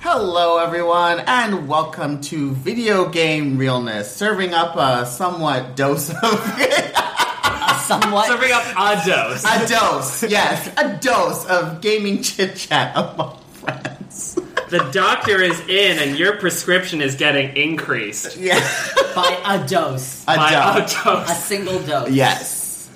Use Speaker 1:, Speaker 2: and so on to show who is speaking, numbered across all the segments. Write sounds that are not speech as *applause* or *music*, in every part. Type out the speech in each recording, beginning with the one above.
Speaker 1: Hello, everyone, and welcome to Video Game Realness, serving up a somewhat dose of. *laughs*
Speaker 2: somewhat.
Speaker 3: Serving up a dose.
Speaker 1: a dose, yes, a dose of gaming chit chat among friends. *laughs*
Speaker 3: The doctor is in, and your prescription is getting increased
Speaker 1: Yes,
Speaker 2: by a dose.
Speaker 1: a
Speaker 3: by a
Speaker 1: dose.
Speaker 2: A
Speaker 3: dose.
Speaker 2: single dose.
Speaker 1: Yes.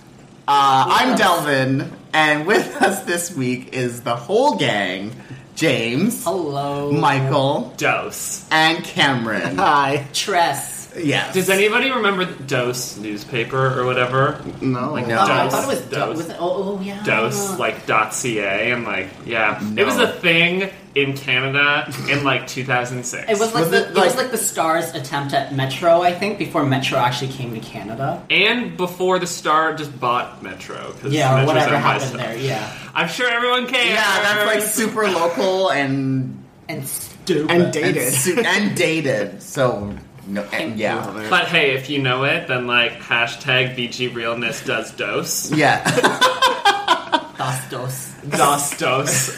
Speaker 1: Uh, I'm
Speaker 2: Yes.
Speaker 1: Delvin, and with us this week is the whole gang James,
Speaker 2: Hello.
Speaker 1: Michael,
Speaker 3: Dose.
Speaker 1: and Cameron.
Speaker 4: Hi.
Speaker 2: Tress.
Speaker 1: Yes.
Speaker 3: Does anybody remember the Dose newspaper or whatever?
Speaker 1: No.
Speaker 3: Like,
Speaker 2: Oh,
Speaker 1: no.
Speaker 2: I
Speaker 3: Dose.
Speaker 2: thought it was
Speaker 3: Dose.
Speaker 2: dose. Was it, oh, oh, yeah.
Speaker 3: Dose like .ca and like yeah,
Speaker 1: No.
Speaker 3: it was a thing in Canada in like 2006.
Speaker 2: It was like
Speaker 1: Was
Speaker 2: the
Speaker 1: it
Speaker 2: it was
Speaker 1: like-
Speaker 2: like the Stars' attempt at Metro, I think, before Metro actually came to Canada.
Speaker 3: and before the Star just bought Metro because
Speaker 2: Yeah, or
Speaker 3: Metro's
Speaker 2: whatever
Speaker 3: owned by
Speaker 2: happened
Speaker 3: Star.
Speaker 2: there. Yeah,
Speaker 3: I'm sure everyone cares.
Speaker 1: Yeah, that's like super local and
Speaker 2: and stupid.
Speaker 4: And dated.
Speaker 1: and, *laughs* su- and dated. So no, and, yeah,
Speaker 3: But hey, if you know it, then like hashtag BG Realness does
Speaker 2: *laughs*
Speaker 3: dose.
Speaker 1: yeah. *laughs*
Speaker 2: Dos dos.
Speaker 3: Dos dose.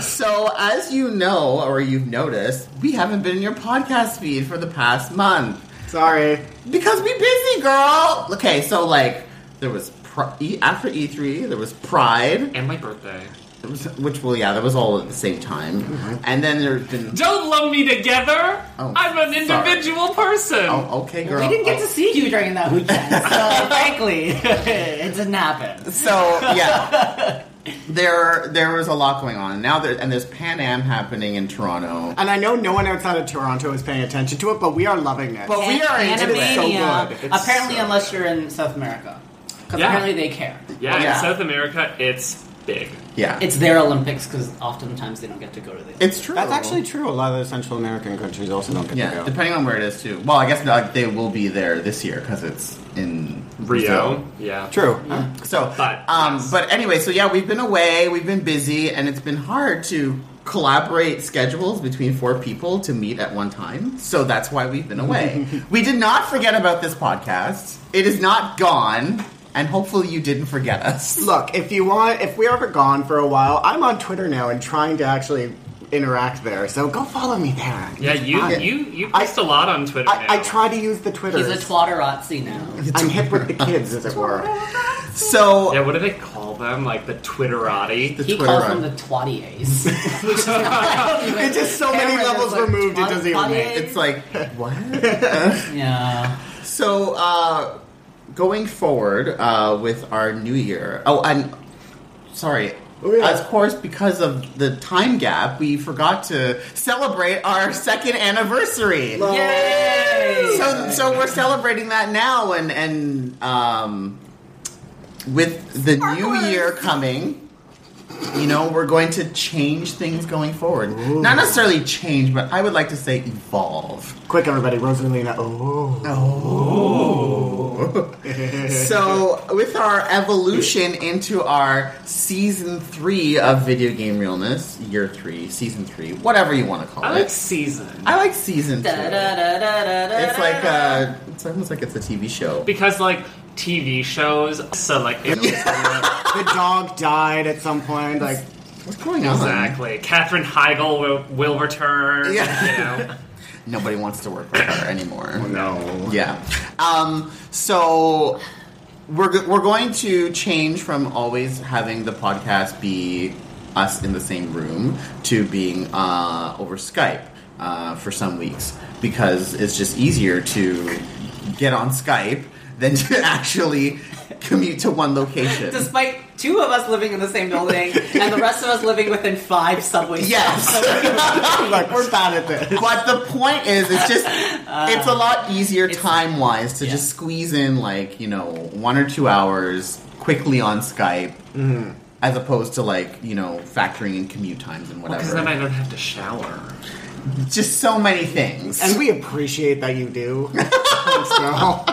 Speaker 1: So as you know, or you've noticed, we haven't been in your podcast feed for the past month
Speaker 4: Sorry.
Speaker 1: because we busy, girl. Okay, so like there was pri- e- after E three, there was Pride,
Speaker 3: and my birthday.
Speaker 1: there was- which well, yeah, that was all at the same time,
Speaker 4: Mm-hmm.
Speaker 1: and then there's been.
Speaker 3: Don't lump me together.
Speaker 1: Oh,
Speaker 3: I'm an
Speaker 1: sorry.
Speaker 3: individual person.
Speaker 1: Oh, okay, girl.
Speaker 2: We didn't get
Speaker 1: Oh.
Speaker 2: to see you during that
Speaker 1: *laughs*
Speaker 2: weekend, so frankly, *laughs* it didn't happen.
Speaker 1: Oh, So yeah,
Speaker 2: *laughs*
Speaker 1: there there was a lot going on. Now there and there's Pan Am happening in Toronto.
Speaker 4: And I know no one outside of Toronto is paying attention to it, but we are loving it.
Speaker 1: But- We are into it. It's
Speaker 4: so
Speaker 2: Animania.
Speaker 4: good. It's
Speaker 2: apparently,
Speaker 4: so
Speaker 2: unless you're in South America, because
Speaker 3: Yeah.
Speaker 2: apparently they care.
Speaker 3: yeah,
Speaker 1: yeah.
Speaker 3: in South America, it's big.
Speaker 1: Yeah,
Speaker 2: It's their Olympics because oftentimes they don't get to go to the.
Speaker 1: it's true.
Speaker 4: That's actually true. A lot of the Central American countries also don't get
Speaker 1: yeah,
Speaker 4: to go.
Speaker 1: depending on where it is too. Well, I guess not, they will be there this year because it's in
Speaker 3: Rio. Yeah.
Speaker 4: True.
Speaker 1: Brazil. So,
Speaker 3: But,
Speaker 1: um,
Speaker 3: yes.
Speaker 1: but anyway, so yeah, we've been away, we've been busy, and it's been hard to collaborate schedules between four people to meet at one time. So that's why we've been *laughs* away. we did not forget about this podcast. It is not gone, and hopefully you didn't forget us. *laughs*
Speaker 4: Look, if you want, if we're ever gone for a while, I'm on Twitter now and trying to actually interact there. So go follow me there.
Speaker 3: Yeah,
Speaker 4: It's
Speaker 3: you
Speaker 4: fun.
Speaker 3: you you
Speaker 4: I-
Speaker 3: post a lot on Twitter. now.
Speaker 4: I, I try to use the Twitter.
Speaker 2: He's a twatterazzi now.
Speaker 4: I'm hip with the kids, as it were.
Speaker 1: So
Speaker 3: Yeah, what do they call them? Like the Twitterati.
Speaker 2: He
Speaker 1: Twitter
Speaker 2: calls
Speaker 1: on.
Speaker 2: them the twattiers.
Speaker 4: It's
Speaker 2: it's
Speaker 4: just so many levels removed, it doesn't even make-
Speaker 1: it's like what?
Speaker 2: Yeah.
Speaker 1: So, uh, going forward uh, with our new year. Oh, and sorry.
Speaker 4: Oh, yeah.
Speaker 1: Of course, because of the time gap, we forgot to celebrate our second anniversary.
Speaker 4: Oh.
Speaker 2: Yay!
Speaker 1: So, so we're celebrating that now, and and um, with the new year coming, you know, we're going to change things going forward. Not necessarily change, but I would like to say evolve.
Speaker 4: Quick, everybody, Rosalina. Oh.
Speaker 1: so with our evolution into our season three of video game realness year three season three whatever you want to call
Speaker 3: I
Speaker 1: it
Speaker 3: like season
Speaker 1: i like season two
Speaker 2: Da-da-da-da-da-da-da.
Speaker 1: it's like uh it's almost like it's a tv show
Speaker 3: because like TV shows. So like it
Speaker 4: the dog died at some point. Like,
Speaker 1: what's going on
Speaker 3: *laughs* exactly. Catherine Heigl will, will return.
Speaker 1: Yeah.
Speaker 3: You know?
Speaker 1: nobody wants to work with her anymore
Speaker 4: *laughs* no.
Speaker 1: yeah um so we're, go- we're going to change from always having the podcast be us in the same room to being uh, over Skype uh, for some weeks because it's just easier to get on Skype than to *laughs* actually commute to one location.
Speaker 2: Despite two of us living in the same building and the rest of us living within five subway
Speaker 1: Yes.
Speaker 4: *laughs* Look, we're bad at this. Uh,
Speaker 1: but the point is, it's just it's a lot easier
Speaker 2: it's-
Speaker 1: time wise to
Speaker 2: yeah.
Speaker 1: just squeeze in like you know one or two hours quickly on Skype,
Speaker 4: Mm-hmm.
Speaker 1: as opposed to like you know factoring in commute times and
Speaker 3: Because
Speaker 1: whatever.
Speaker 3: then I don't have to shower.
Speaker 1: just so many things.
Speaker 4: And we appreciate that you do. *laughs* so,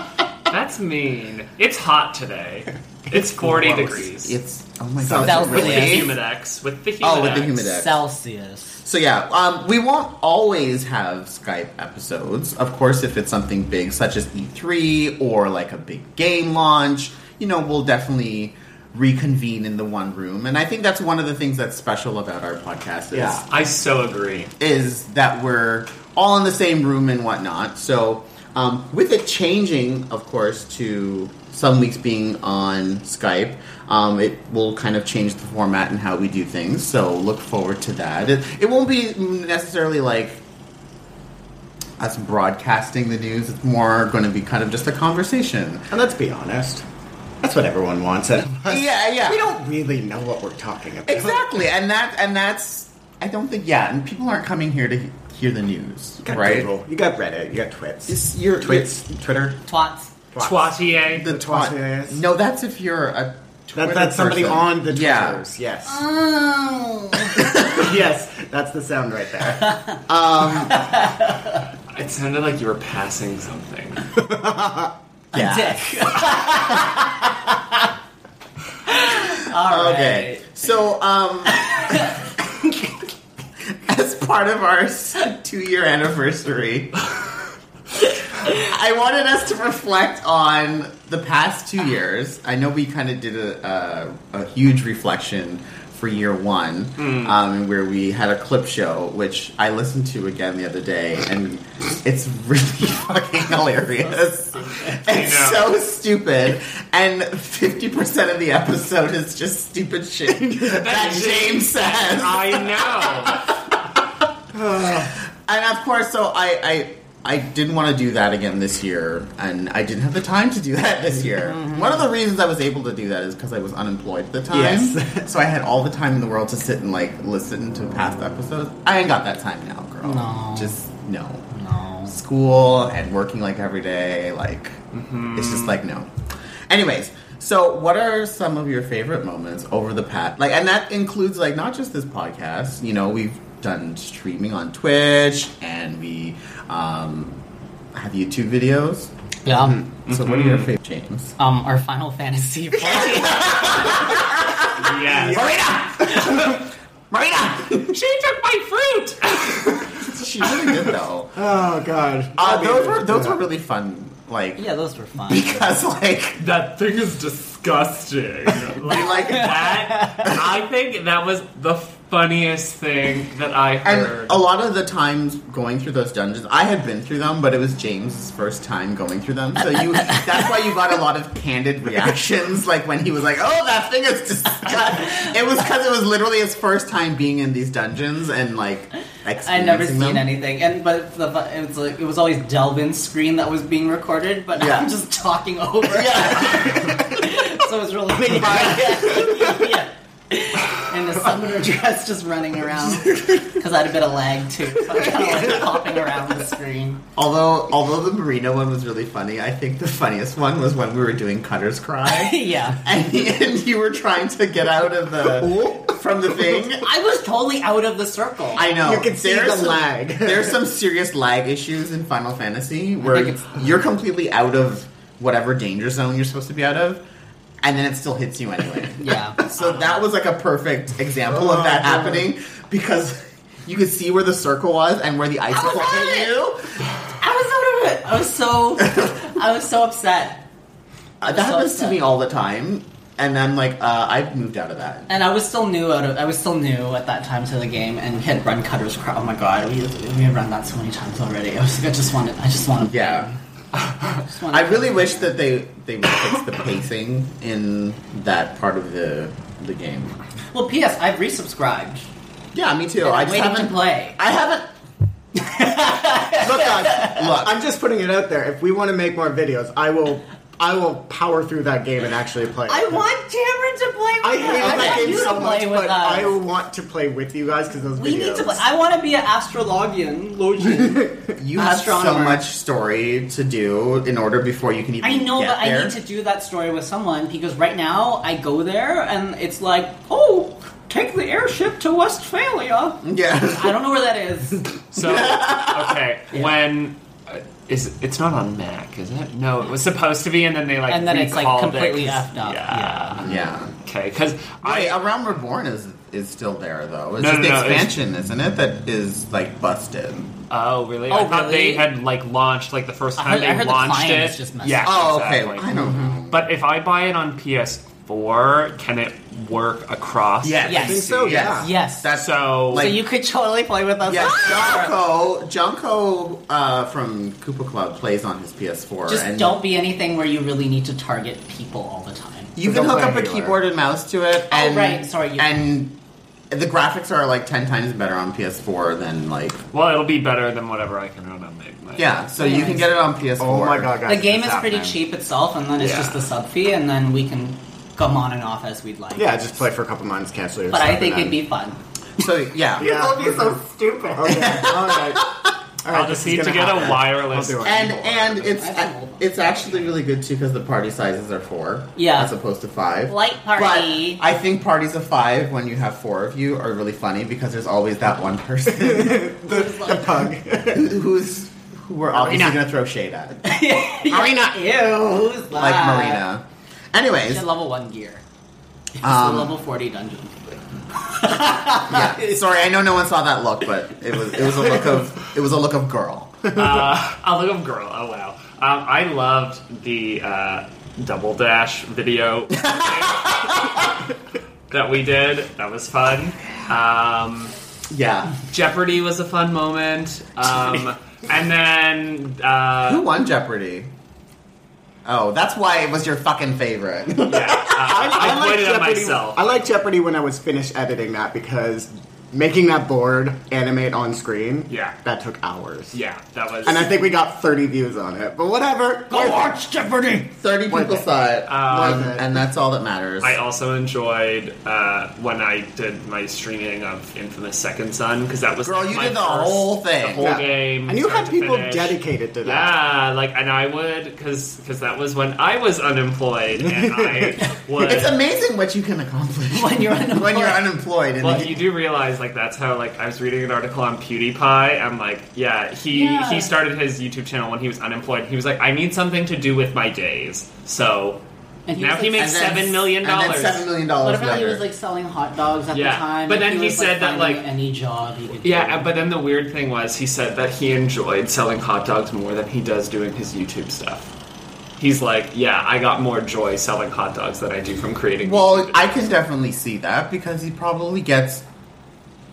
Speaker 3: That's mean. It's hot today. It's 40
Speaker 4: gross.
Speaker 3: degrees.
Speaker 1: it's oh my
Speaker 4: So
Speaker 1: god,
Speaker 2: that was
Speaker 3: with the
Speaker 2: really-
Speaker 3: humidex. With the humidex.
Speaker 1: Oh, with the humidex.
Speaker 2: Celsius.
Speaker 1: So yeah, um, we won't always have Skype episodes. Of course, if it's something E big such as E3 or like a big game launch, you know, we'll definitely reconvene in the one room. And I think that's one of the things that's special about our podcast is,
Speaker 4: Yeah.
Speaker 5: I so agree.
Speaker 1: is that we're all in the same room and whatnot. So um, with it changing, of course, to some weeks being on Skype, um, it will kind of change the format and how we do things. So look forward to that. It, it won't be necessarily like us broadcasting the news. It's more going to be kind of just a conversation.
Speaker 4: And let's be honest, that's what everyone wants. out of us.
Speaker 1: Yeah, yeah.
Speaker 4: *laughs* We don't really know what we're talking
Speaker 1: *laughs*
Speaker 4: about.
Speaker 1: Exactly, and that and that's I don't think yeah, and people aren't coming here to he- hear the news,
Speaker 4: You got
Speaker 1: right?
Speaker 4: Google, You got Reddit. You got Twits.
Speaker 1: It's- you're-
Speaker 4: Twits. Twitter.
Speaker 2: Twats.
Speaker 4: Twats.
Speaker 5: Twatier.
Speaker 1: The twat.
Speaker 4: Yes.
Speaker 1: No, that's if you're a Twitter
Speaker 4: That, that's somebody
Speaker 1: person.
Speaker 4: on the
Speaker 1: Yeah.
Speaker 4: Twitters. Yes.
Speaker 2: Oh.
Speaker 4: *laughs* yes. That's the sound right there.
Speaker 5: It sounded like you were passing something.
Speaker 1: Yeah.
Speaker 2: Dick. All right.
Speaker 1: Okay. So, um, *laughs* as part of our *laughs* two year anniversary, I wanted us to reflect on the past two years. I know we kind of did a, a, a huge reflection for year one, um, where we had a clip show, which I listened to again the other day, and it's really *laughs* fucking hilarious. It's
Speaker 5: I know.
Speaker 1: so stupid, and 50% of the episode is just stupid shit that James says.
Speaker 5: I know.
Speaker 1: And of course, so I, I I didn't want to do that again this year, and I didn't have the time to do that this year. One of the reasons I was able to do that is because I was unemployed at the time,
Speaker 4: Yes.
Speaker 1: *laughs* so I had all the time in the world to sit and like listen to past episodes. I ain't got that time now, girl.
Speaker 2: No.
Speaker 1: just no.
Speaker 2: No.
Speaker 1: School and working like every day, like it's just like no. Anyways. So, what are some of your favorite moments over the past? Like, and that includes like not just this podcast. You know, we've done streaming on Twitch, and we um, have YouTube videos.
Speaker 2: Yeah.
Speaker 1: So, what are your favorite, James?
Speaker 2: Um, our Final Fantasy.
Speaker 5: *laughs* Yes.
Speaker 1: *laughs* Marina,
Speaker 5: She took my fruit.
Speaker 1: she really did though.
Speaker 4: oh God.
Speaker 1: Uh, those were those were really fun. Like,
Speaker 2: *laughs* yeah, those were
Speaker 1: *laughs*
Speaker 2: fun.
Speaker 1: because like
Speaker 5: That thing is
Speaker 2: *laughs*
Speaker 5: disgusting. Like,
Speaker 1: like
Speaker 5: that. I think that was the funniest thing that I heard.
Speaker 1: And
Speaker 2: oh.
Speaker 1: a lot of the times going through those dungeons, I had been through them, but it was James' first time going through them. So you that's why you got a lot of candid reactions, like when he was like, Oh, that thing is disgusting. It was because it was literally his first time being in these dungeons and like
Speaker 2: I never
Speaker 1: experiencing
Speaker 2: seen
Speaker 1: them.
Speaker 2: anything, and but the fu- it was like it was always Delvin's screen that was being recorded, but
Speaker 1: Yeah.
Speaker 2: I'm just talking over. it. *laughs* so it
Speaker 1: *laughs*
Speaker 2: was really funny. *laughs* yeah. And the summoner dress just
Speaker 1: *laughs*
Speaker 2: running around because I had a bit of lag too, so I kind of like popping around
Speaker 1: *laughs*
Speaker 2: the screen.
Speaker 1: Although although the Marina one was really funny, I think the funniest one was when we were doing Cutter's
Speaker 2: *laughs*
Speaker 1: Cry.
Speaker 2: yeah,
Speaker 1: and, and you were trying to get out of the from the thing.
Speaker 2: I was totally out of the circle.
Speaker 1: I know.
Speaker 4: You can see
Speaker 1: There's
Speaker 4: the
Speaker 1: some-
Speaker 4: lag.
Speaker 1: *laughs* There's some serious lag issues in Final Fantasy
Speaker 2: think
Speaker 1: where
Speaker 2: it's-
Speaker 1: you're completely out of whatever danger zone you're supposed to be out of, and then it still hits you anyway. *laughs*
Speaker 2: yeah,
Speaker 1: So that was like a perfect example of that
Speaker 4: Oh, God.
Speaker 1: happening because you could see where the circle was and where the icicle
Speaker 2: was on
Speaker 1: hit
Speaker 2: it.
Speaker 1: you.
Speaker 2: I was out of it. I was so I was so upset.
Speaker 1: Uh, that
Speaker 2: so
Speaker 1: happens to
Speaker 2: upset.
Speaker 1: me all the time, and I'm like, uh, I've moved out of that.
Speaker 2: And I was still new out of I was still new at that time to the game and had run Cutter's Cry. Oh my god, we we had run that so many times already. I was like, I just wanted, I just wanted,
Speaker 1: Yeah.
Speaker 2: I just wanted.
Speaker 1: I really wish that they they would fix the pacing in that part of the the game.
Speaker 2: Well, P.S. I've resubscribed.
Speaker 1: Yeah, me too.
Speaker 2: And
Speaker 4: Oh,
Speaker 1: I
Speaker 2: I'm
Speaker 1: just
Speaker 2: waiting
Speaker 1: haven't
Speaker 2: to play.
Speaker 1: I haven't.
Speaker 4: Look, guys.
Speaker 1: Look,
Speaker 4: I'm just putting it out there. If we want to make more videos, I will. I will power through that game and actually play. it.
Speaker 2: I want Cameron to play. With
Speaker 4: I
Speaker 2: us.
Speaker 4: hate
Speaker 2: I
Speaker 4: that
Speaker 2: want
Speaker 4: game
Speaker 2: you
Speaker 4: so
Speaker 2: to
Speaker 4: much,
Speaker 2: play with
Speaker 4: but
Speaker 2: us.
Speaker 4: I want to play with you guys because those
Speaker 2: we
Speaker 4: videos.
Speaker 2: need to play. I want to be an astrologian.
Speaker 4: *laughs*
Speaker 2: Logian.
Speaker 1: you have so
Speaker 2: Astronomer.
Speaker 1: much story to do in order before you can even.
Speaker 2: I know,
Speaker 1: get
Speaker 2: but
Speaker 1: there.
Speaker 2: I need to do that story with someone because right now I go there and it's like, oh, take the airship to Westphalia.
Speaker 1: *laughs* Yeah,
Speaker 2: I don't know where that is.
Speaker 5: So
Speaker 2: *laughs*
Speaker 5: okay, when uh, is it's not on Mac, is it? No, it was supposed to be, and then they like
Speaker 2: And then it's, like,
Speaker 5: recalled it
Speaker 2: completely
Speaker 5: 'cause-
Speaker 2: effed up,
Speaker 5: Yeah.
Speaker 1: yeah.
Speaker 5: Okay, because
Speaker 1: Wait,
Speaker 5: I
Speaker 1: Around Oh, Reborn is is still there though. It's
Speaker 5: No,
Speaker 1: just
Speaker 5: no, no,
Speaker 1: the
Speaker 5: it's-
Speaker 1: expansion, isn't it? That is like busted.
Speaker 5: oh really?
Speaker 2: Oh,
Speaker 5: I thought
Speaker 2: really?
Speaker 5: they had like launched like the first
Speaker 2: I
Speaker 5: time
Speaker 2: heard-
Speaker 5: they
Speaker 2: I heard the
Speaker 5: launched
Speaker 2: client
Speaker 5: it.
Speaker 2: is just messed
Speaker 5: yeah.
Speaker 2: up.
Speaker 1: Oh, okay.
Speaker 5: exactly.
Speaker 1: I don't know.
Speaker 5: But if I buy it on PS
Speaker 3: four, can it work across?
Speaker 1: Yes.
Speaker 2: Yes.
Speaker 4: *laughs* I think so, yeah.
Speaker 2: Yes.
Speaker 1: That's
Speaker 3: So
Speaker 1: Like-
Speaker 2: so you could totally play with us. *laughs*
Speaker 1: Yes,
Speaker 2: Ah!
Speaker 1: Jonko, Jonko uh, from Koopa Club plays on his PS4.
Speaker 2: Just
Speaker 1: and
Speaker 2: don't be anything where you really need to target people all the time.
Speaker 1: You
Speaker 4: So
Speaker 1: can
Speaker 4: don't
Speaker 1: hook
Speaker 4: play
Speaker 1: up a
Speaker 4: anywhere.
Speaker 1: keyboard and mouse to it. And,
Speaker 2: Oh, right, sorry, you-
Speaker 1: and the graphics are like ten times better on PS4 than like
Speaker 3: well, it'll be better than whatever I can remember. Like,
Speaker 1: yeah. So
Speaker 2: Yeah.
Speaker 1: you can get it on PS4.
Speaker 4: Oh my god, guys.
Speaker 2: the game
Speaker 4: it's
Speaker 2: is pretty
Speaker 4: happening.
Speaker 2: cheap itself, and then it's
Speaker 3: Yeah.
Speaker 2: just the sub fee, and then we can come on and off as we'd like.
Speaker 4: Yeah, just play for a couple months, cancel your
Speaker 2: But I
Speaker 4: sub,
Speaker 2: think
Speaker 4: and
Speaker 2: it'd be fun.
Speaker 1: So yeah.
Speaker 4: Yeah.
Speaker 2: That'd be so stupid.
Speaker 4: then- *laughs* Okay, alright. Alright,
Speaker 3: I'll just
Speaker 4: this
Speaker 3: need
Speaker 4: is
Speaker 3: to
Speaker 4: gonna
Speaker 3: get a
Speaker 4: happen.
Speaker 3: wireless.
Speaker 4: I'll do it.
Speaker 1: And and it's
Speaker 2: I have a mobile.
Speaker 1: it's actually really good too because the party sizes are four,
Speaker 2: Yeah.
Speaker 1: as opposed to five.
Speaker 2: Light party.
Speaker 1: But I think parties of five, when you have four of you, are really funny because there's always that one person *laughs*
Speaker 4: The *laughs*
Speaker 3: *laughs*
Speaker 4: pug.
Speaker 1: who's who we're obviously
Speaker 4: Marina.
Speaker 1: going to throw shade at,
Speaker 2: Marina, ew, who's that?
Speaker 1: like Marina. Anyways,
Speaker 2: She's level one gear. It's a
Speaker 1: Um,
Speaker 2: level forty dungeon.
Speaker 1: yeah. Sorry, I know no one saw that look, but it was it was a look of it was a look of girl.
Speaker 3: uh, I love girl. Oh wow. Um, I loved the uh, double dash video
Speaker 4: *laughs*
Speaker 3: that we did. That was fun. Um,
Speaker 1: Yeah.
Speaker 3: Jeopardy was a fun moment. Um, and then
Speaker 1: Who
Speaker 3: uh,
Speaker 1: won Jeopardy? Oh, that's why it was your fucking favorite. *laughs*
Speaker 4: *laughs*
Speaker 3: yeah, uh, I,
Speaker 4: like
Speaker 3: pointed at
Speaker 4: Jeopardy-
Speaker 3: myself.
Speaker 4: I like Jeopardy when I was finished editing that because making that board animate on screen,
Speaker 3: Yeah.
Speaker 4: that took hours.
Speaker 3: yeah, that was.
Speaker 4: And I think we got 30 views on it, but whatever. Worth it.
Speaker 3: Jeopardy.
Speaker 1: Thirty people
Speaker 4: it.
Speaker 1: saw it,
Speaker 3: Um,
Speaker 1: and, and that's all that matters.
Speaker 3: I also enjoyed uh, when I did my streaming of Infamous Second Son because that was
Speaker 1: Girl,
Speaker 3: like,
Speaker 1: you
Speaker 3: my
Speaker 1: did the
Speaker 3: first-
Speaker 1: whole thing.
Speaker 3: the whole
Speaker 4: Yeah.
Speaker 3: game,
Speaker 4: And you
Speaker 3: start
Speaker 4: had
Speaker 3: to
Speaker 4: people
Speaker 3: finish.
Speaker 4: dedicated to that.
Speaker 3: Yeah, like, and I would, because that was when I was unemployed, and I would.
Speaker 1: It's amazing what you can
Speaker 3: *laughs*
Speaker 1: accomplish
Speaker 2: When you're
Speaker 1: when you're unemployed.
Speaker 2: unemployed.
Speaker 1: And
Speaker 3: well, you do realize, like, that's how, like, I was reading an article on PewDiePie. I'm like, yeah, he
Speaker 2: Yeah.
Speaker 3: he started his YouTube channel when he was unemployed. He was like, I need something to do with my days, so
Speaker 2: And
Speaker 3: Now
Speaker 2: was,
Speaker 3: he
Speaker 2: like,
Speaker 3: makes- $7 million
Speaker 1: And then seven million
Speaker 2: What
Speaker 1: dollars.
Speaker 2: about he
Speaker 1: later.
Speaker 2: was like selling hot dogs at
Speaker 3: Yeah,
Speaker 2: the time?
Speaker 3: but
Speaker 2: and
Speaker 3: then he
Speaker 2: was,
Speaker 3: said that,
Speaker 2: finding
Speaker 3: like-
Speaker 2: any job he could.
Speaker 3: Yeah,
Speaker 2: do.
Speaker 3: but then the weird thing was he said that he enjoyed selling hot dogs more than he does doing his YouTube stuff. He's like, yeah, I got more joy selling hot dogs than I do from creating.
Speaker 1: Well,
Speaker 3: YouTube
Speaker 1: I
Speaker 3: videos."
Speaker 1: can definitely see that because he probably gets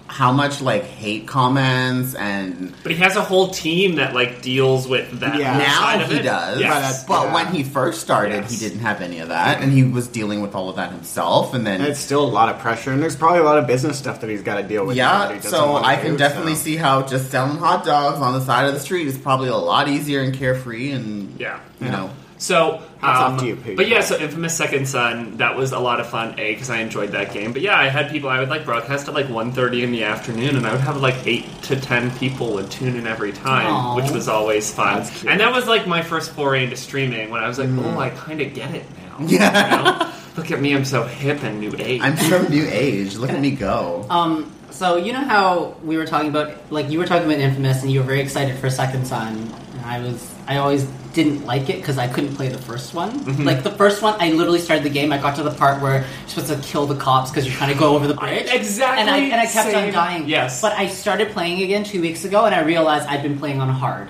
Speaker 1: how much like hate comments and
Speaker 3: But he has a whole team that like deals with that.
Speaker 4: Yeah.
Speaker 3: whole
Speaker 1: now
Speaker 3: side of
Speaker 1: he
Speaker 3: it.
Speaker 1: does.
Speaker 3: Yes.
Speaker 4: But that's-
Speaker 1: But
Speaker 4: yeah.
Speaker 1: when he first started, he
Speaker 3: Yes.
Speaker 1: didn't have any of that, and he was dealing with all of that himself. And then
Speaker 4: And it's still a lot of pressure, and there's probably a lot of business stuff that he's got to deal with. that he
Speaker 1: yeah,
Speaker 4: doesn't
Speaker 1: so
Speaker 4: wanna
Speaker 1: I can
Speaker 4: do,
Speaker 1: definitely
Speaker 4: so.
Speaker 1: see how just selling hot dogs on the side of the street is probably a lot easier and carefree, and
Speaker 3: Yeah.
Speaker 1: you know.
Speaker 3: So,
Speaker 4: Hats off
Speaker 3: um,
Speaker 4: to you, Pete.
Speaker 3: but yeah, so Infamous Second Son, that was a lot of fun. A, because I enjoyed that game. But yeah, I had people. I would like broadcast at like 1.30 in the afternoon, and I would have like eight to ten people would tune in every time,
Speaker 2: Aw.
Speaker 3: which was always fun.
Speaker 4: That's cute. Mm.
Speaker 3: And that was like my first foray into streaming when I was like, oh, I kind of get it
Speaker 4: *laughs*
Speaker 3: now.
Speaker 1: Yeah.
Speaker 3: You know? Look at me, I'm so hip and new age.
Speaker 1: I'm from New Age. Look at me go.
Speaker 2: Um, so you know how we were talking about, like you were talking about Infamous, and you were very excited for Second Son, and I was, I always didn't like it because I couldn't play the first one.
Speaker 3: Mm-hmm.
Speaker 2: Like the first one, I literally started the game. I got to the part where you're supposed to kill the cops because you're trying to go over the bridge.
Speaker 3: exactly
Speaker 2: And I, and I kept on
Speaker 3: same-
Speaker 2: dying.
Speaker 3: yes.
Speaker 2: But I started playing again two weeks ago, and I realized I'd been playing on hard.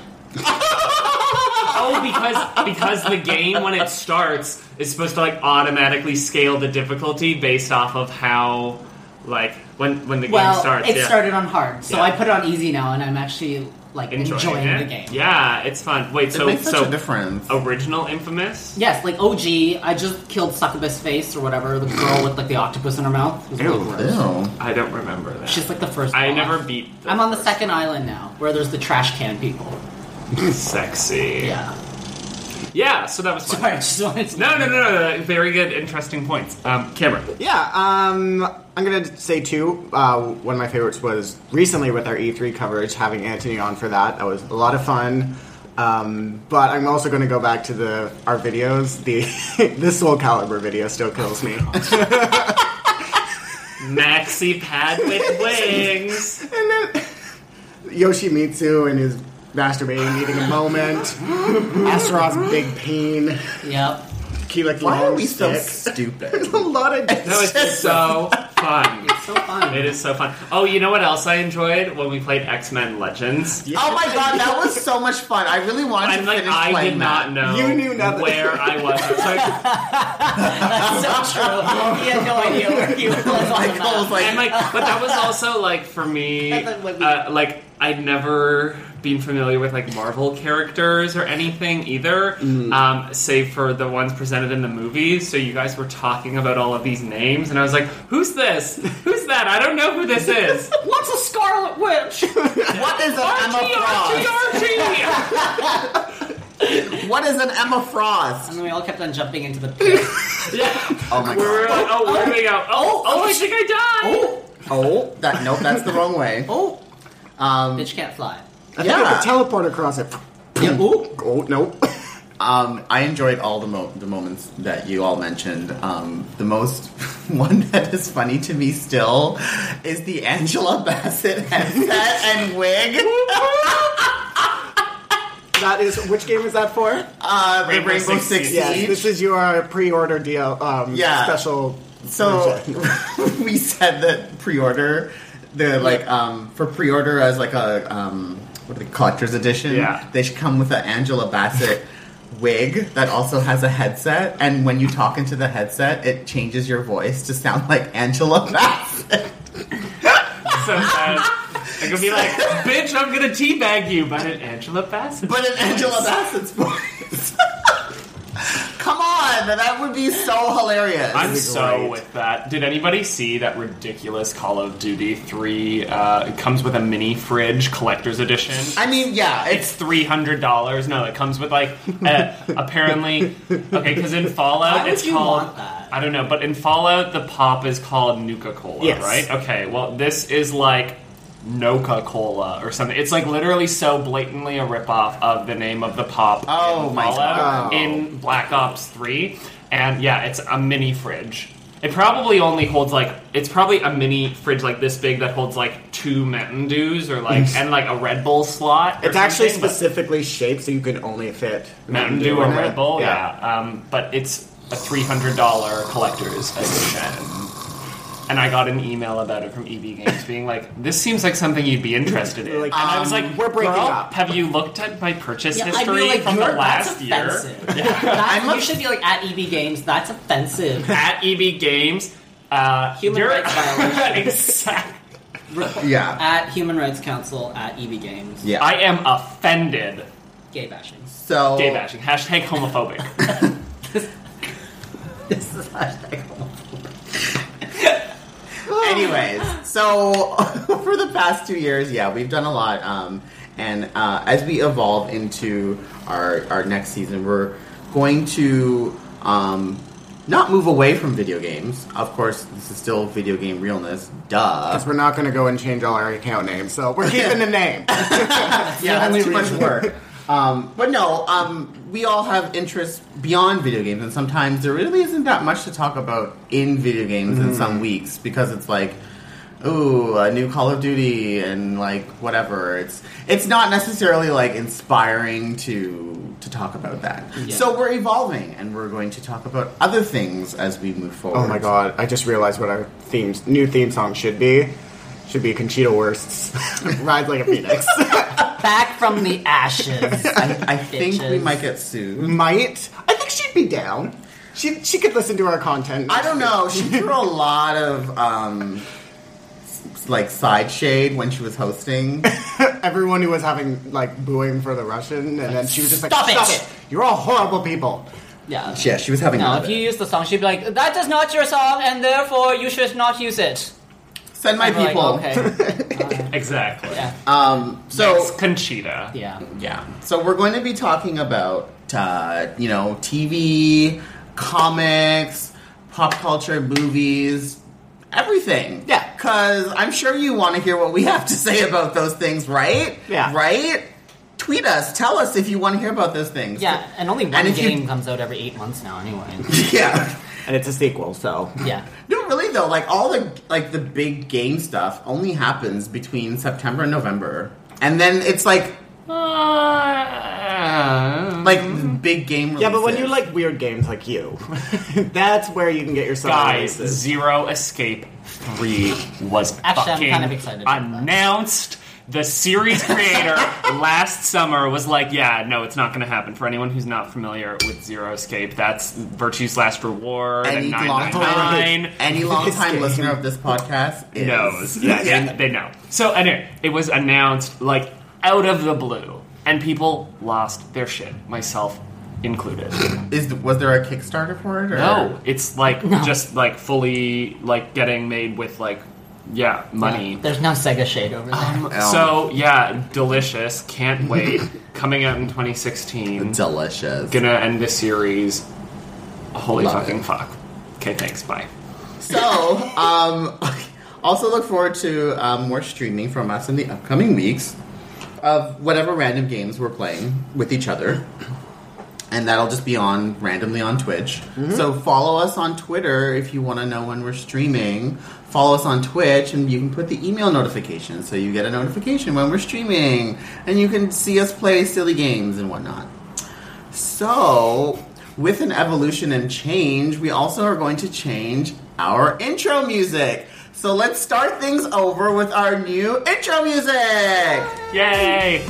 Speaker 3: Oh, because because the game when it starts is supposed to like automatically scale the difficulty based off of how like when when the
Speaker 2: well,
Speaker 3: game starts.
Speaker 2: it
Speaker 3: yeah.
Speaker 2: started on hard, so
Speaker 3: Yeah.
Speaker 2: I put it on easy now, and I'm actually like enjoying,
Speaker 3: it.
Speaker 2: the game.
Speaker 3: Yeah, it's fun. Wait,
Speaker 1: It
Speaker 3: so
Speaker 1: makes such
Speaker 3: so
Speaker 1: a difference.
Speaker 3: original infamous?
Speaker 2: Yes, like OG, I just killed Succubus Face or whatever, the girl with like the octopus in her mouth. It was really
Speaker 1: Ew.
Speaker 2: gross.
Speaker 3: *laughs* I don't remember that.
Speaker 2: She's like the first.
Speaker 3: I
Speaker 2: boss.
Speaker 3: never beat. The
Speaker 2: I'm on the
Speaker 3: first
Speaker 2: second island now, where there's the trash can people.
Speaker 3: one. *laughs* Sexy.
Speaker 2: *laughs* Yeah.
Speaker 3: Yeah. So that was fun.
Speaker 2: Sorry, I just wanted to.
Speaker 3: No, no, no, no, no. Very good, interesting points. Um, Cameron.
Speaker 4: Yeah, um, I'm gonna say two. Uh, one of my favorites was recently with our E3 coverage, having Anthony on for that. That was a lot of fun. Um, but I'm also gonna go back to the our videos. The *laughs* the Soul Calibur video still
Speaker 1: *laughs*
Speaker 4: kills me.
Speaker 3: Maxi pad
Speaker 2: *laughs*
Speaker 3: with wings.
Speaker 4: Yoshimitsu and his masturbating, eating a moment.
Speaker 1: *laughs*
Speaker 4: Astaroth's big pain.
Speaker 2: Yep.
Speaker 4: Keyleth
Speaker 1: Why are
Speaker 4: long
Speaker 1: we so
Speaker 4: *laughs* stick.
Speaker 1: stupid?
Speaker 4: a lot of
Speaker 2: *laughs*
Speaker 3: That was so fun.
Speaker 2: It's so fun.
Speaker 3: It is so fun. Oh, you know what else I enjoyed when we played X Men Legends?
Speaker 1: *laughs* Oh
Speaker 3: *laughs*
Speaker 1: my god, that was so much fun. I really wanted
Speaker 3: I'm
Speaker 1: to
Speaker 3: like,
Speaker 1: finish
Speaker 3: I
Speaker 1: playing
Speaker 3: did
Speaker 1: that.
Speaker 3: not know
Speaker 4: You knew nothing.
Speaker 3: where I was. I was like-
Speaker 2: That's so true. He had no idea where he
Speaker 1: *laughs*
Speaker 2: was. on the
Speaker 1: Like, I was
Speaker 2: map.
Speaker 1: like,
Speaker 3: and like, but that was also like for me, uh, like I'd never been familiar with like Marvel characters or anything either, um, save for the ones presented in the movies. So you guys were talking about all of these names, and I was like, "Who's this? Who's that? I don't know who this is."
Speaker 2: What's a Scarlet Witch?
Speaker 1: what is an
Speaker 3: Archie, Archie,
Speaker 1: Emma
Speaker 3: Archie!
Speaker 1: Frost? What is an Emma Frost?
Speaker 2: *laughs* And we all kept on jumping into the pit.
Speaker 1: Oh my
Speaker 3: We were
Speaker 1: god.
Speaker 3: like, oh, where do we go? Oh, oh, I think I died.
Speaker 1: Oh, oh, that nope, that's the wrong way.
Speaker 2: Oh,
Speaker 1: Um,
Speaker 2: bitch can't fly.
Speaker 4: I think I
Speaker 1: Yeah.
Speaker 4: could teleport across it.
Speaker 1: yeah, ooh.
Speaker 4: Oh no!
Speaker 1: Um, I enjoyed all the mo- the moments that you all mentioned. Um, the most *laughs* one that is funny to me still is the Angela Bassett *laughs* headset and wig.
Speaker 4: *laughs* that is which game is that for?
Speaker 1: Uh, Rainbow,
Speaker 3: Rainbow
Speaker 1: Rainbow
Speaker 3: Six
Speaker 1: Six
Speaker 3: Siege.
Speaker 4: Yes,
Speaker 1: Siege.
Speaker 4: this is your pre-order deal. Um,
Speaker 1: Yeah.
Speaker 4: special.
Speaker 1: So *laughs*
Speaker 4: version.
Speaker 1: we said that pre-order, the like um, for pre-order as like a um, what do they collector's edition?
Speaker 3: Yeah.
Speaker 1: they should come with an Angela Bassett wig that also has a headset, and when you talk into the headset, it changes your voice to sound like Angela Bassett.
Speaker 3: So sad. I could be like, bitch, I'm gonna teabag you, but an Angela Bassett.
Speaker 1: But in Angela Bassett's voice. *laughs* Come on, that would be so hilarious.
Speaker 3: I'm so
Speaker 4: great.
Speaker 3: with that. Did anybody see that ridiculous Call of Duty 3? Uh, it comes with a mini fridge collector's edition.
Speaker 1: I mean, yeah,
Speaker 3: It's
Speaker 1: it's
Speaker 3: three hundred dollars. No, it comes with like
Speaker 1: *laughs*
Speaker 3: uh, apparently okay because in Fallout
Speaker 2: Why would
Speaker 3: it's
Speaker 2: you
Speaker 3: called
Speaker 2: want that?
Speaker 3: I don't know, but in Fallout the pop is called Nuka Cola,
Speaker 4: Yes.
Speaker 3: right? Okay, well this is like Noca Cola or something. It's like literally so blatantly a ripoff of the name of the pop.
Speaker 1: Oh
Speaker 3: in
Speaker 1: my
Speaker 3: Fallout
Speaker 4: God.
Speaker 3: In Black Ops Three, and yeah, it's a mini fridge. It probably only holds like it's probably a mini fridge like this big that holds like two Mountain Dews or like and like a Red Bull slot. or
Speaker 4: it's actually
Speaker 3: something, but-
Speaker 4: specifically shaped so you can only fit
Speaker 3: Mountain Dew or
Speaker 4: in it.
Speaker 3: Red Bull, yeah. Um, but it's a three hundred dollar collector's edition, and I got an email about it from EB Games being like, "This seems like something you'd be interested in."
Speaker 4: Like,
Speaker 3: and I was
Speaker 4: um,
Speaker 3: like,
Speaker 4: we're breaking
Speaker 3: "Girl,
Speaker 4: up."
Speaker 3: Have you looked at my purchase
Speaker 2: Yeah, I'd be
Speaker 3: history
Speaker 2: like,
Speaker 3: from the
Speaker 2: "You're-
Speaker 3: last
Speaker 2: that's
Speaker 3: year?" *laughs*
Speaker 2: offensive. That's-
Speaker 1: I'm a-
Speaker 2: you should be like at EB Games. That's
Speaker 1: *laughs*
Speaker 2: offensive.
Speaker 3: At EB Games, uh,
Speaker 2: Human
Speaker 3: you're
Speaker 2: rights
Speaker 3: *laughs*
Speaker 2: violation.
Speaker 3: exact.
Speaker 1: yeah,
Speaker 2: at Human Rights Council at EB Games.
Speaker 1: yeah.
Speaker 3: I am offended.
Speaker 2: Gay bashing.
Speaker 1: so
Speaker 3: Gay bashing. Hashtag
Speaker 2: *laughs*
Speaker 3: homophobic.
Speaker 2: This is hashtag homophobic.
Speaker 1: Anyways, so *laughs* for the past two years, yeah, we've done a lot. Um, and uh, as we evolve into our, our next season, we're going to um, not move away from video games. Of course, this is still video game realness. Duh.
Speaker 4: Because we're not going to go and change all our account names, so we're keeping
Speaker 1: *laughs*
Speaker 4: the name.
Speaker 1: yeah,
Speaker 4: the
Speaker 1: that's too
Speaker 4: only
Speaker 1: much work. *laughs* Um, but no, um, we all have interests beyond video games, and sometimes there really isn't that much to talk about in video games in some weeks because it's like, ooh, a new Call of Duty and like whatever. It's it's not necessarily like inspiring to to talk about that.
Speaker 2: Yeah.
Speaker 1: So we're evolving, and we're going to talk about other things as we move forward.
Speaker 4: Oh my god! I just realized what our themes, new theme song should be. Should be Conchita Wurst's *laughs* "Rides Like a Phoenix."
Speaker 2: Back from the ashes.
Speaker 1: *laughs* I, I think we
Speaker 2: Bitches.
Speaker 1: might get sued.
Speaker 4: Might I think she'd be down. She she could listen to our content.
Speaker 1: I don't know. *laughs* She threw a lot of um, s- like side shade when she was hosting.
Speaker 4: *laughs* Everyone who was having like booing for the Russian, and then she was just like,
Speaker 2: Stop it!
Speaker 4: You're all horrible people."
Speaker 2: Yeah.
Speaker 1: Yeah, she was having
Speaker 2: No,
Speaker 1: none of
Speaker 2: if you
Speaker 1: it.
Speaker 2: use the song, she'd be like, "That is not your song, and therefore you should not use it."
Speaker 1: Send my
Speaker 2: And we're
Speaker 1: people.
Speaker 2: Like,
Speaker 1: *laughs*
Speaker 2: okay.
Speaker 3: exactly.
Speaker 2: Yeah.
Speaker 1: Um, so
Speaker 3: It's Conchita.
Speaker 2: Yeah.
Speaker 1: yeah, so we're going to be talking about uh, you know TV, comics, pop culture, movies, everything.
Speaker 4: Yeah.
Speaker 1: because I'm sure you want to hear what we have to say about those things, right?
Speaker 4: Yeah.
Speaker 1: right. Tweet us. Tell us if you want to hear about those things.
Speaker 2: Yeah, and only one
Speaker 1: And if you-
Speaker 2: game comes out every eight months now, anyway.
Speaker 1: *laughs* yeah.
Speaker 4: And it's a sequel, so
Speaker 2: yeah.
Speaker 1: No, really though, like all the like the big game stuff only happens between September and November, and then it's like
Speaker 3: Uh,
Speaker 1: like big game. Releases.
Speaker 4: Mm-hmm. Yeah, but when you like weird games like you, *laughs* that's where you can get yourself
Speaker 3: Guys,
Speaker 4: releases.
Speaker 3: Zero Escape 3 was
Speaker 2: Actually, I'm
Speaker 3: fucking
Speaker 2: kind of excited about that.
Speaker 3: announced. The series
Speaker 2: *laughs*
Speaker 3: creator last summer was like, "Yeah, no, it's not going to happen." For anyone who's not familiar with Zero Escape, that's Virtue's Last Reward
Speaker 1: any
Speaker 3: and
Speaker 1: long
Speaker 3: 999.
Speaker 1: time, any long time
Speaker 4: game.
Speaker 1: listener of
Speaker 4: *laughs*
Speaker 1: this podcast is,
Speaker 3: knows. Yeah,
Speaker 1: Yeah.
Speaker 3: They, they know. So anyway, it was announced like out of the blue, and people lost their shit, myself included.
Speaker 1: is was there a Kickstarter for it? Or?
Speaker 3: no, it's like just like fully like getting made with like yeah money.
Speaker 2: There's no Sega shade over there.
Speaker 1: Um, Oh,
Speaker 3: So yeah, delicious. Can't
Speaker 1: *laughs*
Speaker 3: wait. Coming out in 2016.
Speaker 1: delicious.
Speaker 3: Gonna end the series. Holy
Speaker 1: Love
Speaker 3: fucking
Speaker 1: it.
Speaker 3: fuck. Okay, thanks. Bye.
Speaker 1: So, um, *laughs* also look forward to um, more streaming from us in the upcoming weeks of whatever random games we're playing with each other. And that'll just be on randomly on Twitch. So follow us on Twitter if you want to know when we're streaming. Follow us on Twitch, and you can put the email notification so you get a notification when we're streaming, and you can see us play silly games and whatnot. So, with an evolution and change, we also are going to change our intro music. So let's start things over with our new intro music.
Speaker 3: Yay!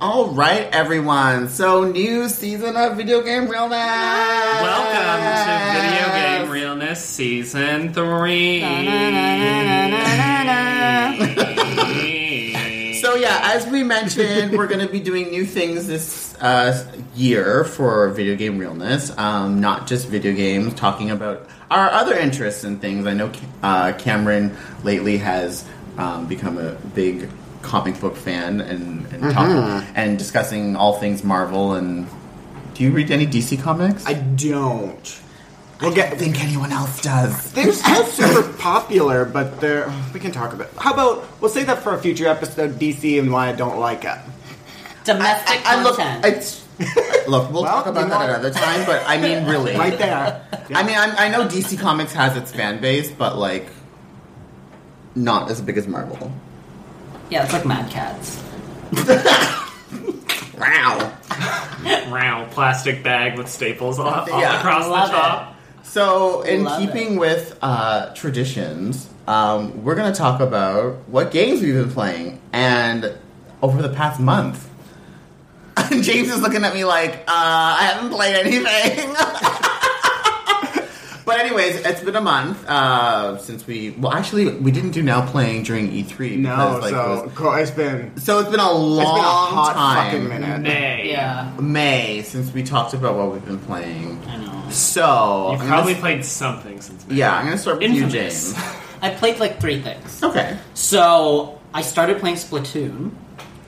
Speaker 1: All right, everyone. So new season of video game realness.
Speaker 5: Welcome to Video Game Realness Season
Speaker 2: *laughs*
Speaker 5: 3.
Speaker 1: So yeah, as we mentioned, we're going to be doing new things this uh, year for video game realness. Um, not just video games, talking about our other interests and things. I know uh, Cameron lately has um, become a big comic book fan and and, talk,
Speaker 4: Mm-hmm.
Speaker 1: and discussing all things Marvel. And do you read any DC comics?
Speaker 4: I don't. We'll get.
Speaker 1: don't think anyone else does.
Speaker 4: They're still super popular, but they're. We can talk about. How about we'll save that for a future episode? DC and why I don't like it.
Speaker 2: Domestic
Speaker 1: I, I look,
Speaker 2: content.
Speaker 1: it's, look, we'll
Speaker 4: Well,
Speaker 1: talk about
Speaker 4: you
Speaker 1: that
Speaker 4: know-
Speaker 1: another time. But I mean, really,
Speaker 4: Right there.
Speaker 1: I mean, I'm, I know DC Comics has its fan base, but like, not as big as Marvel.
Speaker 2: yeah, it's like Mad Cats.
Speaker 1: Wow.
Speaker 3: Round plastic bag with staples all, all
Speaker 1: Yeah.
Speaker 3: across
Speaker 2: Love
Speaker 3: the
Speaker 2: it.
Speaker 3: top.
Speaker 1: So, in
Speaker 2: Love
Speaker 1: keeping with uh, traditions, um, we're going to talk about what games we've been playing and over the past month. *laughs* James is looking at me like, uh, I haven't played anything. *laughs* but, anyways, it's been a month uh, since we. Well, actually, we didn't do now playing during E3.
Speaker 4: No,
Speaker 1: because, like, it
Speaker 4: so
Speaker 1: was-
Speaker 4: cool, it's been.
Speaker 1: so it's been a long
Speaker 4: It's been a hot
Speaker 1: time.
Speaker 4: fucking minute.
Speaker 3: Nay.
Speaker 2: Yeah,
Speaker 1: May since we talked about what we've been playing.
Speaker 2: I know.
Speaker 1: So
Speaker 3: You've
Speaker 1: I'm
Speaker 3: probably
Speaker 1: gonna,
Speaker 3: played something since. May.
Speaker 1: yeah, I'm gonna start with you,
Speaker 3: Infamous.
Speaker 1: James.
Speaker 2: I played like three things.
Speaker 1: Okay,
Speaker 2: So I started playing Splatoon.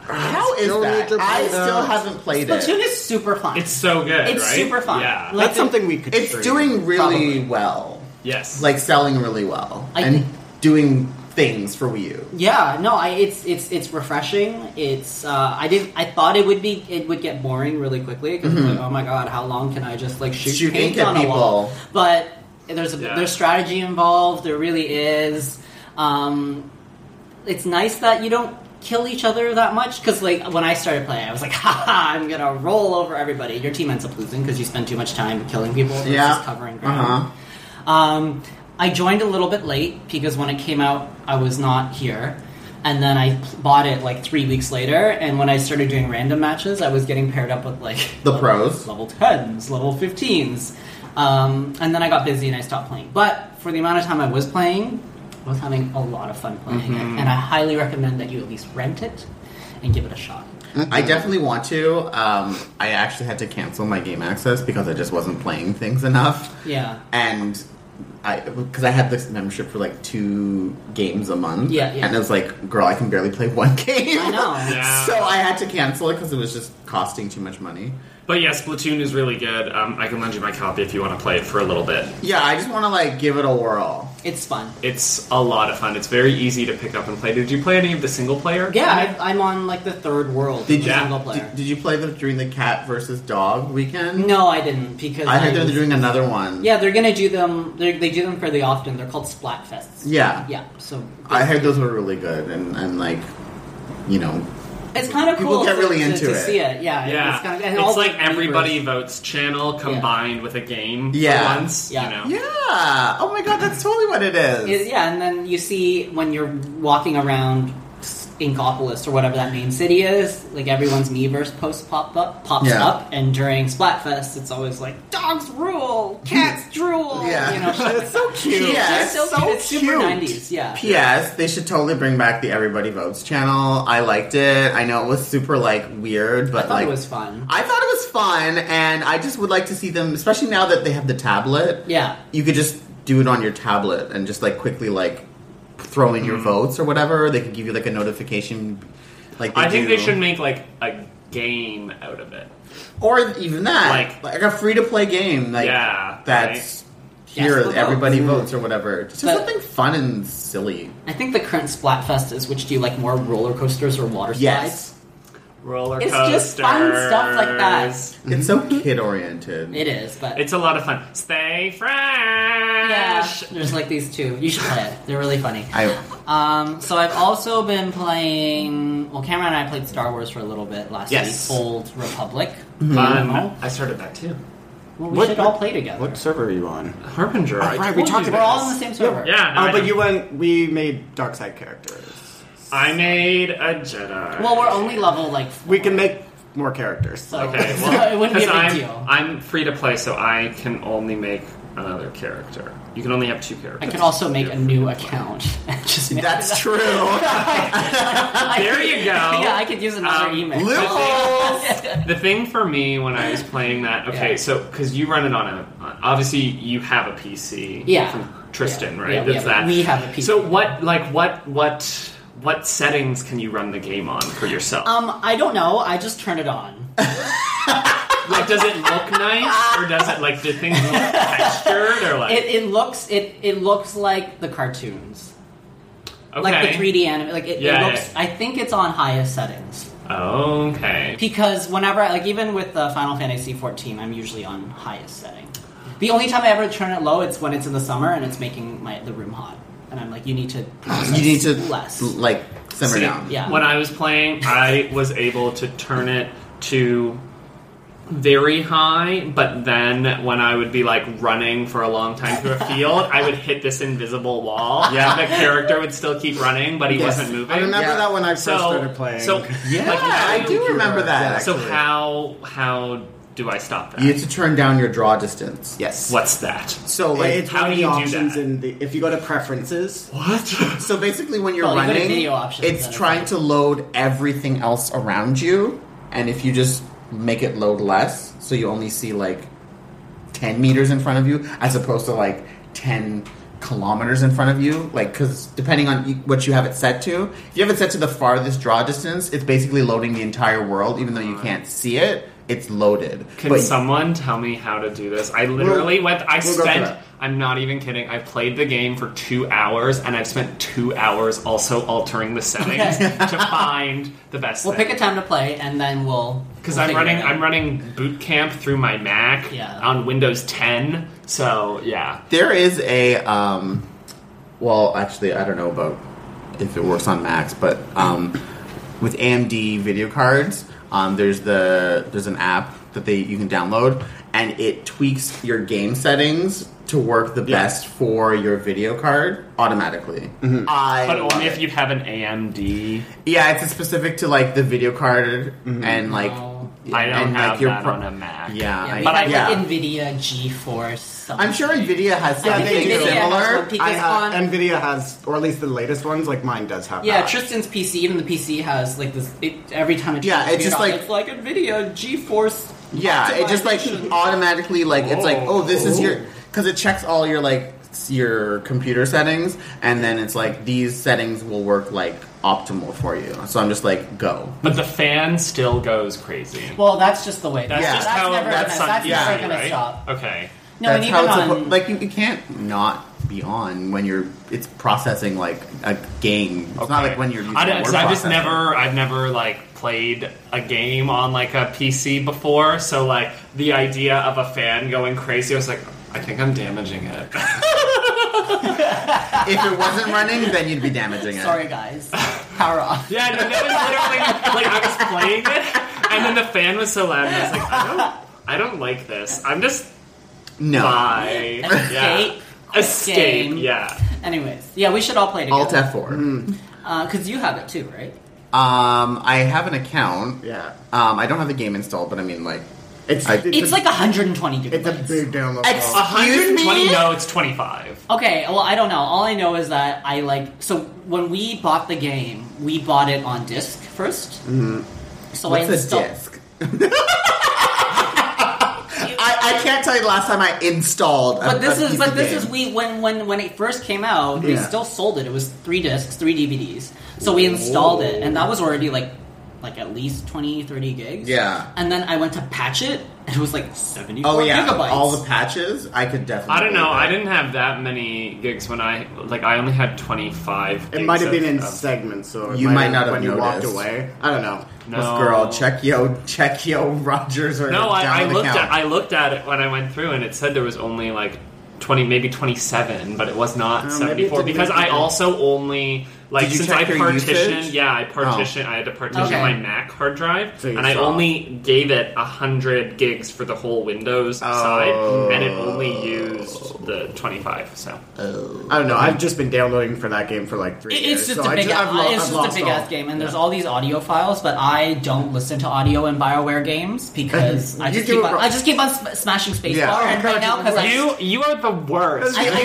Speaker 1: how is
Speaker 4: still
Speaker 1: that?
Speaker 4: need to
Speaker 1: I
Speaker 4: play that.
Speaker 1: still haven't played
Speaker 2: Splatoon
Speaker 1: it.
Speaker 2: is super fun.
Speaker 3: It's so good.
Speaker 2: It's
Speaker 3: right?
Speaker 2: super fun.
Speaker 3: Yeah.
Speaker 2: Like-
Speaker 4: That's something we could.
Speaker 1: It's
Speaker 4: stream.
Speaker 1: doing really
Speaker 2: Probably.
Speaker 1: well,
Speaker 3: yes.
Speaker 1: like selling really well,
Speaker 2: I
Speaker 1: and
Speaker 2: think-
Speaker 1: doing things for Wii U.
Speaker 2: Yeah, no, I, it's it's it's refreshing. It's uh, I did I thought it would be it would get boring really quickly because like, oh my god, how long can I just like shoot,
Speaker 1: Mm-hmm. Shoot
Speaker 2: paint
Speaker 1: ink at
Speaker 2: on a wall?
Speaker 1: people.
Speaker 2: But there's a
Speaker 3: Yeah.
Speaker 2: there's strategy involved. There really is. Um, it's nice that you don't kill each other that much because like when I started playing, I was like, *laughs* ha ha, I'm gonna roll over everybody. Your team ends up losing because you spend too much time killing people versus
Speaker 1: Yeah.
Speaker 2: covering ground.
Speaker 1: Uh huh.
Speaker 2: Um, I joined a little bit late because when it came out, I was not here. And then I p- bought it like three weeks later. And when I started doing random matches, I was getting paired up with like
Speaker 1: The pros.
Speaker 2: *laughs* level 10s, level 15s. Um, and then I got busy and I stopped playing. But for the amount of time I was playing, was having a lot of fun playing
Speaker 1: Mm-hmm.
Speaker 2: it, and I highly recommend that you at least rent it and give it a shot.
Speaker 1: I definitely want to. Um, I actually had to cancel my game access because I just wasn't playing things enough.
Speaker 2: Yeah.
Speaker 1: And I, because I had this membership for like two games a month.
Speaker 2: Yeah, yeah.
Speaker 1: And it was like, girl, I can barely play one *laughs* game.
Speaker 2: I know.
Speaker 3: Yeah.
Speaker 1: So I had to cancel it because it was just costing too much money.
Speaker 3: But yeah, Splatoon is really good. Um, I can lend you my copy if you want to play it for a little bit.
Speaker 1: Yeah, I just want to like give it a whirl.
Speaker 2: It's fun.
Speaker 3: It's a lot of fun. It's very easy to pick up and play. Did you play any of the single player?
Speaker 2: Yeah, I, I'm on like the third world
Speaker 1: Did
Speaker 2: in
Speaker 1: you
Speaker 2: single player.
Speaker 1: Did, did you play them during the cat versus dog weekend?
Speaker 2: no, I didn't because
Speaker 1: I heard they're
Speaker 2: was-
Speaker 1: doing another one.
Speaker 2: Yeah, they're gonna do them. They're, they do them fairly often. They're called Splatfests.
Speaker 1: Yeah.
Speaker 2: Yeah, so
Speaker 1: I heard those were really good and, and like, you know,
Speaker 2: it's kind of
Speaker 1: people
Speaker 2: cool
Speaker 1: get
Speaker 2: to-
Speaker 1: really
Speaker 2: to,
Speaker 1: into
Speaker 2: to
Speaker 1: it.
Speaker 2: see it. Yeah,
Speaker 3: Yeah,
Speaker 2: it's, kind of, and all
Speaker 3: it's
Speaker 2: the
Speaker 3: like
Speaker 2: neighbors.
Speaker 3: everybody votes channel combined with a game. for
Speaker 1: Yeah.
Speaker 3: once
Speaker 2: Yeah.
Speaker 3: you know.
Speaker 1: Yeah. Oh my god, that's totally what it is.
Speaker 2: Is- yeah, and then you see when you're walking around Inkopolis or whatever that main city is, like everyone's Miiverse post pop up pops
Speaker 1: Yeah.
Speaker 2: up, and during Splatfest, it's always like dogs rule,
Speaker 1: *laughs*
Speaker 2: cats drool.
Speaker 1: Yeah.
Speaker 2: you know,
Speaker 3: *laughs*
Speaker 2: shit like
Speaker 4: It's so cute.
Speaker 1: Yeah.
Speaker 2: that.
Speaker 1: it's
Speaker 2: It's so
Speaker 1: so
Speaker 2: cute. It's super
Speaker 1: cute.
Speaker 2: nineties. Yeah.
Speaker 1: P.S. They should totally bring back the Everybody Votes channel. I liked it. I know it was super like weird,
Speaker 2: I
Speaker 1: but
Speaker 2: thought
Speaker 1: like
Speaker 2: it was fun.
Speaker 1: I thought it was fun, and I just would like to see them, especially now that they have the tablet.
Speaker 2: Yeah.
Speaker 1: You could just do it on your tablet and just like quickly like throw in your
Speaker 3: Mm.
Speaker 1: votes or whatever. They could give you like a notification. Like
Speaker 3: I think
Speaker 1: do.
Speaker 3: they should make like a game out of it.
Speaker 1: or even that, like,
Speaker 3: Like-
Speaker 1: a free to play game, like
Speaker 3: Yeah,
Speaker 1: that's
Speaker 2: right?
Speaker 1: here.
Speaker 2: Yes, the
Speaker 1: everybody
Speaker 2: votes.
Speaker 1: votes or whatever. Just
Speaker 2: But-
Speaker 1: something fun and silly.
Speaker 2: I think the current Splatfest is which do you like more roller coasters or water slides?
Speaker 1: Yes.
Speaker 3: Roller
Speaker 2: It's
Speaker 3: coasters.
Speaker 2: just fun stuff like that.
Speaker 1: It's so kid oriented.
Speaker 2: mm-hmm. It is, but
Speaker 3: It's a lot of fun. Stay
Speaker 2: yeah,
Speaker 3: fresh.
Speaker 2: there's like these two. You should play it. They're really funny.
Speaker 1: I
Speaker 2: Um, so I've also been playing. Well, Cameron and I played Star Wars for a little bit last
Speaker 3: Yes.
Speaker 2: week. Old Republic.
Speaker 3: Fun. I started that too.
Speaker 2: Well, we
Speaker 4: What-
Speaker 2: should all play together.
Speaker 4: What server are you on?
Speaker 3: Harbinger.
Speaker 4: Oh,
Speaker 3: I
Speaker 4: right,
Speaker 3: told
Speaker 4: we
Speaker 3: you
Speaker 4: talked
Speaker 3: that.
Speaker 2: We're all on the same server.
Speaker 3: Yeah.
Speaker 4: Oh,
Speaker 3: I
Speaker 4: but
Speaker 3: know.
Speaker 4: you went. We made dark side characters.
Speaker 3: I made a Jedi.
Speaker 2: Well, we're only level like. Four,
Speaker 4: We can make more characters.
Speaker 2: So,
Speaker 3: Okay,
Speaker 2: so
Speaker 3: well,
Speaker 2: *laughs* it wouldn't be a big
Speaker 3: because I'm,
Speaker 2: deal.
Speaker 3: I'm free to play, so I can only make another character. You can only have two characters.
Speaker 2: I could also make a new account. *laughs* and Just
Speaker 3: *laughs*
Speaker 2: make
Speaker 1: that's true.
Speaker 3: There you go.
Speaker 2: Yeah, I could use another
Speaker 3: Um,
Speaker 2: email.
Speaker 1: loopholes.
Speaker 3: The thing for me when I was playing that, okay,
Speaker 2: *laughs* Yeah.
Speaker 3: so because you run it on a, on- obviously you have a PC,
Speaker 2: Yeah.
Speaker 3: from Tristan,
Speaker 2: Yeah.
Speaker 3: right?
Speaker 2: Yeah, we
Speaker 3: That's
Speaker 2: have-
Speaker 3: that.
Speaker 2: we have a PC.
Speaker 3: So what, like, what, what, what settings can you run the game on for yourself?
Speaker 2: *laughs* um, I don't know. I just turned it on.
Speaker 3: like, does it look nice, or does it like do things
Speaker 2: *laughs*
Speaker 3: look textured, or like
Speaker 2: It, it looks it it looks like the cartoons,
Speaker 3: okay,
Speaker 2: like the 3D anime. Like it,
Speaker 3: Yeah,
Speaker 2: it looks.
Speaker 3: yeah.
Speaker 2: I think it's on highest settings
Speaker 3: okay,
Speaker 2: because whenever I, like even with uh, Final Fantasy 14, I'm usually on highest setting. The only time I ever turn it low, it's when it's in the summer and it's making my the room hot, and I'm like, you need to process
Speaker 1: you need to
Speaker 2: less.
Speaker 1: like simmer
Speaker 3: See,
Speaker 1: down.
Speaker 2: Yeah.
Speaker 3: When I was playing, I was able to turn it to very high, but then when I would be like running for a long time
Speaker 4: *laughs*
Speaker 3: through a field, I would hit this invisible wall. Yeah. The character would still keep running, but he
Speaker 1: Yes.
Speaker 3: wasn't moving.
Speaker 4: I remember
Speaker 1: Yeah.
Speaker 4: that when I first
Speaker 3: so,
Speaker 4: started playing. *laughs*
Speaker 3: So
Speaker 1: Yeah,
Speaker 3: like, how-
Speaker 1: I do remember that.
Speaker 3: So
Speaker 1: actually.
Speaker 3: how how do I stop that?
Speaker 1: you need to turn down your draw distance.
Speaker 4: yes.
Speaker 3: What's that?
Speaker 1: So like
Speaker 4: It's
Speaker 3: How
Speaker 4: one of
Speaker 3: do
Speaker 4: the
Speaker 3: you do
Speaker 4: options
Speaker 3: that?
Speaker 4: in the if you go to preferences.
Speaker 3: What?
Speaker 1: *laughs* so basically when you're
Speaker 2: Well, you go to
Speaker 1: running,
Speaker 2: video options
Speaker 1: it's
Speaker 2: then.
Speaker 1: trying to load everything else around you, and if you just make it load less, so you only see like ten meters in front of you as opposed to like ten kilometers in front of you like because depending on y- what you have it set to if you have it set to the farthest draw distance it's basically loading the entire world even though you
Speaker 2: Uh-huh.
Speaker 1: can't see it it's loaded
Speaker 3: Can
Speaker 1: But-
Speaker 3: someone tell me how to do this? I literally went. I
Speaker 4: we'll go through
Speaker 3: spent.
Speaker 4: that.
Speaker 3: I'm not even kidding. I played the game for two hours, and I've spent two hours also altering the settings to find the best.
Speaker 2: We'll pick a time to play, and then we'll
Speaker 3: because
Speaker 2: we'll
Speaker 3: I'm
Speaker 2: figure it
Speaker 3: running.
Speaker 2: out.
Speaker 3: I'm running boot camp through my Mac
Speaker 2: Yeah.
Speaker 3: on Windows 10. So yeah,
Speaker 1: There is a um, well, actually, I don't know about if it works on Macs, but um, with AMD video cards, um, there's the there's an app that they you can download, and it tweaks your game settings to work the
Speaker 3: Yeah.
Speaker 1: best for your video card automatically.
Speaker 2: Mm-hmm.
Speaker 1: I
Speaker 3: but
Speaker 1: love
Speaker 3: only if
Speaker 1: it.
Speaker 3: you have an AMD.
Speaker 1: yeah, it's specific to like the video card and like
Speaker 2: Oh.
Speaker 3: I don't
Speaker 1: and, like,
Speaker 3: have
Speaker 1: your
Speaker 3: that
Speaker 1: pro-
Speaker 3: on a Mac.
Speaker 1: Yeah,
Speaker 2: Yeah,
Speaker 1: I-
Speaker 2: we
Speaker 3: But
Speaker 2: have,
Speaker 3: I-
Speaker 1: yeah.
Speaker 2: like NVIDIA GeForce. Something.
Speaker 1: I'm sure Nvidia has
Speaker 2: Yeah,
Speaker 1: something
Speaker 2: they do.
Speaker 1: similar.
Speaker 2: similar.
Speaker 4: I have,
Speaker 2: on-
Speaker 4: Nvidia has, or at least the latest ones, like mine does have.
Speaker 2: Yeah,
Speaker 4: that.
Speaker 2: Tristan's PC, even the PC has like this. It, every time it
Speaker 1: Yeah, it's
Speaker 2: turns weird
Speaker 1: just
Speaker 2: on,
Speaker 1: like-
Speaker 2: it's like NVIDIA GeForce.
Speaker 1: Yeah, it just like
Speaker 2: optimization.
Speaker 1: automatically like it's like
Speaker 3: Whoa.
Speaker 1: oh this is your because it checks all your like s- your computer settings and then it's like these settings will work like optimal for you. So I'm just like go.
Speaker 3: But the fan still goes crazy.
Speaker 2: Well, that's just the way.
Speaker 3: That's
Speaker 1: Yeah.
Speaker 3: just
Speaker 2: that's
Speaker 3: how
Speaker 2: never
Speaker 1: that's
Speaker 2: gonna, that's
Speaker 1: something, yeah,
Speaker 2: never gonna
Speaker 3: right?
Speaker 2: stop.
Speaker 3: Okay.
Speaker 2: No,
Speaker 1: That's
Speaker 2: and even
Speaker 1: how
Speaker 2: on
Speaker 1: it's suppo- like you, you can't not be on when you're it's processing like a game. It's not
Speaker 3: Okay.
Speaker 1: like when you're using
Speaker 3: I don't,
Speaker 1: word
Speaker 3: 'cause I've just
Speaker 1: processor.
Speaker 3: never, I've never like played a game on like a PC before. So like the idea of a fan going crazy, I was like, I think I'm damaging it.
Speaker 1: *laughs* If it wasn't running, then you'd be damaging it.
Speaker 2: sorry guys, power off.
Speaker 3: yeah, no, that was literally like I was playing it, and then the fan was so loud, and I was like, I don't, I don't like this. I'm just
Speaker 1: No.
Speaker 3: bye.
Speaker 2: Escape.
Speaker 3: *laughs* Yeah. Escape.
Speaker 2: Game.
Speaker 3: Yeah.
Speaker 2: Anyways, yeah, we should all play
Speaker 1: Alt
Speaker 2: together.
Speaker 1: F4.
Speaker 2: Because you have it too, right?
Speaker 1: Um, I have an account.
Speaker 4: yeah.
Speaker 1: Um, I don't have the game installed, but I mean like
Speaker 4: It's
Speaker 1: I-
Speaker 2: It's like 120 gigabytes.
Speaker 4: it's a big download.
Speaker 1: Ex-
Speaker 4: file.
Speaker 3: 120?
Speaker 1: me?
Speaker 3: No, it's 25.
Speaker 2: Okay, well, I don't know. All I know is that I like. So when we bought the game, we bought it on disc 1st Mm-hmm. So
Speaker 1: what's
Speaker 2: I
Speaker 1: a
Speaker 2: installed.
Speaker 1: disc? *laughs* I, I can't tell you the last time I installed. A,
Speaker 2: But this
Speaker 1: a
Speaker 2: is
Speaker 1: piece
Speaker 2: but
Speaker 1: of
Speaker 2: this
Speaker 1: game.
Speaker 2: is we when when when it first came out, we
Speaker 1: Yeah.
Speaker 2: still sold it. It was three discs, three DVDs. So we installed it, and that was already like like at least 20, 30 gigs.
Speaker 1: Yeah.
Speaker 2: And then I went to patch it, and it was like 74
Speaker 1: Oh yeah,
Speaker 2: gigabytes.
Speaker 1: all the patches. I could definitely.
Speaker 3: I don't know.
Speaker 1: believe it.
Speaker 3: I didn't have that many gigs when I like. I only had twenty five.
Speaker 4: it might have been in segments, so it
Speaker 1: You might not have
Speaker 4: when you walked
Speaker 1: noticed.
Speaker 4: away. I don't know.
Speaker 3: No,
Speaker 1: This girl, check yo, check yo, Rogers or
Speaker 3: No,
Speaker 1: down
Speaker 3: I, I
Speaker 1: with
Speaker 3: looked
Speaker 1: account.
Speaker 3: at. I looked at it when I went through, and it said there was only like twenty, maybe twenty seven, but it was not
Speaker 4: Oh, maybe it
Speaker 3: seventy four
Speaker 4: didn't
Speaker 3: because
Speaker 4: make
Speaker 3: I
Speaker 4: it.
Speaker 3: also only like
Speaker 1: Did you
Speaker 3: since
Speaker 1: check
Speaker 3: I
Speaker 1: your
Speaker 3: partitioned.
Speaker 1: usage? Oh.
Speaker 3: Yeah, I partitioned. I had to partition
Speaker 2: Okay.
Speaker 3: my Mac hard drive,
Speaker 4: So you
Speaker 3: and I
Speaker 4: saw.
Speaker 3: only gave it hundred gigs for the whole Windows
Speaker 1: Oh.
Speaker 3: side, and it only used the twenty five. So
Speaker 4: I don't know. I've just been downloading for that game for like three.
Speaker 2: It-
Speaker 4: years,
Speaker 2: It's just
Speaker 4: so
Speaker 2: a
Speaker 4: I
Speaker 2: big,
Speaker 4: ju- I've lo-
Speaker 2: ass, it's
Speaker 4: I've
Speaker 2: just
Speaker 4: lost
Speaker 2: a big
Speaker 4: all-
Speaker 2: ass game, and there's all these audio files, but I don't listen to audio in Bioware games
Speaker 4: *laughs*
Speaker 2: because I
Speaker 4: You
Speaker 2: just
Speaker 4: do
Speaker 2: keep
Speaker 4: it
Speaker 2: on,
Speaker 4: wrong.
Speaker 2: I just keep on sm- smashing spacebar
Speaker 1: Yeah.
Speaker 2: and right now because
Speaker 3: you you are the worst.
Speaker 4: Oh, I-
Speaker 3: You
Speaker 4: I-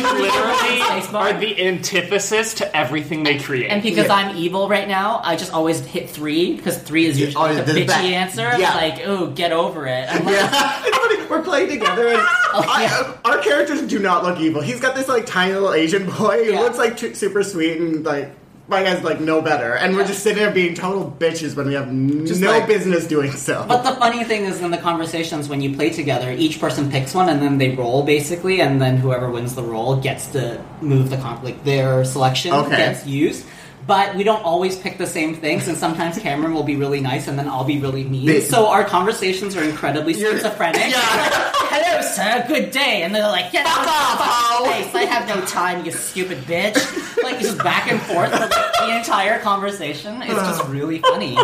Speaker 3: literally
Speaker 4: *laughs*
Speaker 3: are
Speaker 2: I-
Speaker 3: the antithesis to everything they create.
Speaker 2: and because
Speaker 4: Yeah.
Speaker 2: I'm evil right now, I just always hit three because three is usually
Speaker 1: Oh, yeah,
Speaker 2: the
Speaker 1: the
Speaker 2: bitchy
Speaker 1: back-
Speaker 2: answer.
Speaker 1: yeah.
Speaker 2: Like, oh, get over
Speaker 4: *laughs*
Speaker 2: it. I'm like,
Speaker 4: Yeah. We're playing
Speaker 2: *laughs*
Speaker 4: together, and
Speaker 2: Oh, yeah.
Speaker 4: I, our characters do not look evil. He's got this like tiny little Asian boy who
Speaker 2: Yeah.
Speaker 4: looks like t- super sweet, and like my guy's like no better. And we're
Speaker 2: Yeah.
Speaker 4: just sitting there being total bitches when we have
Speaker 1: Just
Speaker 4: no
Speaker 1: like-
Speaker 4: business doing so.
Speaker 2: But the funny thing is, in the conversations when you play together, each person picks one, and then they roll basically, and then whoever wins the roll gets to move the con- like their selection
Speaker 1: Okay.
Speaker 2: gets used. But we don't always pick the same things, and sometimes Cameron will be really nice, and then I'll be really mean.
Speaker 1: They-
Speaker 2: so our conversations are incredibly
Speaker 1: You're-
Speaker 2: schizophrenic.
Speaker 1: Yeah.
Speaker 2: Hello, sir. Good day. And they're like, get out of my fucking face. I have no time, you stupid bitch. Like, just back and forth for like, the entire conversation. It's just really funny.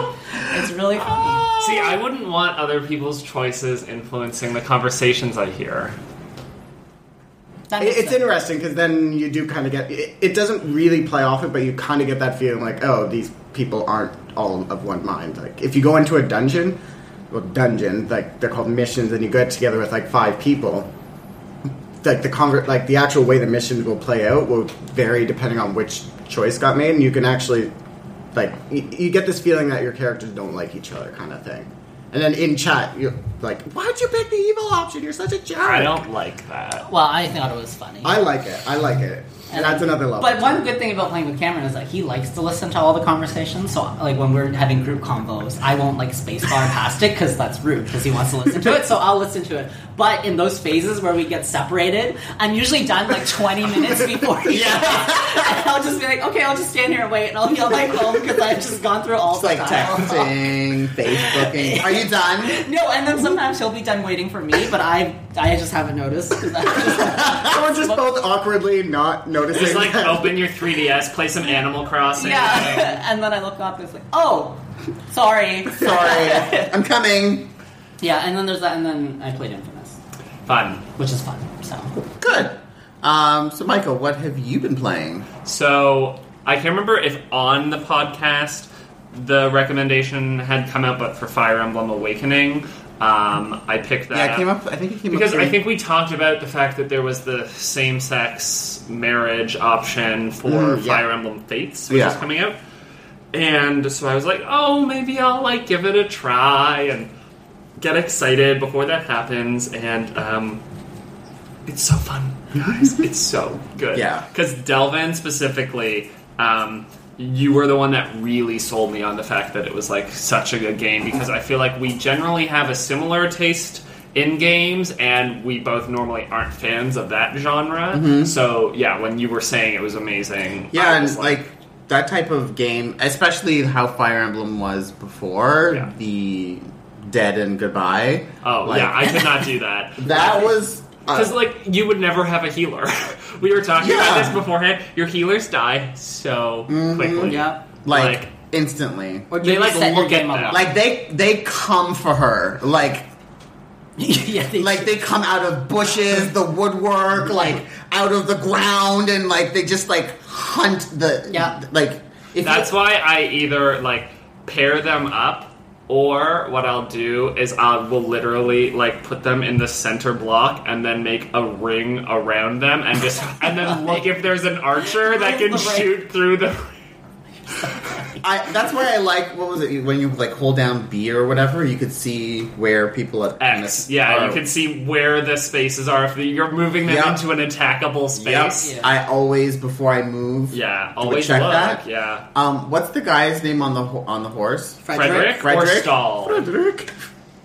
Speaker 2: It's really funny.
Speaker 3: See, I wouldn't want other people's choices influencing the conversations I hear.
Speaker 2: That
Speaker 4: It-
Speaker 2: makes
Speaker 4: it's
Speaker 2: sense.
Speaker 4: interesting because then you do kind of get it, it doesn't really play off it, but you kind of get that feeling like, oh, these people aren't all of one mind. Like if you go into a dungeon, well, dungeon like they're called missions, and you get together with like five people. Like the conver- like the actual way the missions will play out will vary depending on which choice got made, and you can actually like y- you get this feeling that your characters don't like each other, kind of thing. And then in chat, you're like, "Why'd you pick the evil option? You're such a jerk."
Speaker 3: I don't like that.
Speaker 2: Well, I thought it was funny.
Speaker 4: I like it. I like it. And that's another level.
Speaker 2: But one good thing about playing with Cameron is that he likes to listen to all the conversations. So, like when we're having group combos, I won't like spacebar *laughs* past it because that's rude because he wants to listen to it. So I'll listen to it. But in those phases where we get separated, I'm usually done like *laughs* 20 minutes before. He *laughs* and I'll just be like, okay, I'll just stand here and wait, and I'll yell back home because I've just gone through all
Speaker 1: It's
Speaker 2: the
Speaker 1: like
Speaker 2: dialogue. *laughs*
Speaker 1: texting, Facebooking. Are you done?
Speaker 2: No, and then sometimes he'll be done waiting for me, but I I just haven't noticed because I just
Speaker 4: We're just both awkwardly not noticing.
Speaker 3: Just like
Speaker 4: that.
Speaker 3: open your 3DS, play some Animal Crossing.
Speaker 2: *laughs* yeah. *laughs* and then I look up, and it's like, oh, sorry.
Speaker 1: *laughs*
Speaker 3: *laughs*
Speaker 1: Sorry, I'm coming.
Speaker 2: Yeah, and then there's that, and then I played Infamous,
Speaker 3: Fun.
Speaker 2: which is fun. So
Speaker 1: Good. Um, so, Michael, what have you been playing?
Speaker 3: So I can't remember if on the podcast the recommendation had come out, but for Fire Emblem Awakening, um, I picked that.
Speaker 1: Yeah, it came
Speaker 3: up
Speaker 1: up. I think it came
Speaker 3: because
Speaker 1: up
Speaker 3: I think we talked about the fact that there was the same sex marriage option for
Speaker 1: Mm, yeah.
Speaker 3: Fire Emblem Fates, which
Speaker 1: Yeah.
Speaker 3: is coming out. And so I was like, oh, maybe I'll like give it a try and get excited before that happens. And um, it's so fun,
Speaker 1: *laughs*
Speaker 3: guys. it's so good.
Speaker 1: Yeah.
Speaker 3: Because Delvin specifically, um, you were the one that really sold me on the fact that it was like such a good game because I feel like we generally have a similar taste in games and we both normally aren't fans of that genre. So yeah, when you were saying it was amazing, I
Speaker 1: Mm-hmm. Yeah,
Speaker 3: was
Speaker 1: and like that type of game, especially how Fire Emblem was before
Speaker 3: Yeah.
Speaker 1: the Dead and Goodbye.
Speaker 3: oh
Speaker 1: like,
Speaker 3: yeah, I could not
Speaker 1: *laughs*
Speaker 3: do that.
Speaker 1: that was uh,
Speaker 3: Because like you would never have a healer. *laughs* we were talking
Speaker 1: Yeah. Mm-hmm.
Speaker 3: about this beforehand. Your healers die so quickly.
Speaker 2: Yeah.
Speaker 1: like,
Speaker 3: like-
Speaker 1: instantly.
Speaker 2: Or
Speaker 3: They,
Speaker 2: you
Speaker 3: like,
Speaker 2: set your
Speaker 3: look at
Speaker 2: game
Speaker 3: that.
Speaker 2: up.
Speaker 1: Like they they come for her. Like
Speaker 2: *laughs* yeah, they
Speaker 1: like they come out of bushes, the woodwork, like out of the ground, and like they just like hunt the
Speaker 2: Yeah.
Speaker 1: Like if
Speaker 3: That's
Speaker 1: you,
Speaker 3: why I either like pair them up or what I'll do is I will literally like put them in the center block and then make a ring around them and just
Speaker 1: *laughs*
Speaker 3: and then look if there's an archer that can shoot through the
Speaker 1: I, that's why I like what was it when you like hold down B or whatever, you could see where people at in
Speaker 3: X.
Speaker 1: this
Speaker 3: Yeah,
Speaker 1: are.
Speaker 3: you can see where the spaces are if you're moving them
Speaker 1: Oh. Yeah.
Speaker 3: into an attackable space.
Speaker 1: Yep.
Speaker 2: Yeah.
Speaker 1: I always before I move.
Speaker 3: Yeah,
Speaker 1: would
Speaker 3: always
Speaker 1: check
Speaker 3: look.
Speaker 1: that.
Speaker 3: Yeah.
Speaker 1: Um, what's the guy's name on the ho- on the horse?
Speaker 3: Frederick, or
Speaker 1: Frederick?
Speaker 3: Stahl.
Speaker 1: Frederick.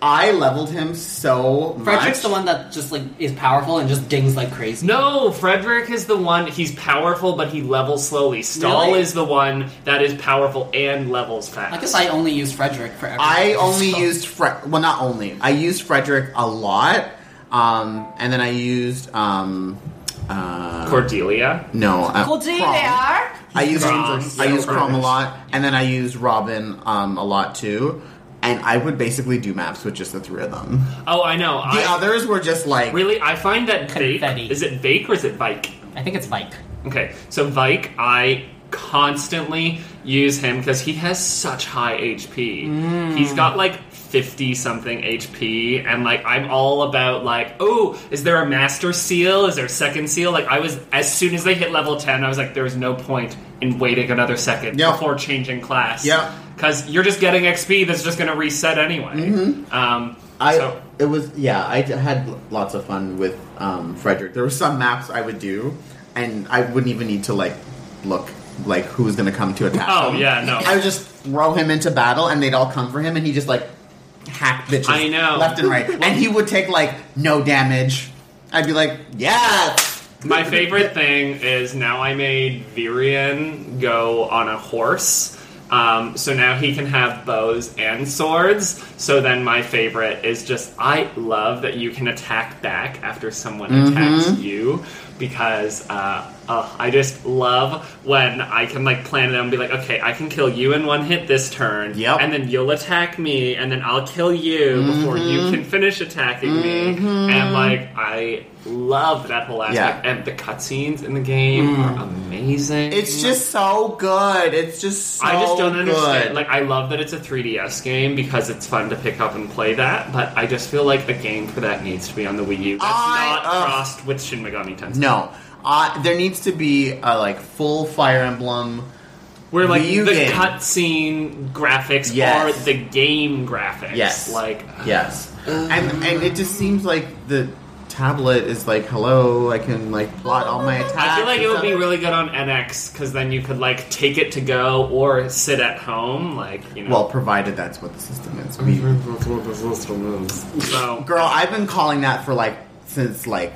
Speaker 1: I leveled him so much.
Speaker 2: Frederick's the one that just like is powerful and just dings like crazy.
Speaker 3: No, Frederick is the one. He's powerful, but he levels slowly. Stahl
Speaker 2: Really?
Speaker 3: is the one that is powerful and levels fast.
Speaker 2: I guess I only use Frederick for everything.
Speaker 1: I only
Speaker 2: so-
Speaker 1: used Fred. Well, not only. I used Frederick a lot, um, and then I used um, uh,
Speaker 3: Cordelia.
Speaker 1: no uh, Crom.
Speaker 2: Cordelia.
Speaker 1: I used
Speaker 3: Crom.
Speaker 1: I
Speaker 3: Yeah,
Speaker 1: used Crom a
Speaker 3: Crom.
Speaker 1: lot, and then I used Robin um, a lot too. And I would basically do maps with just the three of them.
Speaker 3: Oh, I know.
Speaker 1: The
Speaker 3: I
Speaker 1: others were just like
Speaker 3: really. I find that
Speaker 2: Confetti.
Speaker 3: Vake. Is it Vake or is it Vike?
Speaker 2: I think it's Mike.
Speaker 3: Okay, so Vike, I constantly use him because he has such high HP.
Speaker 1: Mm.
Speaker 3: He's got like 50 something HP, and like I'm all about like, oh, is there a master seal? Is there a second seal? Like, I was, as soon as they hit level 10, I was like, there's no point in waiting another second
Speaker 1: Yeah.
Speaker 3: before changing class.
Speaker 1: Yeah.
Speaker 3: Because you're just getting XP that's just going to reset anyway. Um,
Speaker 1: Mm-hmm. I
Speaker 3: so,
Speaker 1: it was yeah. I d- had lots of fun with um, Frederick. There were some maps I would do, and I wouldn't even need to like look like who's going to come to attack.
Speaker 3: oh,
Speaker 1: him.
Speaker 3: yeah, no.
Speaker 1: I would just throw him into battle, and they'd all come for him, and he just like hack bitches.
Speaker 3: I know.
Speaker 1: left and right, and he would take like no damage. I'd be like, yeah,
Speaker 3: My favorite thing is now I made Virion go on a horse. Um, so now he can have bows and swords. So then my favorite is just I love that you can attack back after someone attacks you because uh, uh, I just love when I can like plan it out and be like, okay, I can kill you in one hit this turn,
Speaker 1: Yep.
Speaker 3: and then you'll attack me, and then I'll kill you before
Speaker 1: Mm-hmm.
Speaker 3: you can finish attacking me. And like I love that whole aspect,
Speaker 1: Yeah. Mm.
Speaker 3: and the cutscenes in the game are
Speaker 1: *laughs*
Speaker 3: amazing.
Speaker 1: it's just so good. It's just so
Speaker 3: I just don't understand.
Speaker 1: good.
Speaker 3: Like, I love that it's a 3DS game because it's fun to pick up and play that, but I just feel like a game for that needs to be on the Wii U. That's
Speaker 1: I-
Speaker 3: not
Speaker 1: ugh.
Speaker 3: crossed with Shin Megami Tensei.
Speaker 1: no. Uh, there needs to be a like full Fire Emblem
Speaker 3: Where like
Speaker 1: Wii U
Speaker 3: the
Speaker 1: game.
Speaker 3: cutscene graphics
Speaker 1: Yes.
Speaker 3: are the game graphics.
Speaker 1: Yes.
Speaker 3: Like
Speaker 1: Yes. And and it just seems like the tablet is like, hello, I can like plot all my attacks.
Speaker 3: I feel like
Speaker 1: and
Speaker 3: it would
Speaker 1: stuff.
Speaker 3: be really good on NX because then you could like take it to go or sit at home, like you know.
Speaker 1: well, provided that's what the system is.
Speaker 3: Mm-hmm.
Speaker 1: We,
Speaker 3: so
Speaker 1: girl, I've been calling that for like since like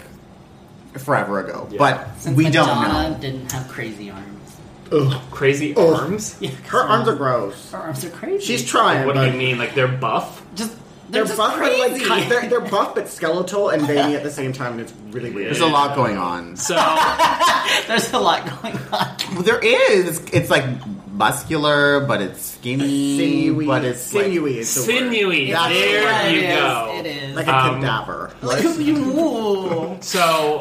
Speaker 1: forever ago,
Speaker 3: Yeah.
Speaker 1: but
Speaker 2: Since
Speaker 1: we
Speaker 2: Madonna
Speaker 1: don't know.
Speaker 2: didn't have crazy
Speaker 3: *laughs*
Speaker 2: arms.
Speaker 3: crazy
Speaker 4: Ugh.
Speaker 3: arms.
Speaker 2: Yeah,
Speaker 4: Her arms are gross.
Speaker 2: her arms are crazy.
Speaker 4: She's trying.
Speaker 3: What do
Speaker 4: but
Speaker 3: you mean? Like they're buff?
Speaker 2: just they're,
Speaker 4: They're,
Speaker 2: just
Speaker 4: buff, but like
Speaker 2: crazy.
Speaker 4: ki- they're, they're buff, but skeletal and veiny at the same time. and It's really weird.
Speaker 1: There's a lot going on.
Speaker 3: So
Speaker 2: *laughs* There's a lot going on.
Speaker 1: There is. It's like muscular, but it's skinny,
Speaker 4: sinewy,
Speaker 1: but it's
Speaker 4: sinewy. is the word.
Speaker 3: Sinewy.
Speaker 1: That's
Speaker 3: there
Speaker 2: what
Speaker 3: you
Speaker 2: it is.
Speaker 3: go.
Speaker 2: It is. *laughs*
Speaker 4: like a
Speaker 3: Um,
Speaker 4: cadaver.
Speaker 2: Ooh.
Speaker 3: So uh,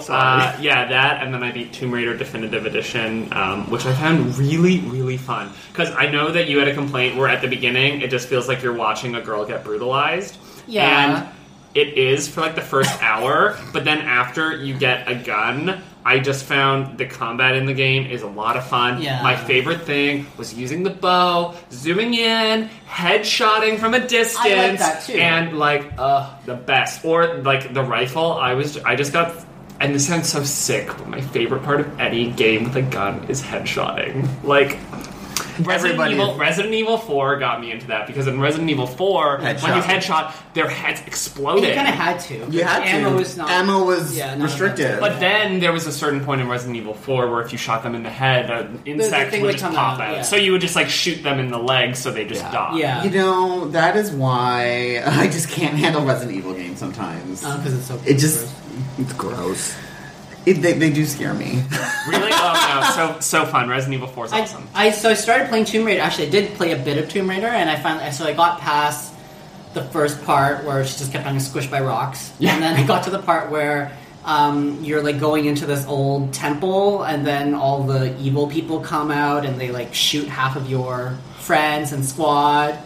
Speaker 3: *laughs*
Speaker 4: Sorry.
Speaker 3: yeah, that, and then I beat Tomb Raider Definitive Edition, um, which I found really, really fun. Because I know that you had a complaint where at the beginning it just feels like you're watching a girl get brutalized.
Speaker 2: Yeah.
Speaker 3: And it is for like the first *laughs* hour, but then after you get a gun. I just found the combat in the game is a lot of fun.
Speaker 2: Yeah.
Speaker 3: My favorite thing was using the bow, zooming in, headshotting from a distance,
Speaker 2: that too.
Speaker 3: and like uh the best or like the rifle i was i just got and this sounds so sick but my favorite part of any game with a gun is headshotting like Resident
Speaker 1: Everybody-
Speaker 3: Evil, Resident Evil 4 got me into that because in Resident Evil 4, when you
Speaker 1: Headshot.
Speaker 3: headshot, their heads
Speaker 2: You
Speaker 3: exploded.
Speaker 2: kind of had to.
Speaker 1: You had
Speaker 2: ammo
Speaker 1: to.
Speaker 2: Was not,
Speaker 1: Ammo was
Speaker 2: Yeah, not
Speaker 1: restricted.
Speaker 3: But then there was a certain point in Resident Evil 4 where if you shot them in the head, an insect
Speaker 2: thing
Speaker 3: would
Speaker 2: would
Speaker 3: just
Speaker 2: come
Speaker 3: pop
Speaker 2: out,
Speaker 3: out.
Speaker 2: yeah.
Speaker 3: So you would just like shoot them in the leg so they just
Speaker 1: Yeah.
Speaker 3: die.
Speaker 2: Yeah.
Speaker 1: You know, that is why I just can't handle Resident Evil games sometimes.
Speaker 2: Because Oh, it's so.
Speaker 1: it just, it's gross. It, they, they do scare me.
Speaker 3: Really? Oh no, so so fun. Resident Evil 4 is
Speaker 2: I,
Speaker 3: awesome.
Speaker 2: I so I started playing Tomb Raider. Actually, I did play a bit of Tomb Raider, and I finally so I got past the first part where she just kept on getting squished by rocks,
Speaker 3: Yeah.
Speaker 2: and then I got to the part where um, you're like going into this old temple, and then all the evil people come out, and they like shoot half of your friends and squad.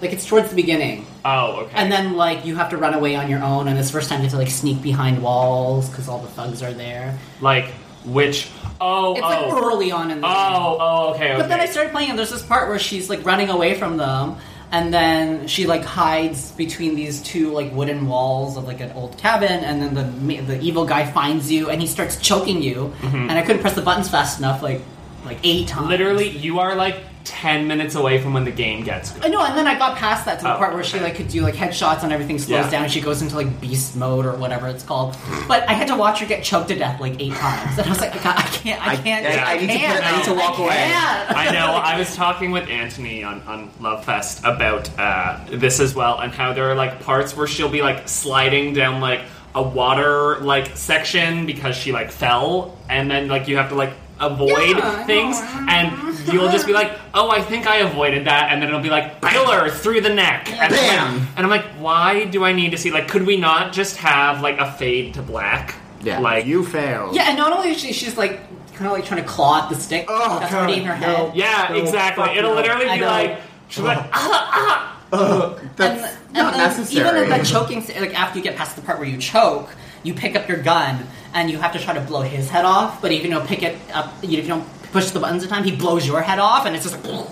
Speaker 2: Like it's towards the beginning,
Speaker 3: Oh, okay.
Speaker 2: and then like you have to run away on your own, and it's the first time you have to like sneak behind walls because all the thugs are there.
Speaker 3: Like which? Oh,
Speaker 2: It's
Speaker 3: oh,
Speaker 2: like early on in the game.
Speaker 3: oh, oh, okay, okay.
Speaker 2: But then I started playing, and there's this part where she's like running away from them, and then she like hides between these two like wooden walls of like an old cabin, and then the ma- the evil guy finds you, and he starts choking you, and I couldn't press the buttons fast enough, like like eight times.
Speaker 3: Mm-hmm. Literally, you are like ten minutes away from when the game gets good.
Speaker 2: I know, Uh, and then I got past that to the
Speaker 3: Oh,
Speaker 2: part where she
Speaker 3: okay.
Speaker 2: like could do like headshots and everything slows
Speaker 3: Yeah.
Speaker 2: down and she goes into like beast mode or whatever it's called. But I had to watch her get choked to death like eight times, and I was like, I can't, I can't, I can't,
Speaker 1: *laughs*
Speaker 2: I,
Speaker 1: I- I need to
Speaker 2: can't,
Speaker 1: put- I need to walk away.
Speaker 2: can't.
Speaker 3: I know. I was talking with Anthony on, on Love Fest about uh, this as well, and how there are like parts where she'll be like sliding down like a water like section because she like fell, and then like you have to like avoid
Speaker 2: Yeah, I know,
Speaker 3: things,
Speaker 2: I
Speaker 3: and you'll just be like, "Oh, I think I avoided that," and then it'll be like pillar through the neck, and, I'm like-
Speaker 1: Bam.
Speaker 3: and I'm like, "Why do I need to see? Like, could we not just have like a fade to black?"
Speaker 1: Yeah.
Speaker 3: like
Speaker 4: You failed.
Speaker 2: Yeah, and not only is she, she's like kind of like trying to claw at the stick
Speaker 4: Oh,
Speaker 2: that's
Speaker 4: God,
Speaker 2: already in her
Speaker 4: no.
Speaker 2: head.
Speaker 3: Yeah,
Speaker 4: So
Speaker 3: exactly.
Speaker 4: fucking
Speaker 3: It'll literally
Speaker 2: I
Speaker 3: be
Speaker 2: know.
Speaker 3: like she's like, "Ah,
Speaker 1: That's
Speaker 2: and
Speaker 1: not
Speaker 2: then
Speaker 1: necessary.
Speaker 2: Even in that choking, st- like after you get past the part where you choke, you pick up your gun and you have to try to blow his head off. But even though pick it up, you, if you don't push the buttons in time, he blows your head off, and it's just like,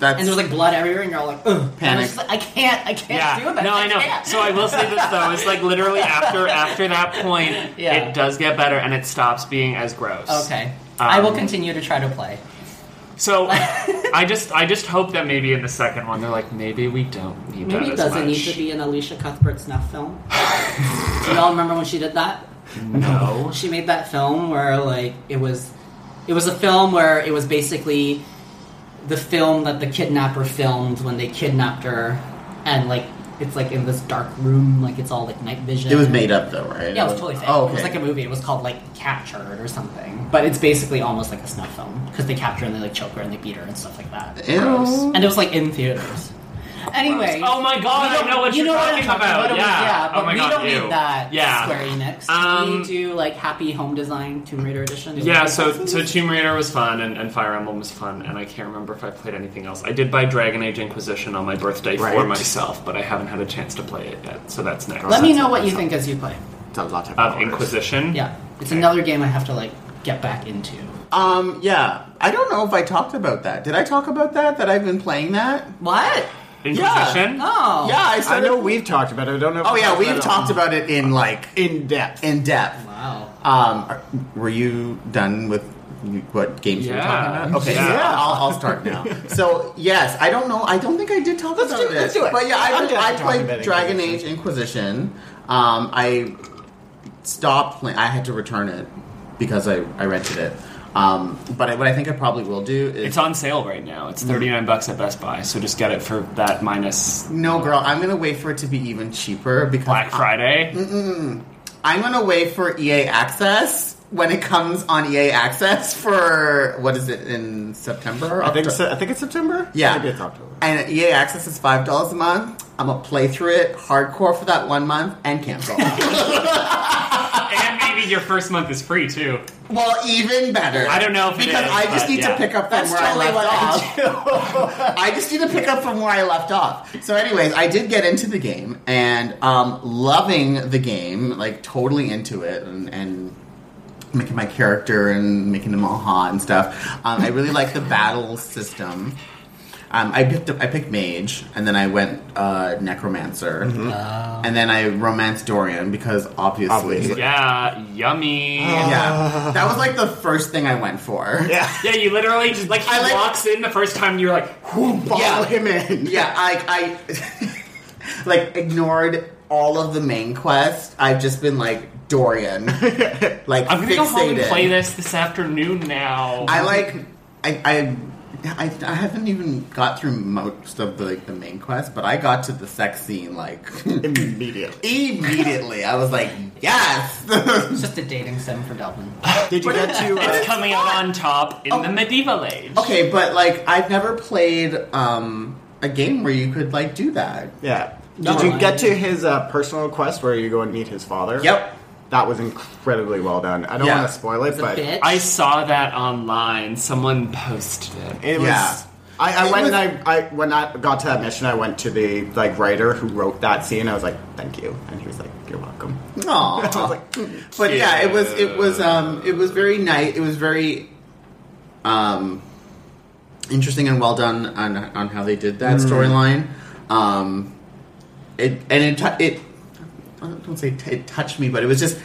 Speaker 1: That's
Speaker 2: and there's like blood everywhere, and you're all like, ugh, And
Speaker 1: Panic.
Speaker 2: it's just like, I can't, I can't do
Speaker 3: yeah.
Speaker 2: that.
Speaker 3: No, I know.
Speaker 2: can't.
Speaker 3: So I will say this though, it's like literally
Speaker 2: *laughs*
Speaker 3: after after that point,
Speaker 2: Yeah.
Speaker 3: it does get better and it stops being as gross.
Speaker 2: okay, I will
Speaker 3: Um,
Speaker 2: continue to try to play. *laughs*
Speaker 3: So I just I just hope that maybe in the second one they're like maybe we don't need
Speaker 2: Maybe
Speaker 3: that
Speaker 2: it
Speaker 3: as
Speaker 2: doesn't need
Speaker 3: much.
Speaker 2: to be an Alicia Cuthbert snuff film. *laughs* do y'all remember when she did that?
Speaker 3: no.
Speaker 2: she made that film where like it was it was a film where it was basically the film that the kidnapper filmed when they kidnapped her and like it's like in this dark room like it's all like night vision
Speaker 1: it was made up though, right?
Speaker 2: yeah it was totally fake
Speaker 1: Oh, okay.
Speaker 2: it was like a movie it was called like captured or something but it's basically almost like a snuff film because they capture her and they like choke her and they beat her and stuff like that
Speaker 1: Ew.
Speaker 3: Gross.
Speaker 2: and it was like in theaters anyway
Speaker 3: Oh my god, I know what
Speaker 2: you
Speaker 3: you're
Speaker 2: know what I'm
Speaker 3: talking
Speaker 2: talking about. it was-
Speaker 3: Yeah.
Speaker 2: but
Speaker 3: oh my
Speaker 2: we
Speaker 3: god,
Speaker 2: don't
Speaker 3: ew.
Speaker 2: need that.
Speaker 3: Yeah.
Speaker 2: Square Enix.
Speaker 3: Um,
Speaker 2: we do like Happy Home Design Tomb Raider edition.
Speaker 3: Yeah, so, so Tomb Raider was fun, and, and Fire Emblem was fun, and I can't remember if I played anything else. I did buy Dragon Age Inquisition on my birthday for
Speaker 4: Right.
Speaker 3: myself, but I haven't had a chance to play it yet, so that's next.
Speaker 2: let me know what you think as you play.
Speaker 4: It's a lot of
Speaker 3: Of
Speaker 4: hours.
Speaker 3: Inquisition?
Speaker 2: Yeah, it's
Speaker 3: Okay.
Speaker 2: another game I have to like get back into.
Speaker 1: Um, yeah. I don't know if I talked about that. Did I talk about that? That I've been playing that?
Speaker 2: What?
Speaker 3: Inquisition?
Speaker 2: Oh,
Speaker 1: yeah, Ah. I
Speaker 4: I
Speaker 1: started.
Speaker 4: know we've talked about it. I don't know. if
Speaker 1: oh
Speaker 4: we
Speaker 1: yeah, we've
Speaker 4: it
Speaker 1: talked
Speaker 4: on-
Speaker 1: about it in like
Speaker 4: in depth.
Speaker 1: in depth.
Speaker 2: Wow.
Speaker 1: Um, are- were you done with what games you were
Speaker 3: Yeah.
Speaker 1: talking about? Okay,
Speaker 3: Yeah.
Speaker 1: yeah, I'll, I'll start
Speaker 4: *laughs*
Speaker 1: now. so yes, I don't know. I don't think I did talk
Speaker 4: Let's
Speaker 1: about
Speaker 4: do-
Speaker 1: it.
Speaker 4: let's do it.
Speaker 1: But yeah,
Speaker 4: I'm down
Speaker 1: I, I
Speaker 4: to talk about
Speaker 1: played
Speaker 4: it.
Speaker 1: Dragon Age Inquisition. Um, I stopped playing. I had to return it because I, I rented it. Um, but I, what I think I probably will do is
Speaker 3: It's on sale right now. It's 39 bucks at Best Buy, so just get it for that minus
Speaker 1: no, girl. I'm gonna wait for it to be even cheaper because *laughs*
Speaker 3: Black
Speaker 1: I-
Speaker 3: Friday.
Speaker 1: I'm gonna wait for EA E access when it comes on EA Access for what is it in September?
Speaker 4: I think
Speaker 1: Octo-
Speaker 4: so, I think it's September.
Speaker 1: Yeah.
Speaker 4: maybe it's October.
Speaker 1: And EA Access is five dollars a month. I'm gonna play through it hardcore for that one month and cancel.
Speaker 4: *laughs*
Speaker 3: and maybe your first month is free too.
Speaker 1: well, even better.
Speaker 3: I don't know if it
Speaker 1: because
Speaker 3: is,
Speaker 1: I just
Speaker 3: but
Speaker 1: need
Speaker 3: yeah.
Speaker 1: to pick up from
Speaker 2: That's
Speaker 1: where
Speaker 2: totally
Speaker 1: I left
Speaker 2: what I
Speaker 1: off. *laughs* I just need to pick up from where I left off. So, anyways, I did get into the game and um, loving the game, like totally into it, and. and Making my character and making them all hot and stuff. Um, I really like the battle system. Um, I picked up, I picked mage, and then I went uh, necromancer,
Speaker 3: Mm-hmm.
Speaker 1: and then I romanced Dorian because obviously,
Speaker 4: Obviously.
Speaker 3: Yeah, yummy.
Speaker 1: Oh. yeah, that was like the first thing I went for.
Speaker 4: Yeah,
Speaker 3: Yeah, you literally just like he
Speaker 1: I like-
Speaker 3: walks in the first time. You're like,
Speaker 4: who follow
Speaker 1: Yeah.
Speaker 4: him in?
Speaker 1: Yeah, I, I *laughs* like ignored all of the main quests. I've just been like
Speaker 4: *laughs*
Speaker 1: Dorian, like
Speaker 3: I'm gonna
Speaker 1: fixated.
Speaker 3: go home and play this this afternoon now.
Speaker 1: I like, I, I, I, I haven't even got through most of the like the main quest, but I got to the sex scene like *laughs*
Speaker 4: Immediately.
Speaker 1: immediately. I was like, yes. *laughs*
Speaker 2: It's just a dating sim for Delvin.
Speaker 4: Did you get to? Uh,
Speaker 3: It's coming out on top in the medieval age.
Speaker 1: Oh. okay, but like I've never played um a game where you could like do
Speaker 4: *laughs*
Speaker 1: that.
Speaker 4: yeah. Did
Speaker 2: No,
Speaker 4: you
Speaker 2: I-
Speaker 4: get to his uh, personal quest where you go and meet his father?
Speaker 1: Yep.
Speaker 4: That was incredibly well done. I don't
Speaker 1: Yeah.
Speaker 4: want to spoil it,
Speaker 2: It's a
Speaker 4: but
Speaker 2: bitch.
Speaker 3: I saw that online. Someone posted it.
Speaker 4: It was.
Speaker 1: Yeah.
Speaker 4: I, I
Speaker 1: It
Speaker 4: went
Speaker 1: was-
Speaker 4: and I, I when I got to that mission, I went to the like writer who wrote that scene. I was like, "Thank you," and he was like, "You're welcome." I was
Speaker 1: Aww.
Speaker 4: like, "Mm."
Speaker 1: But yeah, it was it was um it was very nice. It was very um interesting and well done on on how they did that storyline. Um, it and it tou- it I don't say t- it touched me, but it was just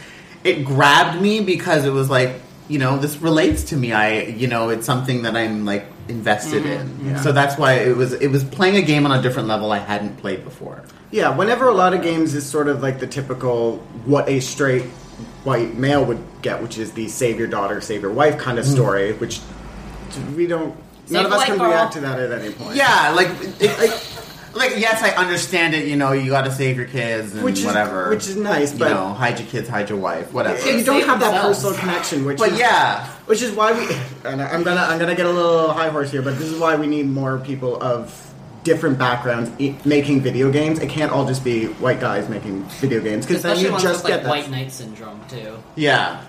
Speaker 1: it grabbed me because it was like you know this relates to me. I you know it's something that I'm like invested in.
Speaker 4: yeah.
Speaker 1: So that's why it was it was playing a game on a different level I hadn't played before.
Speaker 4: yeah. Whenever a lot of games is sort of like the typical what a straight white male would get, which is the save your daughter, save your wife kind of
Speaker 1: Hmm.
Speaker 4: story, which we don't.
Speaker 2: Save
Speaker 4: none of us
Speaker 2: white
Speaker 4: can
Speaker 2: girl.
Speaker 4: react to that at any point.
Speaker 1: Yeah, like, it, like, like, yes, I understand it. You know, you got to save your kids and
Speaker 4: Which is-
Speaker 1: whatever.
Speaker 4: which is nice,
Speaker 1: you
Speaker 4: but-
Speaker 1: know, hide your kids, hide your wife, whatever.
Speaker 4: You don't
Speaker 2: Save
Speaker 4: have that
Speaker 2: themselves.
Speaker 4: personal connection, which
Speaker 1: but
Speaker 4: is-
Speaker 1: yeah,
Speaker 4: Which is why we, and I'm gonna I'm gonna get a little high horse here, but this is why we need more people of different backgrounds e- making video games. It can't all just be white guys making video games because then
Speaker 2: Especially
Speaker 4: you
Speaker 2: ones
Speaker 4: just
Speaker 2: with,
Speaker 4: get
Speaker 2: like white
Speaker 4: that.
Speaker 2: knight syndrome too.
Speaker 1: yeah,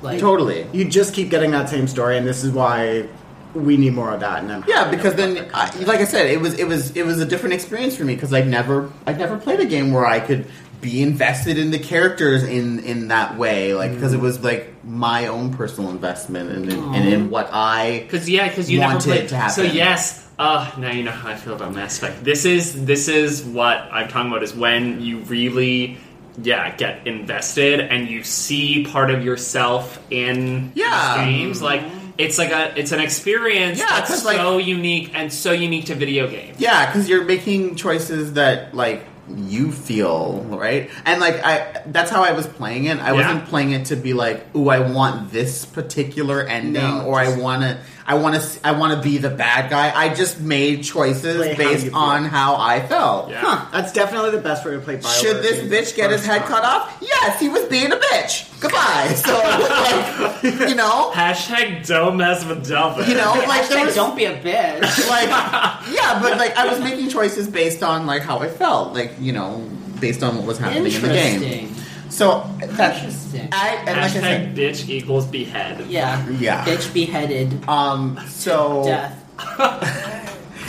Speaker 2: Like
Speaker 1: totally.
Speaker 4: You just keep getting that same story, and this is why we need more of that. And I'm
Speaker 1: Yeah,
Speaker 4: happy
Speaker 1: because
Speaker 4: that we
Speaker 1: then,
Speaker 4: got that
Speaker 1: I, like I said, it was it was it was a different experience for me because I'd never I'd never played a game where I could be invested in the characters in in that way, like because it
Speaker 4: Mm.
Speaker 1: was like my own personal investment and in, and in what I
Speaker 3: Because yeah, because you never
Speaker 1: Want it
Speaker 3: played.
Speaker 1: to happen.
Speaker 3: So yes, uh, now you know how I feel about Mass Effect. This is this is what I'm talking about. Is when you really, yeah, get invested and you see part of yourself in these
Speaker 1: Yeah.
Speaker 3: games. Like it's like a it's an experience
Speaker 1: Yeah, 'cause,
Speaker 3: that's
Speaker 1: like-
Speaker 3: so unique and so unique to video games.
Speaker 1: Yeah, because you're making choices that like you feel right, and like I that's how I was playing it. I
Speaker 3: Yeah.
Speaker 1: wasn't playing it to be like, "Ooh, I want this particular ending,"
Speaker 4: No,
Speaker 1: or I
Speaker 4: just-
Speaker 1: want to, I want to, I want to be the bad guy. I just made choices
Speaker 4: Play how
Speaker 1: based
Speaker 4: you feel.
Speaker 1: on how I felt.
Speaker 3: Yeah.
Speaker 4: Huh, that's definitely the best way to play. Bioware
Speaker 1: Should this
Speaker 4: games
Speaker 1: bitch get his
Speaker 4: first
Speaker 1: head
Speaker 4: time.
Speaker 1: cut off? Yes, he was being a bitch. Goodbye. *laughs* So, like, you know,
Speaker 3: Hashtag don't mess with Delvin.
Speaker 1: you know, like there
Speaker 2: Hashtag
Speaker 1: was
Speaker 2: don't be a bitch.
Speaker 3: *laughs*
Speaker 1: like yeah but like i was making choices based on like how i felt like you know based on what was happening in the game
Speaker 2: *laughs* Interesting.
Speaker 1: so that's
Speaker 2: Interesting.
Speaker 1: i and like i
Speaker 3: Hashtag
Speaker 1: said
Speaker 3: bitch equals behead.
Speaker 2: Yeah.
Speaker 1: Yeah.
Speaker 2: Bitch beheaded.
Speaker 1: um *laughs* so
Speaker 2: Death.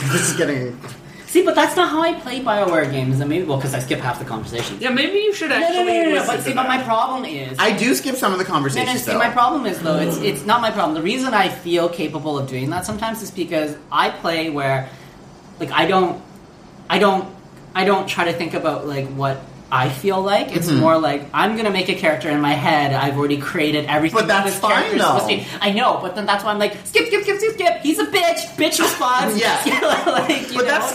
Speaker 4: This is getting
Speaker 2: See, but that's not how I play Bioware games. I mean, well, because I skip half the conversation.
Speaker 3: Yeah, maybe you should
Speaker 2: No, no,
Speaker 3: actually.
Speaker 2: no, no, no.
Speaker 3: listen
Speaker 2: But
Speaker 3: to
Speaker 2: see, but
Speaker 3: that.
Speaker 2: my problem is.
Speaker 1: i do skip some of the
Speaker 2: No, no,
Speaker 1: conversations
Speaker 2: see,
Speaker 1: though
Speaker 2: my problem is though it's it's not my problem. The reason I feel capable of doing that sometimes is because I play where, like, I don't, I don't, I don't try to think about like what I feel like. It's more like I'm gonna make a character in my head. I've already created everything.
Speaker 1: But
Speaker 2: that
Speaker 1: that's
Speaker 2: this character
Speaker 1: fine,
Speaker 2: is supposed to
Speaker 1: though.
Speaker 2: be. I know, but then that's why I'm like skip, skip, skip, skip, skip. He's a bitch. Bitch *laughs* response.
Speaker 1: Yeah.
Speaker 2: like, you
Speaker 1: but
Speaker 2: know?
Speaker 1: that's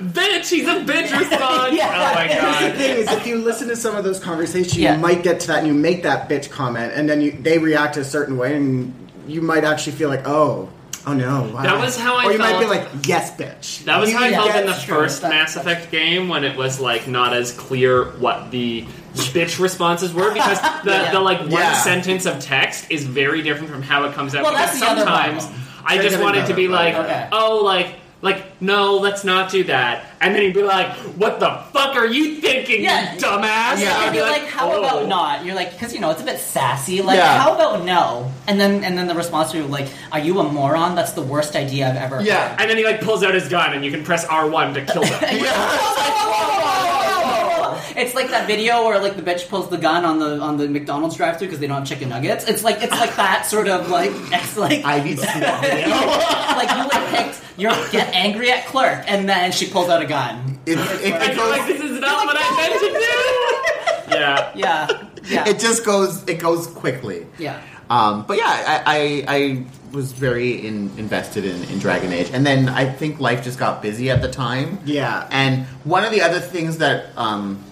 Speaker 3: bitch. He's a bitch
Speaker 1: *laughs*
Speaker 3: response.
Speaker 2: Yeah.
Speaker 3: Oh my
Speaker 4: Here's
Speaker 3: god.
Speaker 4: the thing is if you listen to some of those conversations,
Speaker 2: Yeah.
Speaker 4: you might get to that and you make that bitch comment, and then you, they react a certain way, and you might actually feel like, oh, Oh no! Wow.
Speaker 3: That was how I
Speaker 4: Or you might be
Speaker 3: felt.
Speaker 4: like, yes, bitch.
Speaker 3: That was
Speaker 4: You
Speaker 3: how I
Speaker 4: get
Speaker 3: felt in the
Speaker 4: it.
Speaker 2: true.
Speaker 3: first
Speaker 2: That-
Speaker 3: Mass Effect game when it was like not as clear what the bitch responses were
Speaker 2: *laughs*
Speaker 3: because the,
Speaker 2: Yeah.
Speaker 3: the like one
Speaker 1: Yeah.
Speaker 3: sentence of text is very different from how it comes out.
Speaker 2: Well,
Speaker 3: because
Speaker 2: that's the other
Speaker 3: sometimes
Speaker 2: problem.
Speaker 3: I
Speaker 4: Very
Speaker 3: just
Speaker 4: different
Speaker 3: wanted to
Speaker 4: other
Speaker 3: be like,
Speaker 4: problem.
Speaker 2: Okay.
Speaker 3: oh, like. Like, no, let's not do that. And then he'd be like, what the fuck are you thinking,
Speaker 2: Yeah.
Speaker 3: you dumbass?
Speaker 2: Yeah,
Speaker 3: And I'd
Speaker 2: you'd be like, how
Speaker 3: "Oh."
Speaker 2: about not? You're like, because you know it's a bit sassy. Like,
Speaker 1: Yeah.
Speaker 2: how about no? And then and then the response to you like, are you a moron? That's the worst idea I've ever.
Speaker 1: Yeah.
Speaker 3: And then he like pulls out his gun and you can press R1 to
Speaker 2: *laughs*
Speaker 3: kill them.
Speaker 2: heard. Oh, It's like that video where like the bitch pulls the gun on the on the McDonald's drive-through because they don't have chicken nuggets. It's like it's like that sort of like *laughs* ex like *laughs*
Speaker 1: Ivy Swan.
Speaker 2: like you would have picked you get angry at clerk and then she pulls out a gun.
Speaker 1: It,
Speaker 3: I
Speaker 1: it,
Speaker 3: feel like
Speaker 1: goes,
Speaker 3: this is not what I meant to do.
Speaker 2: *laughs*
Speaker 3: Yeah.
Speaker 2: Yeah, yeah,
Speaker 1: it just goes. It goes quickly.
Speaker 2: yeah.
Speaker 1: Um, but yeah, I, I, I was very in, invested in, in Dragon Age, and then I think life just got busy at the time.
Speaker 4: Yeah.
Speaker 1: And one of the other things that, um,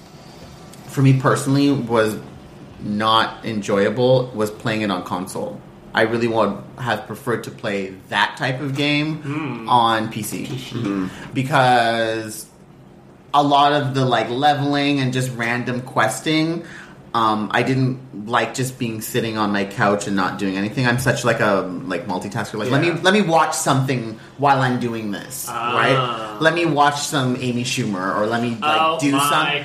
Speaker 1: for me personally, was not enjoyable was playing it on console. I really would have preferred to play that type of game
Speaker 3: Hmm.
Speaker 1: on PC because a lot of the like leveling and just random questing. Um, I didn't like just being sitting on my couch and not doing anything. I'm such like a like multitasker. Like let me
Speaker 3: Yeah.
Speaker 1: let me watch something while I'm doing this,
Speaker 3: Ah.
Speaker 1: right? Let me watch some Amy Schumer or let me like
Speaker 3: oh
Speaker 1: do something.
Speaker 3: my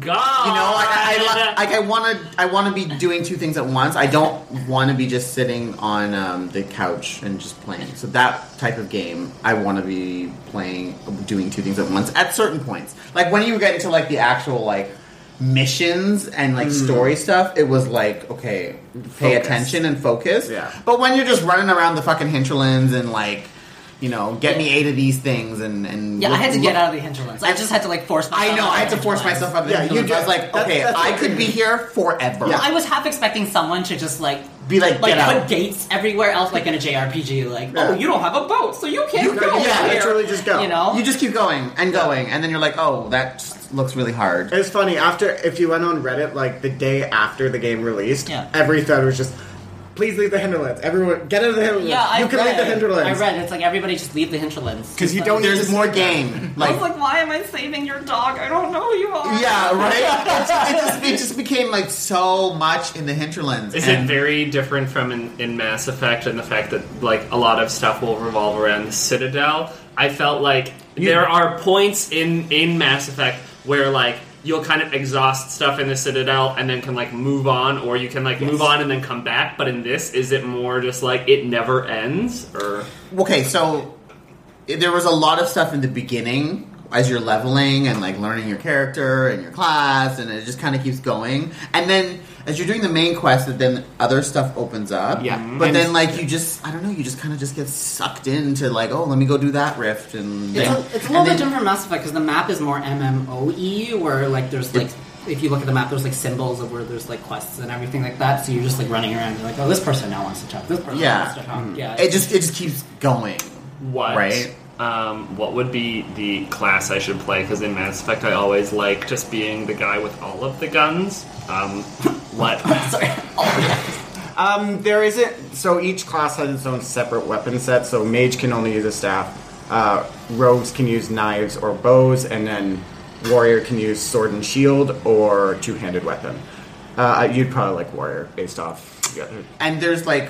Speaker 3: god!
Speaker 1: You know, like
Speaker 4: *laughs*
Speaker 1: I, I, like I want to, I want to be doing two things at once. I don't want to be just sitting on um, the couch and just playing. So that type of game, I want to be playing, doing two things at once at certain points. Like when you get into like the actual like missions and like story stuff, it was like okay, pay
Speaker 4: Mm-hmm. Focus.
Speaker 1: attention and focus.
Speaker 4: Yeah.
Speaker 1: But when you're just running around the fucking hinterlands and like, you know, get me eight of these things and and
Speaker 2: Yeah, I
Speaker 1: look-
Speaker 2: had to
Speaker 1: look-
Speaker 2: get out of the hinterlands. I just had to like force myself.
Speaker 1: I know.
Speaker 2: out of
Speaker 1: I had
Speaker 2: the
Speaker 1: to force
Speaker 2: hinterlands.
Speaker 1: myself out of the
Speaker 4: Yeah,
Speaker 1: yeah,
Speaker 4: you
Speaker 1: I was
Speaker 4: do.
Speaker 1: like,
Speaker 4: That's-
Speaker 1: okay,
Speaker 4: that's
Speaker 1: I
Speaker 4: what
Speaker 1: could
Speaker 4: it
Speaker 1: be
Speaker 4: is.
Speaker 1: here forever.
Speaker 4: Yeah.
Speaker 2: I was half expecting someone to just like
Speaker 1: Be like,
Speaker 2: like
Speaker 1: get
Speaker 2: put
Speaker 1: out.
Speaker 2: gates everywhere else, like in a JRPG. Like,
Speaker 4: Yeah.
Speaker 2: oh, you don't have a boat, so you can't
Speaker 1: You
Speaker 2: go.
Speaker 1: go- yeah,
Speaker 2: over here.
Speaker 4: literally just go.
Speaker 2: You know,
Speaker 1: You just keep going and going, and then you're like, oh, that just looks really hard.
Speaker 4: It's funny after if you went on Reddit like the day after the game released,
Speaker 2: Yeah.
Speaker 4: every thread was just, "Please leave the hinterlands. Everyone, get out of the hinterlands.
Speaker 2: yeah, I
Speaker 4: you can
Speaker 2: read,
Speaker 4: leave the hinterlands."
Speaker 2: I read. It's like everybody just leave the hinterlands
Speaker 4: 'Cause you
Speaker 2: It's
Speaker 4: don't
Speaker 2: Like,
Speaker 1: There's more game.
Speaker 4: Oh
Speaker 2: I was
Speaker 1: Like,
Speaker 2: like, why am I saving your dog? I don't know who you are.
Speaker 1: yeah,
Speaker 4: *laughs*
Speaker 1: right. It just, it just became like so much in the hinterlands.
Speaker 3: Is it
Speaker 1: and-
Speaker 3: very different from in, in Mass Effect and the fact that like a lot of stuff will revolve around the Citadel? I felt like there are points in in Mass Effect where like you'll kind of exhaust stuff in the Citadel and then can like move on, or you can like move on and then come back. But in this, is it more just like it never ends? Or
Speaker 1: okay, so i- there was a lot of stuff in the beginning as you're leveling and like learning your character and your class, and it just kind of keeps going. And then as you're doing the main quest, that then other stuff opens up.
Speaker 4: Yeah.
Speaker 1: But
Speaker 4: And-
Speaker 1: then like you just, I don't know, you just kind of just get sucked into like, oh, let me go do that rift, and
Speaker 2: It's,
Speaker 1: then,
Speaker 2: a, it's a
Speaker 1: and
Speaker 2: little bit
Speaker 1: then-
Speaker 2: different from Mass Effect because the map is more MMOE, E, where like there's like if you look at the map, there's like symbols of where there's like quests and everything like that. So you're just like running around. You're like, oh, this person now wants to talk. This person
Speaker 1: Yeah.
Speaker 2: wants to
Speaker 4: Mm-hmm.
Speaker 2: talk. Yeah, Mm-hmm.
Speaker 1: It just it just keeps going.
Speaker 3: what?
Speaker 1: Right.
Speaker 3: Um, what would be the class I should play? Because in Mass Effect, I always like just being the guy with all of the guns.
Speaker 1: *laughs*
Speaker 3: Um, what?
Speaker 2: sorry. Oh, yeah.
Speaker 4: Um, there isn't. So each class has its own separate weapon set. So mage can only use a staff. Uh, rogues can use knives or bows, and then warrior can use sword and shield or two-handed weapon. Uh, you'd probably like warrior based off the other
Speaker 1: and there's like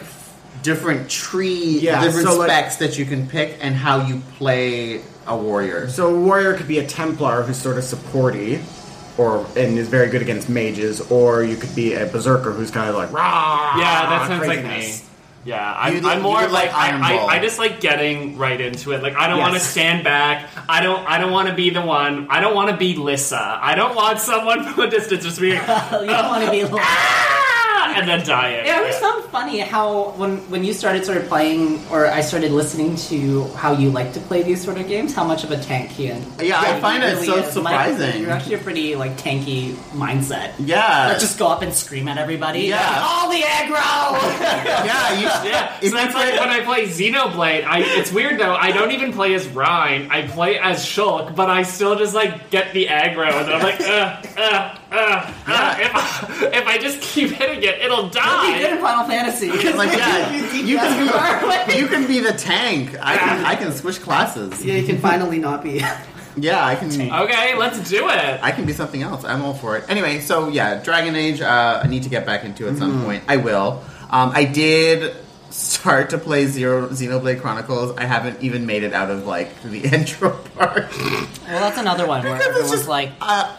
Speaker 1: different tree,
Speaker 4: Yeah,
Speaker 1: different
Speaker 4: so, like-
Speaker 1: specs that you can pick, and how you play a warrior.
Speaker 4: So a warrior could be a Templar who's sort of supporty, or and is very good against mages, or you could be a berserker who's kind of like
Speaker 3: *laughs*
Speaker 4: rah.
Speaker 3: Yeah, that sounds
Speaker 4: craziness.
Speaker 3: like me. Yeah, I'm,
Speaker 1: You'd-
Speaker 3: I'm more
Speaker 1: you'd like
Speaker 3: like, I-
Speaker 1: Iron
Speaker 3: I,
Speaker 1: Ball.
Speaker 3: I, just like getting right into it. Like I don't want to
Speaker 4: Yes.
Speaker 3: stand back. I don't I don't want to be the one. I don't want to be Lissa. I don't want someone *laughs* from a distance just being
Speaker 2: *laughs* you don't want to be. *laughs* Like,
Speaker 3: ah and then dying.
Speaker 2: It always found funny how when when you started sort of playing, or I started listening to how you like to play these sort of games, how much of a tanky and
Speaker 1: Yeah, I find it so
Speaker 2: is. Like,
Speaker 1: surprising.
Speaker 2: you're actually a pretty like tanky mindset.
Speaker 1: Yeah,
Speaker 2: Like, just go up and scream at everybody.
Speaker 1: Yeah.
Speaker 2: Like, all the aggro. *laughs*
Speaker 1: yeah, you,
Speaker 3: *laughs* Yeah,
Speaker 1: If
Speaker 3: so that's
Speaker 1: you
Speaker 3: like
Speaker 1: play-
Speaker 3: when I play Xenoblade. I, it's weird though. I don't even play as *laughs* Rhine. I play as Shulk, but I still just like get the aggro, and then I'm like, uh, uh, Uh, if, if I just keep hitting it, it'll
Speaker 2: It'd
Speaker 3: *laughs*
Speaker 2: be good
Speaker 3: die.
Speaker 2: in Final
Speaker 1: *laughs*
Speaker 2: Fantasy.
Speaker 3: *laughs*
Speaker 1: Like, yeah, you can-
Speaker 2: can,
Speaker 1: You can be the tank. I can I can switch classes.
Speaker 2: yeah, you can finally not be.
Speaker 1: Yeah, I can.
Speaker 3: Okay, let's do *laughs* it.
Speaker 1: I can be something else. I'm all for it. Anyway, so yeah, Dragon Age. Uh, I need to get back into at
Speaker 3: Mm-hmm.
Speaker 1: some point. I will. Um, I did start to play Zero Xenoblade Chronicles. I haven't even made it out of like the *laughs* intro part.
Speaker 6: Well, that's another
Speaker 1: *laughs*
Speaker 6: one where everyone's
Speaker 1: just-
Speaker 6: like,
Speaker 1: Uh,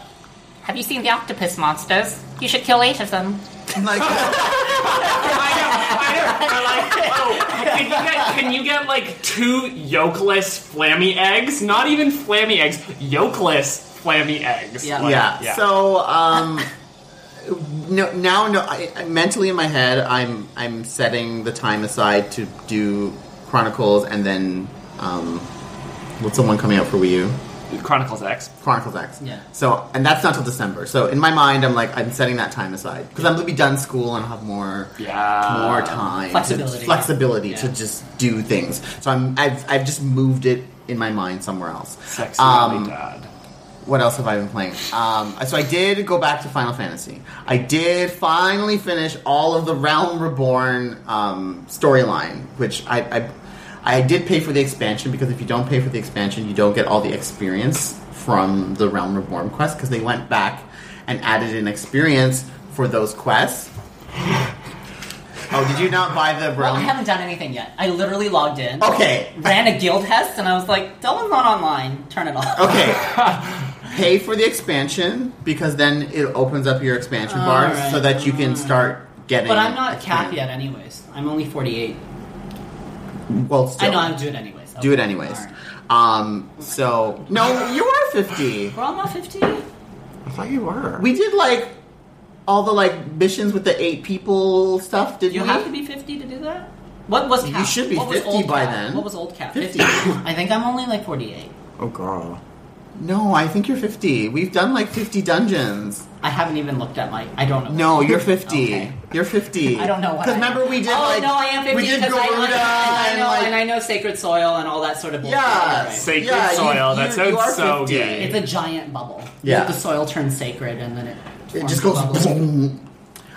Speaker 6: "Have you seen the octopus monsters? You should kill eight of them."
Speaker 3: *laughs*
Speaker 1: like,
Speaker 3: oh, Can you get, can you get like two yolkless flammy eggs? Not even flammy eggs, yolkless flammy eggs.
Speaker 2: Yeah.
Speaker 3: Like,
Speaker 1: yeah. So um, no, now no. I, I, mentally in my head, I'm I'm setting the time aside to do Chronicles, and then um, what's the one coming out for Wii U?
Speaker 3: Chronicles X.
Speaker 1: Chronicles X.
Speaker 2: Yeah.
Speaker 1: So, and that's not till December. So, in my mind, I'm like, I'm setting that time aside because I'm gonna be done school and I'll have more,
Speaker 3: Yeah.
Speaker 1: more time, to-
Speaker 2: Flexibility.
Speaker 1: flexibility to
Speaker 2: Yeah.
Speaker 1: just do things. So, I'm, I've, I've just moved it in my mind somewhere else.
Speaker 3: Sexy
Speaker 1: Um,
Speaker 3: dad.
Speaker 1: What else have I been playing? Um, so, I did go back to Final Fantasy. I did finally finish all of the Realm Reborn um, storyline, which I. I I did pay for the expansion because if you don't pay for the expansion, you don't get all the experience from the Realm Reborn quest because they went back and added an experience for those quests. oh, did you not buy the
Speaker 2: Well, I
Speaker 1: Realm?
Speaker 2: haven't done anything yet. I literally logged in,
Speaker 1: Okay,
Speaker 2: ran a guild test, and I was like, "That one's not online. Turn it off."
Speaker 1: okay.
Speaker 2: *laughs*
Speaker 1: pay for the expansion because then it opens up your expansion bar
Speaker 2: Alright.
Speaker 1: so that you can start getting.
Speaker 2: But I'm not
Speaker 1: experience.
Speaker 2: cap yet, anyways. I'm only 48.
Speaker 1: Well, still,
Speaker 2: I know I'm doing it anyways.
Speaker 1: do it
Speaker 2: Okay.
Speaker 1: anyways.
Speaker 2: All right.
Speaker 1: Um, so no, you are fifty.
Speaker 2: We're all not 50.
Speaker 4: I thought you were.
Speaker 1: We did like all the like missions with the eight people stuff. Did
Speaker 2: You
Speaker 1: we?
Speaker 2: have to be 50 to do that. What was
Speaker 1: You
Speaker 2: cap?
Speaker 1: should be
Speaker 2: What was
Speaker 1: 50
Speaker 2: old
Speaker 1: by
Speaker 2: cap?
Speaker 1: then.
Speaker 2: What was old cap?
Speaker 1: 50.
Speaker 2: 50. I think I'm only like 48.
Speaker 4: oh, girl.
Speaker 1: No, I think you're fifty. We've done like fifty dungeons.
Speaker 2: I haven't even looked at my. I don't know.
Speaker 1: No,
Speaker 2: *laughs*
Speaker 1: you're fifty.
Speaker 2: Okay.
Speaker 1: You're fifty.
Speaker 2: I don't know what.
Speaker 1: Because
Speaker 2: I-
Speaker 1: remember we did
Speaker 2: Oh
Speaker 1: like
Speaker 2: no, I am 50
Speaker 1: we did
Speaker 2: because
Speaker 1: Garuda
Speaker 2: I, I, I
Speaker 1: and
Speaker 2: know
Speaker 1: like
Speaker 2: and I know sacred soil and all that sort of bullshit.
Speaker 1: yeah,
Speaker 2: Right.
Speaker 3: Sacred
Speaker 1: yeah, you-
Speaker 3: soil.
Speaker 1: you-
Speaker 3: That
Speaker 1: you
Speaker 3: sounds
Speaker 1: are
Speaker 3: so
Speaker 1: 50.
Speaker 3: gay.
Speaker 2: It's a giant bubble.
Speaker 1: Yeah.
Speaker 2: The soil turns sacred and then it.
Speaker 1: It
Speaker 2: forms
Speaker 1: just
Speaker 2: a
Speaker 1: goes.
Speaker 2: bubble.
Speaker 1: *laughs* boom.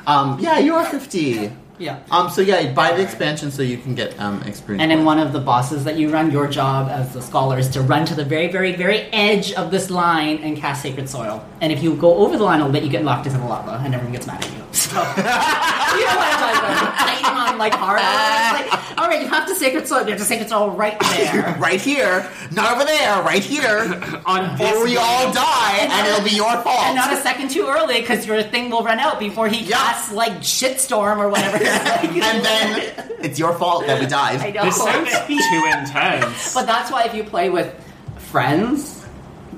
Speaker 1: Um, yeah, you are fifty.
Speaker 2: Yeah.
Speaker 1: Um, so yeah, buy the expansion so you can get um, experience.
Speaker 2: And in
Speaker 1: points.
Speaker 2: one of the bosses that you run, your job as the scholar is to run to the very, very, very edge of this line and cast Sacred Soil. And if you go over the line a little bit, you get locked into the lava, and everyone gets mad at you.
Speaker 1: *laughs*
Speaker 2: So, you know what I'm talking about? Titan on like hard. It's like, all right, you have to Sacred Soil. You have to Sacred Soil right there.
Speaker 1: right here, not over there, right here,
Speaker 3: On
Speaker 1: or we all die and,
Speaker 2: And-
Speaker 1: it'll be your fault.
Speaker 2: And not a second too early, because your thing will run out before he
Speaker 1: Yeah.
Speaker 2: casts like Shitstorm or
Speaker 1: *laughs*
Speaker 2: whatever.
Speaker 1: and then it's your fault that we died.
Speaker 2: *laughs* I know.
Speaker 3: This *laughs* sounds too intense.
Speaker 2: But that's why if you play with friends,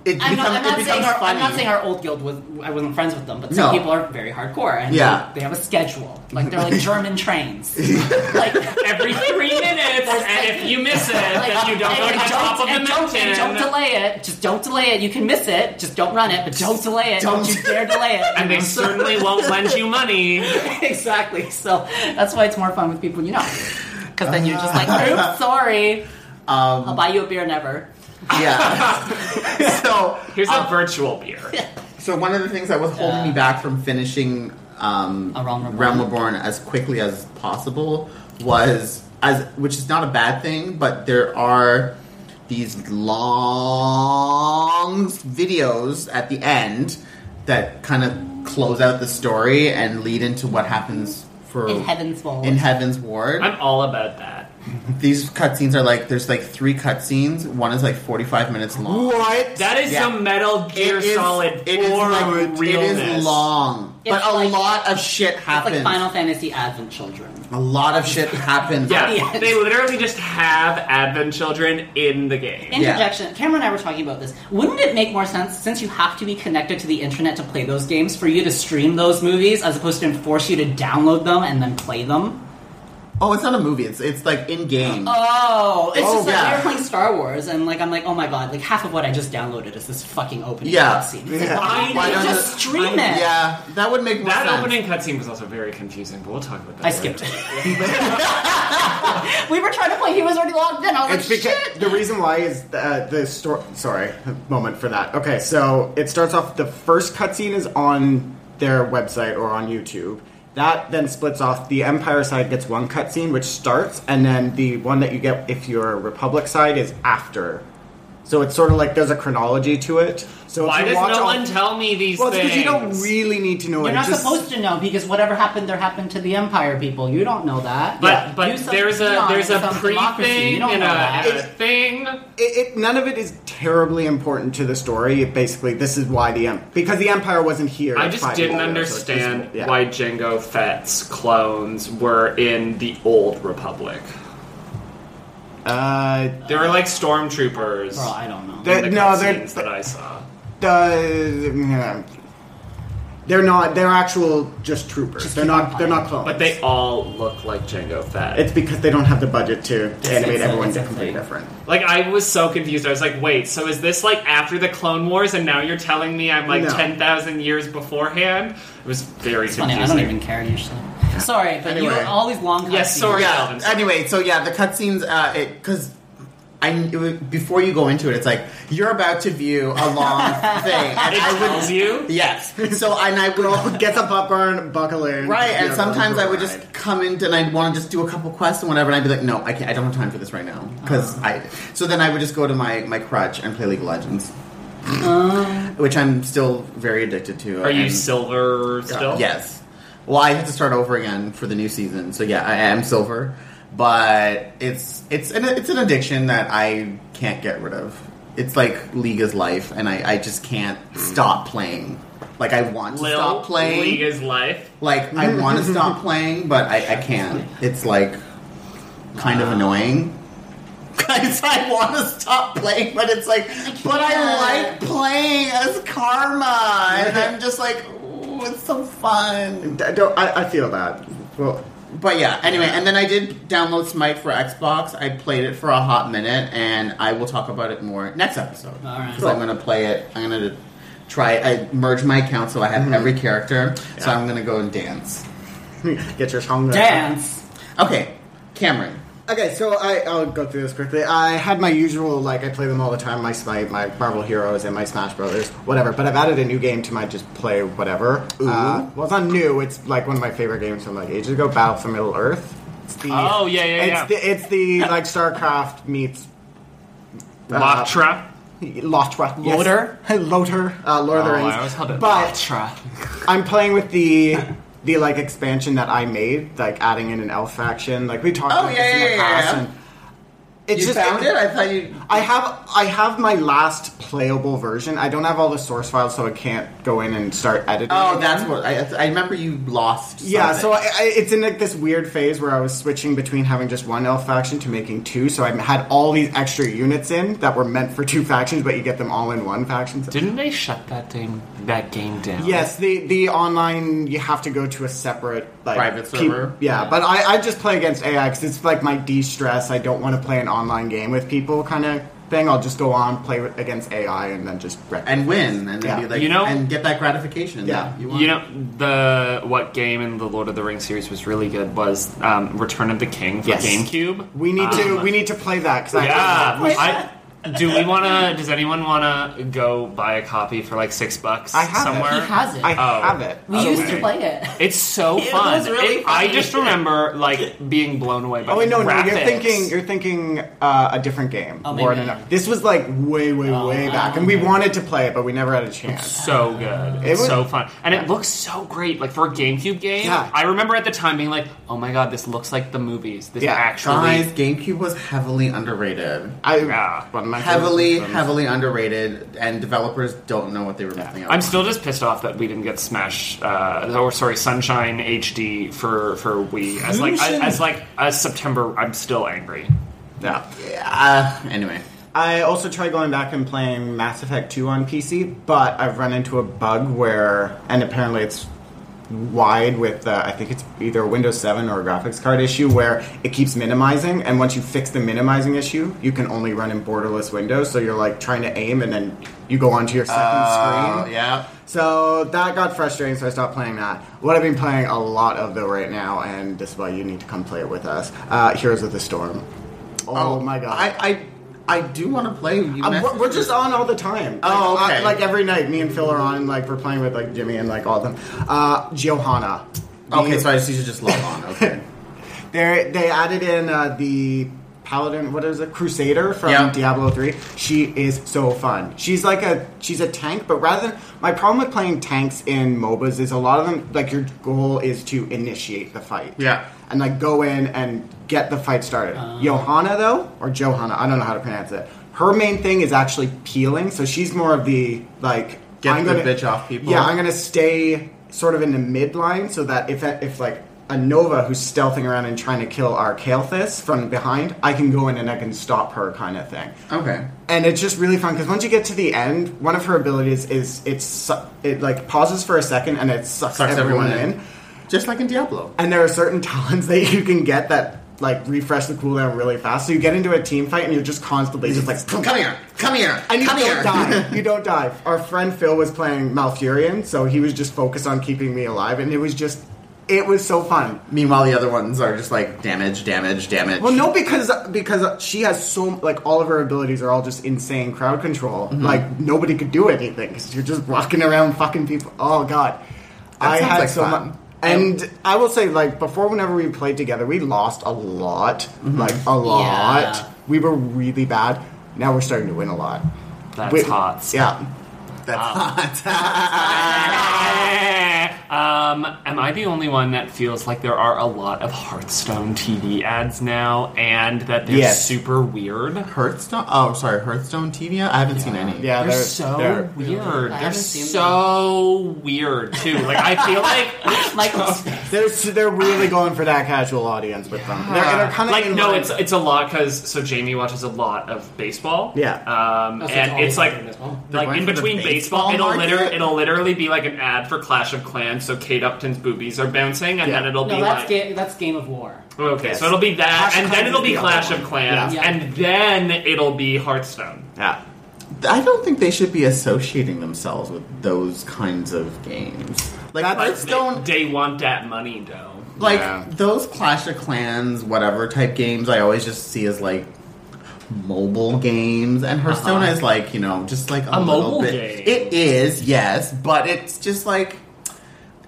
Speaker 1: It,
Speaker 2: I'm
Speaker 1: become-
Speaker 2: not, I'm not
Speaker 1: it
Speaker 2: saying
Speaker 1: becomes
Speaker 2: our,
Speaker 1: funny.
Speaker 2: I'm not saying our old guild was I wasn't friends with them, but some
Speaker 1: No.
Speaker 2: people are very hardcore and
Speaker 1: Yeah.
Speaker 2: they, they have a schedule. Like they're
Speaker 1: *laughs*
Speaker 2: like German trains.
Speaker 3: *laughs*
Speaker 2: like
Speaker 3: Every three minutes, and if you miss it, then you don't go
Speaker 2: and-
Speaker 3: to the
Speaker 2: and
Speaker 3: top of the
Speaker 2: and don't,
Speaker 3: mountain.
Speaker 2: and don't delay it. Just don't delay it. You can miss it. Just don't run it, but don't delay it. Don't,
Speaker 1: Don't.
Speaker 2: you dare delay
Speaker 1: *laughs*
Speaker 2: it. *laughs*
Speaker 3: And they certainly won't lend you money.
Speaker 2: exactly. So that's why it's more fun with people you know. Because then you're just
Speaker 1: *laughs*
Speaker 2: like, oops, sorry.
Speaker 1: Um,
Speaker 2: I'll buy you a beer never.
Speaker 1: yeah.
Speaker 2: *laughs*
Speaker 1: so
Speaker 3: Here's
Speaker 2: Oh.
Speaker 3: a virtual beer.
Speaker 1: So one of the things that was holding me back from finishing um,
Speaker 2: A Realm Reborn.
Speaker 1: Realm Reborn as quickly as possible was as which is not a bad thing, but there are these long videos at the end that kind of close out the story and lead into what happens for
Speaker 2: In Heaven's Vault.
Speaker 1: in Heaven's Ward
Speaker 3: I'm all about that.
Speaker 1: these cutscenes are like there's like three cutscenes one is like 45 minutes long
Speaker 4: What?
Speaker 3: That is
Speaker 1: Yeah.
Speaker 3: some Metal Gear Solid
Speaker 1: it is
Speaker 3: 4
Speaker 1: like-
Speaker 3: realness.
Speaker 1: It is long,
Speaker 2: It's
Speaker 1: but a
Speaker 2: like-
Speaker 1: lot of shit
Speaker 2: It's
Speaker 1: happens.
Speaker 2: like Final Fantasy Advent Children.
Speaker 1: a lot of shit happens.
Speaker 2: *laughs* Yeah.
Speaker 3: Yeah, they literally just have Advent children in the game.
Speaker 2: Interjection. Cameron and I were talking about this. Wouldn't it make more sense, since you have to be connected to the internet to play those games, for you to stream those movies as opposed to force you to download them and then play them?
Speaker 1: Oh, it's not a movie. It's it's like in game.
Speaker 2: Oh, it's
Speaker 1: Oh,
Speaker 2: just like
Speaker 1: yeah.
Speaker 2: we were playing Star Wars, and like I'm like, oh my god, like half of what I just downloaded is this fucking opening
Speaker 1: Yeah.
Speaker 2: cutscene.
Speaker 4: Yeah.
Speaker 1: *laughs*
Speaker 2: Why
Speaker 1: Why don't
Speaker 2: didn't you
Speaker 1: it-
Speaker 2: just stream it?
Speaker 1: yeah, that would make more
Speaker 3: That
Speaker 1: sense.
Speaker 3: opening cutscene was also very confusing, but we'll talk about that.
Speaker 2: I
Speaker 3: later.
Speaker 1: *laughs*
Speaker 2: skipped it. *laughs* we were trying to play. He was already logged in. I
Speaker 3: Oh,
Speaker 2: was
Speaker 4: It's
Speaker 2: like,
Speaker 4: because
Speaker 2: shit.
Speaker 4: the reason why is the, the story. Sorry, moment for that. Okay, so it starts off. The first cutscene is on their website or on YouTube. That then splits off. The Empire side gets one cutscene, which starts, and then the one that you get if you're Republic side is after. So it's sort of like there's a chronology to it. So
Speaker 3: Why
Speaker 4: if you
Speaker 3: does
Speaker 4: watch
Speaker 3: no
Speaker 4: all-
Speaker 3: one tell me these
Speaker 4: Well, it's
Speaker 3: things?
Speaker 4: because you don't really need to know.
Speaker 2: You're
Speaker 4: it.
Speaker 2: not
Speaker 4: Just-
Speaker 2: supposed to know because whatever happened there happened to the Empire people. You don't know that.
Speaker 3: But
Speaker 4: Yeah.
Speaker 3: but
Speaker 2: You some
Speaker 3: there's a
Speaker 2: peon
Speaker 3: there's
Speaker 2: in
Speaker 3: a
Speaker 2: some
Speaker 3: pre
Speaker 2: democracy. You
Speaker 3: thing
Speaker 2: don't
Speaker 3: and
Speaker 2: know
Speaker 3: a,
Speaker 2: that.
Speaker 3: and a thing.
Speaker 4: it, it none of it is terribly important to the story. It basically, this is why the em- because the empire wasn't here.
Speaker 3: I just
Speaker 4: five
Speaker 3: didn't
Speaker 4: years ago, so it's
Speaker 3: understand
Speaker 4: just- yeah.
Speaker 3: why Jango Fett's clones were in the old Republic.
Speaker 4: Uh,
Speaker 3: They were like stormtroopers.
Speaker 2: Bro, I don't know.
Speaker 4: That-
Speaker 3: in the
Speaker 4: no, they're-
Speaker 3: cutscenes that I saw.
Speaker 4: the, yeah. they're not. They're actual just troopers.
Speaker 2: Just
Speaker 4: they're
Speaker 2: keep
Speaker 4: not.
Speaker 2: on
Speaker 4: They're not
Speaker 2: playing.
Speaker 4: clones.
Speaker 3: But they all look like Jango Fett.
Speaker 4: It's because they don't have the budget to animate
Speaker 2: it's a-
Speaker 4: everyone
Speaker 2: it's a
Speaker 4: completely
Speaker 2: thing.
Speaker 4: different.
Speaker 3: like I was so confused. I was like, "Wait, so is this like after the Clone Wars, and now you're telling me I'm like
Speaker 4: No.
Speaker 3: ten thousand years beforehand?" It was very
Speaker 2: Funny,
Speaker 3: confusing.
Speaker 2: I don't even care usually. Sorry, but you
Speaker 4: Anyway.
Speaker 2: all these long.
Speaker 3: Yes,
Speaker 2: cutscenes.
Speaker 3: sorry.
Speaker 1: yeah.
Speaker 3: Alvin's-
Speaker 1: Anyway, so yeah, the cutscenes. Uh, it because I it, was- before you go into it, it's like you're about to view a long thing, and
Speaker 3: It
Speaker 1: I would
Speaker 3: tells you.
Speaker 1: *laughs* yes. So and I would
Speaker 3: *laughs*
Speaker 4: Get some popcorn, buckle in.
Speaker 1: Right, and
Speaker 4: Yeah,
Speaker 1: sometimes
Speaker 4: go
Speaker 1: I would
Speaker 4: ride.
Speaker 1: just come in and I'd want to just do a couple quests and whatever, and I'd be like, no, I can't, I don't have time for this right now because I. So then I would just go to my my crutch and play League of Legends, which I'm still very addicted to.
Speaker 3: Are you
Speaker 1: and-
Speaker 3: silver
Speaker 1: Yeah,
Speaker 3: still?
Speaker 1: Yes. Well, I had to start over again for the new season, so yeah, I am silver, but it's it's an it's an addiction that I can't get rid of. It's like League is life, and I I just can't stop playing. Like I want to
Speaker 3: Lil,
Speaker 1: stop playing.
Speaker 3: League is life.
Speaker 1: Like I want to stop playing, but I, I can't. It's like kind of annoying. *laughs* Guys, I want to stop playing, but it's like, but I like playing as Karma, and I'm just like, ooh, it's so fun.
Speaker 4: I don't. I, I feel that. Well, *laughs*
Speaker 1: But yeah, anyway, and then I did download Smite for Xbox. I played it for a hot minute, and I will talk about it more next episode.
Speaker 2: All right.
Speaker 1: Because I'm going to play it. I'm going to try. I merge my account so I have every character. So
Speaker 4: Yeah.
Speaker 1: I'm going to go and dance.
Speaker 4: get your tongue.
Speaker 2: Dance.
Speaker 1: Okay, Cameron.
Speaker 4: Okay, so I, I'll go through this quickly. I had my usual, like, I play them all the time my Smite, my Marvel Heroes, and my Smash Brothers, whatever, but I've added a new game to my just play whatever. Uh, well, it's not new, it's like one of my favorite games from like ages ago Battle for Middle Earth. It's the,
Speaker 3: Oh, yeah, yeah,
Speaker 4: it's
Speaker 3: yeah.
Speaker 4: The, it's the, like, StarCraft meets. uh,
Speaker 3: Loctra.
Speaker 4: Lotra. yes.
Speaker 2: Loader?
Speaker 4: *laughs* Loader. Uh, Lord of the
Speaker 3: Oh, I
Speaker 4: Rings.
Speaker 3: always called it
Speaker 4: but I'm playing with the the like expansion that I made, like adding in an elf faction. Like we talked
Speaker 1: Oh,
Speaker 4: about
Speaker 1: yeah,
Speaker 4: this in
Speaker 1: yeah,
Speaker 4: the
Speaker 1: yeah,
Speaker 4: past.
Speaker 1: yeah.
Speaker 4: And it's
Speaker 1: you
Speaker 4: just
Speaker 1: found it? I thought you.
Speaker 4: I have I have my last playable version. I don't have all the source files, so I can't go in and start editing.
Speaker 1: Oh,
Speaker 4: again.
Speaker 1: that's what I, I remember. You lost.
Speaker 4: Yeah, so
Speaker 1: something.
Speaker 4: I, I, it's in like this weird phase where I was switching between having just one elf faction to making two. So I had all these extra units in that were meant for two *laughs* factions, but you get them all in one faction. So-
Speaker 3: Didn't they shut that game that game down?
Speaker 4: Yes, the the online you have to go to a separate like
Speaker 1: Private
Speaker 4: peop-
Speaker 1: server?
Speaker 4: yeah, but I, I just play against AI because it's like my de stress. I don't want to play an online game with people kind of thing. I'll just go on play with, against AI and then just wreck.
Speaker 1: and win, and then
Speaker 4: Yeah.
Speaker 1: be like,
Speaker 3: You know-
Speaker 1: and get that gratification.
Speaker 4: Yeah.
Speaker 1: that you, want.
Speaker 3: You know the what game in the Lord of the Rings series was really good was um, Return of the King for
Speaker 4: Yes.
Speaker 3: GameCube.
Speaker 4: we need to
Speaker 3: Um,
Speaker 4: we need to play that because
Speaker 3: yeah.
Speaker 4: I,
Speaker 3: I, do we want to? Does anyone want to go buy a copy for like six bucks
Speaker 4: I have it.
Speaker 3: somewhere?
Speaker 2: He has it.
Speaker 4: I
Speaker 3: Oh.
Speaker 4: have it.
Speaker 2: we
Speaker 3: Oh,
Speaker 2: used
Speaker 3: okay.
Speaker 2: to play it.
Speaker 3: It's so
Speaker 2: It
Speaker 3: fun.
Speaker 2: was really
Speaker 3: It- I
Speaker 2: funny.
Speaker 3: just remember like being blown away by
Speaker 4: Oh wait,
Speaker 3: the
Speaker 4: no, no,
Speaker 3: graphics.
Speaker 4: you're thinking you're thinking uh, a different game.
Speaker 2: Oh,
Speaker 4: More
Speaker 2: maybe.
Speaker 4: than enough. This was like way, way,
Speaker 2: Oh,
Speaker 4: way
Speaker 2: wow.
Speaker 4: back, and we wanted to play it, but we never had a chance.
Speaker 3: so good.
Speaker 4: It
Speaker 3: It's
Speaker 4: was-
Speaker 3: so fun. And it looks so great. Like for a GameCube game,
Speaker 4: Yeah.
Speaker 3: I remember at the time being like, oh my god, this looks like the movies. This
Speaker 4: Yeah.
Speaker 3: actually.
Speaker 1: guys, GameCube was heavily underrated.
Speaker 4: I
Speaker 3: Yeah.
Speaker 4: one of my favorite
Speaker 1: Heavily,
Speaker 4: systems.
Speaker 1: heavily underrated, and developers don't know what they were missing out.
Speaker 3: I'm
Speaker 1: on.
Speaker 3: still just pissed off that we didn't get Smash, uh, or sorry, Sunshine HD for for Wii as like as, as like a September. I'm still angry.
Speaker 4: Yeah.
Speaker 1: Yeah, uh, anyway,
Speaker 4: I also tried going back and playing Mass Effect 2 on PC, but I've run into a bug where, and apparently it's wide with uh, I think it's either a Windows 7 or a graphics card issue where it keeps minimizing, and once you fix the minimizing issue, you can only run in borderless windows. So you're like trying to aim, and then you go onto your second
Speaker 1: Uh,
Speaker 4: screen.
Speaker 1: yeah.
Speaker 4: So that got frustrating, so I stopped playing that. What I've been playing a lot of though right now, and this is why you need to come play it with us, uh, Heroes of the Storm. Oh, my god.
Speaker 1: I I, I do want to play. You
Speaker 4: Uh, we're-
Speaker 1: messaged
Speaker 4: we're
Speaker 1: me.
Speaker 4: just on all the time.
Speaker 1: Oh,
Speaker 4: Like, uh,
Speaker 1: okay.
Speaker 4: like every night, me and Phil are on. Like we're playing with like Jimmy and like all of them. Uh, Johanna. The-
Speaker 1: Okay, so I just need to just log on.
Speaker 4: *laughs*
Speaker 1: Okay.
Speaker 4: They they added in uh, the paladin. What is it? Crusader from
Speaker 1: Yeah.
Speaker 4: Diablo three. She is so fun. She's like a she's a tank, but rather than my problem with playing tanks in MOBAs is a lot of them like your goal is to initiate the fight.
Speaker 1: Yeah.
Speaker 4: And like go in and get the fight started. Johanna though, or Johanna, I don't know how to pronounce it. Her main thing is actually peeling, so she's more of the like
Speaker 1: Get
Speaker 4: I'm
Speaker 1: the
Speaker 4: gonna-
Speaker 1: bitch off people.
Speaker 4: Yeah, I'm gonna stay sort of in the midline so that if if like a Nova who's stealthing around and trying to kill our Kael'thas from behind, I can go in and I can stop her kind of thing.
Speaker 1: okay.
Speaker 4: And it's just really fun because once you get to the end, one of her abilities is it's su- it like pauses for a second and it sucks,
Speaker 1: Sucks everyone,
Speaker 4: everyone
Speaker 1: in. Just like in Diablo.
Speaker 4: and there are certain *laughs* talents that you can get that like refresh the cooldown really fast. So you get into a team fight and you're just constantly just like
Speaker 1: Come here. Come here.
Speaker 4: and you
Speaker 1: come
Speaker 4: don't
Speaker 1: here.
Speaker 4: die. You don't die. Our friend Phil was playing Malfurion, so he was just focused on keeping me alive, and it was just, it was so fun.
Speaker 1: *laughs* Meanwhile, the other ones are just like damage, damage, damage.
Speaker 4: Well, no, because because she has so like all of her abilities are all just insane crowd control.
Speaker 1: Mm-hmm.
Speaker 4: Like nobody could do anything because you're just walking around fucking people. Oh god, I
Speaker 1: sounds
Speaker 4: had
Speaker 1: like
Speaker 4: so
Speaker 1: fun.
Speaker 4: much. And I will say, like before, whenever we played together, we lost a lot,
Speaker 1: Mm-hmm.
Speaker 4: like a lot.
Speaker 2: Yeah.
Speaker 4: We were really bad. Now we're starting to win a lot.
Speaker 3: That's
Speaker 4: We-
Speaker 3: hot. stuff.
Speaker 4: Yeah.
Speaker 1: That's hot.
Speaker 3: Um, am I the only one that feels like there are a lot of Hearthstone TV ads now, and that they're
Speaker 4: Yes.
Speaker 3: super weird?
Speaker 1: *laughs* Hearthstone. Oh, sorry, Hearthstone TV. I haven't seen any.
Speaker 4: Yeah,
Speaker 3: They're so
Speaker 4: they're-
Speaker 3: weird.
Speaker 2: I
Speaker 3: They're
Speaker 2: haven't seen
Speaker 3: so weird too. Like I feel like *laughs*
Speaker 2: Michael's
Speaker 4: They're they're really going for that casual audience with them. They're, they're kind of
Speaker 3: like no, it's it's a lot because so Jamie watches a lot of baseball.
Speaker 4: Yeah.
Speaker 3: um,
Speaker 2: Oh, so
Speaker 3: and it's
Speaker 2: it's always
Speaker 3: like
Speaker 2: baseball.
Speaker 3: like
Speaker 1: going
Speaker 3: in
Speaker 1: for the
Speaker 3: between
Speaker 1: baseball
Speaker 3: baseball, it'll
Speaker 1: market?
Speaker 3: liter- it'll literally be like an ad for Clash of Clans. So Kate Upton's boobies are bouncing, and
Speaker 4: Yeah.
Speaker 3: then it'll
Speaker 2: no,
Speaker 3: be
Speaker 2: that's
Speaker 3: like
Speaker 2: game. That's Game of War.
Speaker 3: okay,
Speaker 4: Yes.
Speaker 3: so it'll be that,
Speaker 4: Clash of
Speaker 3: and then
Speaker 4: Clans
Speaker 3: it'll
Speaker 4: is
Speaker 3: be
Speaker 4: the
Speaker 3: Clash
Speaker 4: other
Speaker 3: of
Speaker 4: one.
Speaker 3: Clans,
Speaker 2: Yeah.
Speaker 3: and then it'll be Hearthstone.
Speaker 4: yeah.
Speaker 1: I don't think they should be associating themselves with those kinds of games. Like
Speaker 4: That's-
Speaker 1: Hearthstone.
Speaker 3: They want that money though.
Speaker 1: Like
Speaker 4: Yeah.
Speaker 1: those Clash of Clans, whatever type games, I always just see as like mobile games, and Hearthstone
Speaker 3: Uh-huh.
Speaker 1: is like you know just like a,
Speaker 3: A
Speaker 1: little
Speaker 3: mobile
Speaker 1: bit.
Speaker 3: game.
Speaker 1: It is yes, but it's just like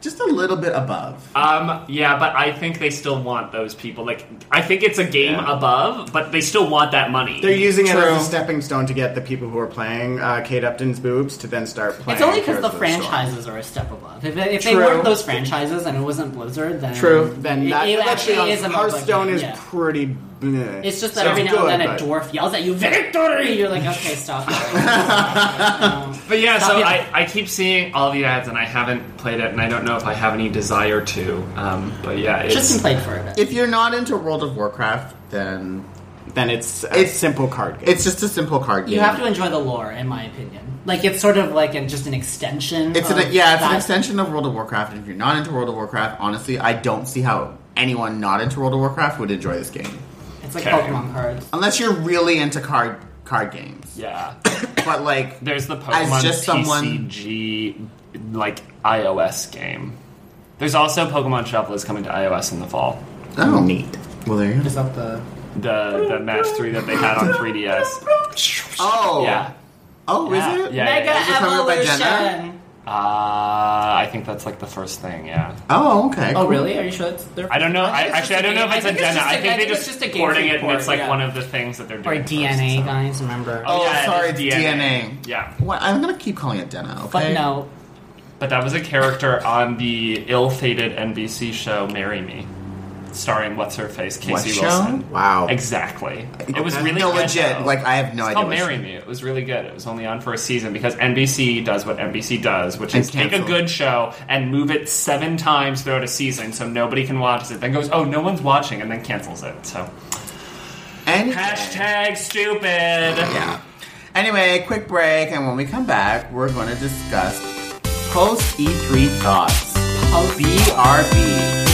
Speaker 1: just a little bit above.
Speaker 3: Um, yeah, but I think they still want those people. Like, I think it's a game
Speaker 4: Yeah.
Speaker 3: above, but they still want that money.
Speaker 4: They're using it
Speaker 1: True.
Speaker 4: as a stepping stone to get the people who are playing uh, Kate Upton's boobs to then start playing.
Speaker 2: It's only because
Speaker 4: Heroes
Speaker 2: the
Speaker 4: of Storm.
Speaker 2: franchises are a step above. If, if they
Speaker 4: True.
Speaker 2: weren't those franchises and it wasn't Blizzard, then
Speaker 4: True. Then
Speaker 2: it,
Speaker 4: that
Speaker 2: it
Speaker 4: actually,
Speaker 2: actually
Speaker 4: on
Speaker 2: is a mobile
Speaker 4: Hearthstone
Speaker 2: game,
Speaker 4: is
Speaker 2: yeah.
Speaker 4: pretty. bleh.
Speaker 2: It's just that
Speaker 4: So
Speaker 2: every
Speaker 4: it's
Speaker 2: now and then
Speaker 4: good,
Speaker 2: a
Speaker 4: but-
Speaker 2: dwarf yells at you, "Victory!" You're like, "Okay,
Speaker 4: *laughs*
Speaker 2: stop." Um,
Speaker 3: But yeah,
Speaker 2: Stop
Speaker 3: so
Speaker 2: it.
Speaker 3: I, I keep seeing all the ads and I haven't played it and I don't know if I have any desire to. Um, but yeah, it's
Speaker 2: Tristan played for a bit.
Speaker 1: If you're not into World of Warcraft, then
Speaker 4: Then it's a
Speaker 1: It's-
Speaker 4: simple card game.
Speaker 1: it's just a simple card game.
Speaker 2: You have to enjoy the lore, in my opinion. Like it's sort of like an, just an extension.
Speaker 1: It's
Speaker 2: of
Speaker 1: an e, yeah, it's an
Speaker 2: that.
Speaker 1: extension of World of Warcraft. And if you're not into World of Warcraft, honestly, I don't see how anyone not into World of Warcraft would enjoy this game,
Speaker 2: It's like
Speaker 3: Okay.
Speaker 2: Pokemon cards.
Speaker 1: unless you're really into card card games.
Speaker 3: yeah.
Speaker 1: But like,
Speaker 3: There's the Pokemon
Speaker 1: As just someone-
Speaker 3: PCG like iOS game. There's also Pokemon Shuffle is coming to iOS in the fall.
Speaker 1: oh, neat. Well, there you go.
Speaker 2: Is that the?
Speaker 3: The the match three that they had on 3DS.
Speaker 1: Oh,
Speaker 3: Yeah.
Speaker 1: Oh,
Speaker 3: Yeah.
Speaker 1: is it?
Speaker 3: Yeah. yeah,
Speaker 1: Is it covered by Jenna?
Speaker 3: Uh, I think that's like the first thing. Yeah.
Speaker 1: Oh, okay.
Speaker 2: Oh
Speaker 1: cool.
Speaker 2: really? Are you sure it's their?
Speaker 3: I don't know. I,
Speaker 2: think it's
Speaker 3: actually, I
Speaker 2: just a
Speaker 3: don't know if
Speaker 2: game-
Speaker 3: it's a
Speaker 2: think
Speaker 3: Jenna.
Speaker 2: just
Speaker 3: I
Speaker 2: a-
Speaker 3: think they're
Speaker 2: it's
Speaker 3: just,
Speaker 2: just a game
Speaker 3: porting it, and
Speaker 2: report,
Speaker 3: it's like
Speaker 2: yeah.
Speaker 3: one of the things that they're
Speaker 2: or
Speaker 3: doing.
Speaker 2: DNA
Speaker 3: first, so.
Speaker 2: guys. Remember?
Speaker 3: Oh, yeah,
Speaker 1: sorry,
Speaker 3: it's
Speaker 1: it's DNA.
Speaker 3: Yeah.
Speaker 1: What? I'm gonna keep calling it Denna. Okay.
Speaker 2: but no,
Speaker 3: But that was a character on the ill-fated NBC show "Marry Me," starring what's her face, Casey
Speaker 1: What show?
Speaker 3: Wilson.
Speaker 4: wow.
Speaker 3: Exactly. It was really
Speaker 1: no
Speaker 3: good,
Speaker 1: legit.
Speaker 3: though.
Speaker 1: Like I have no idea.
Speaker 3: It's called
Speaker 1: what she-
Speaker 3: "Marry Me." It was really good. It was only on for a season because NBC does what NBC does, which
Speaker 1: And
Speaker 3: is take a
Speaker 1: cancel.
Speaker 3: good show and move it seven times throughout a season so nobody can watch it. Then goes, "Oh, no one's watching," and then cancels it. So
Speaker 1: Anyway.
Speaker 3: hashtag stupid.
Speaker 1: Yeah. Anyway, quick break, and when we come back, we're going to discuss post E3 E thoughts. BRB.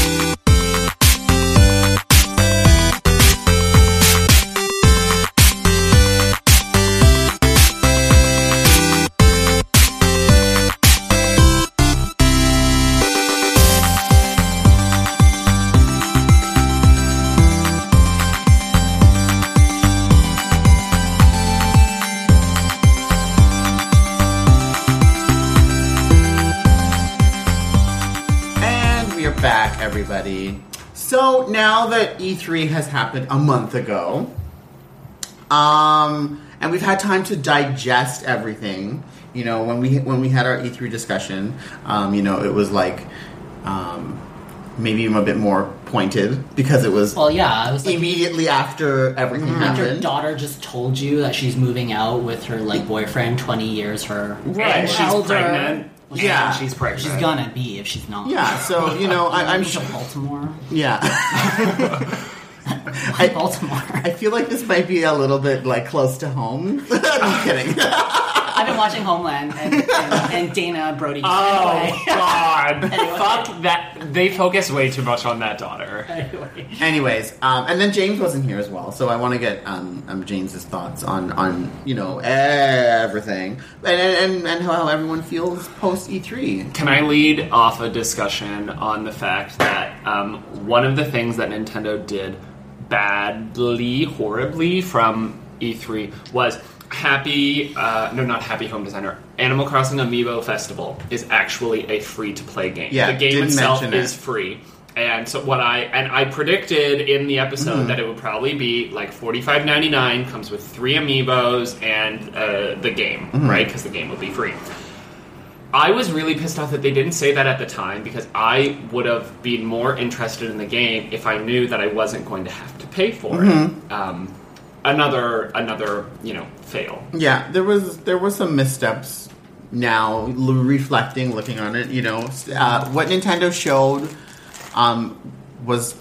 Speaker 1: And we are back, everybody. So now that E3 has happened a month ago, um, and we've had time to digest everything. You know, when we when we had our E3 discussion, um, you know, it was like um, maybe even a bit more pointed because it was
Speaker 2: Well, yeah, I was like,
Speaker 1: immediately after everything
Speaker 2: If your
Speaker 1: happened.
Speaker 2: daughter just told you that she's moving out with her like boyfriend, twenty years her
Speaker 3: And she's
Speaker 2: elder.
Speaker 3: pregnant.
Speaker 2: Well,
Speaker 1: Yeah.
Speaker 2: she's pregnant. She's gonna be if she's not.
Speaker 1: yeah, so you know, I, I'm
Speaker 2: She's
Speaker 1: sure.
Speaker 2: from *laughs* Baltimore.
Speaker 1: Yeah. *laughs*
Speaker 2: Why Baltimore.
Speaker 1: I feel like this might be a little bit like close to home. *laughs* I'm kidding.
Speaker 2: I've been watching Homeland
Speaker 1: *laughs*
Speaker 2: and, and, and Dana Brody.
Speaker 3: Oh God!
Speaker 2: Anyway.
Speaker 3: Fuck that. They focus way too much on that daughter.
Speaker 2: Anyway. Anyway.
Speaker 1: Anyways, um, and then James wasn't here as well, so I want to get um, um, James's thoughts on on you know everything and and, and, and how everyone feels post E three.
Speaker 3: Can I lead off a discussion on the fact that um, one of the things that Nintendo did badly, horribly from E3 was Happy, uh, no, not Happy Home Designer. Animal Crossing Amiibo Festival is actually a free to play game.
Speaker 1: Yeah,
Speaker 3: the game
Speaker 1: didn't
Speaker 3: itself
Speaker 1: mention it.
Speaker 3: is free. And so what I and I predicted in the episode
Speaker 1: Hmm.
Speaker 3: that it would probably be like forty five ninety nine comes with three amiibos and uh, the game
Speaker 1: Hmm.
Speaker 3: right because the game will be free. I was really pissed off that they didn't say that at the time because I would have been more interested in the game if I knew that I wasn't going to have to pay for
Speaker 1: Mm-hmm.
Speaker 3: it. Um, another another you know fail.
Speaker 1: Yeah, there was there was some missteps. Now l- reflecting, looking on it, you know s- uh, what Nintendo showed um, was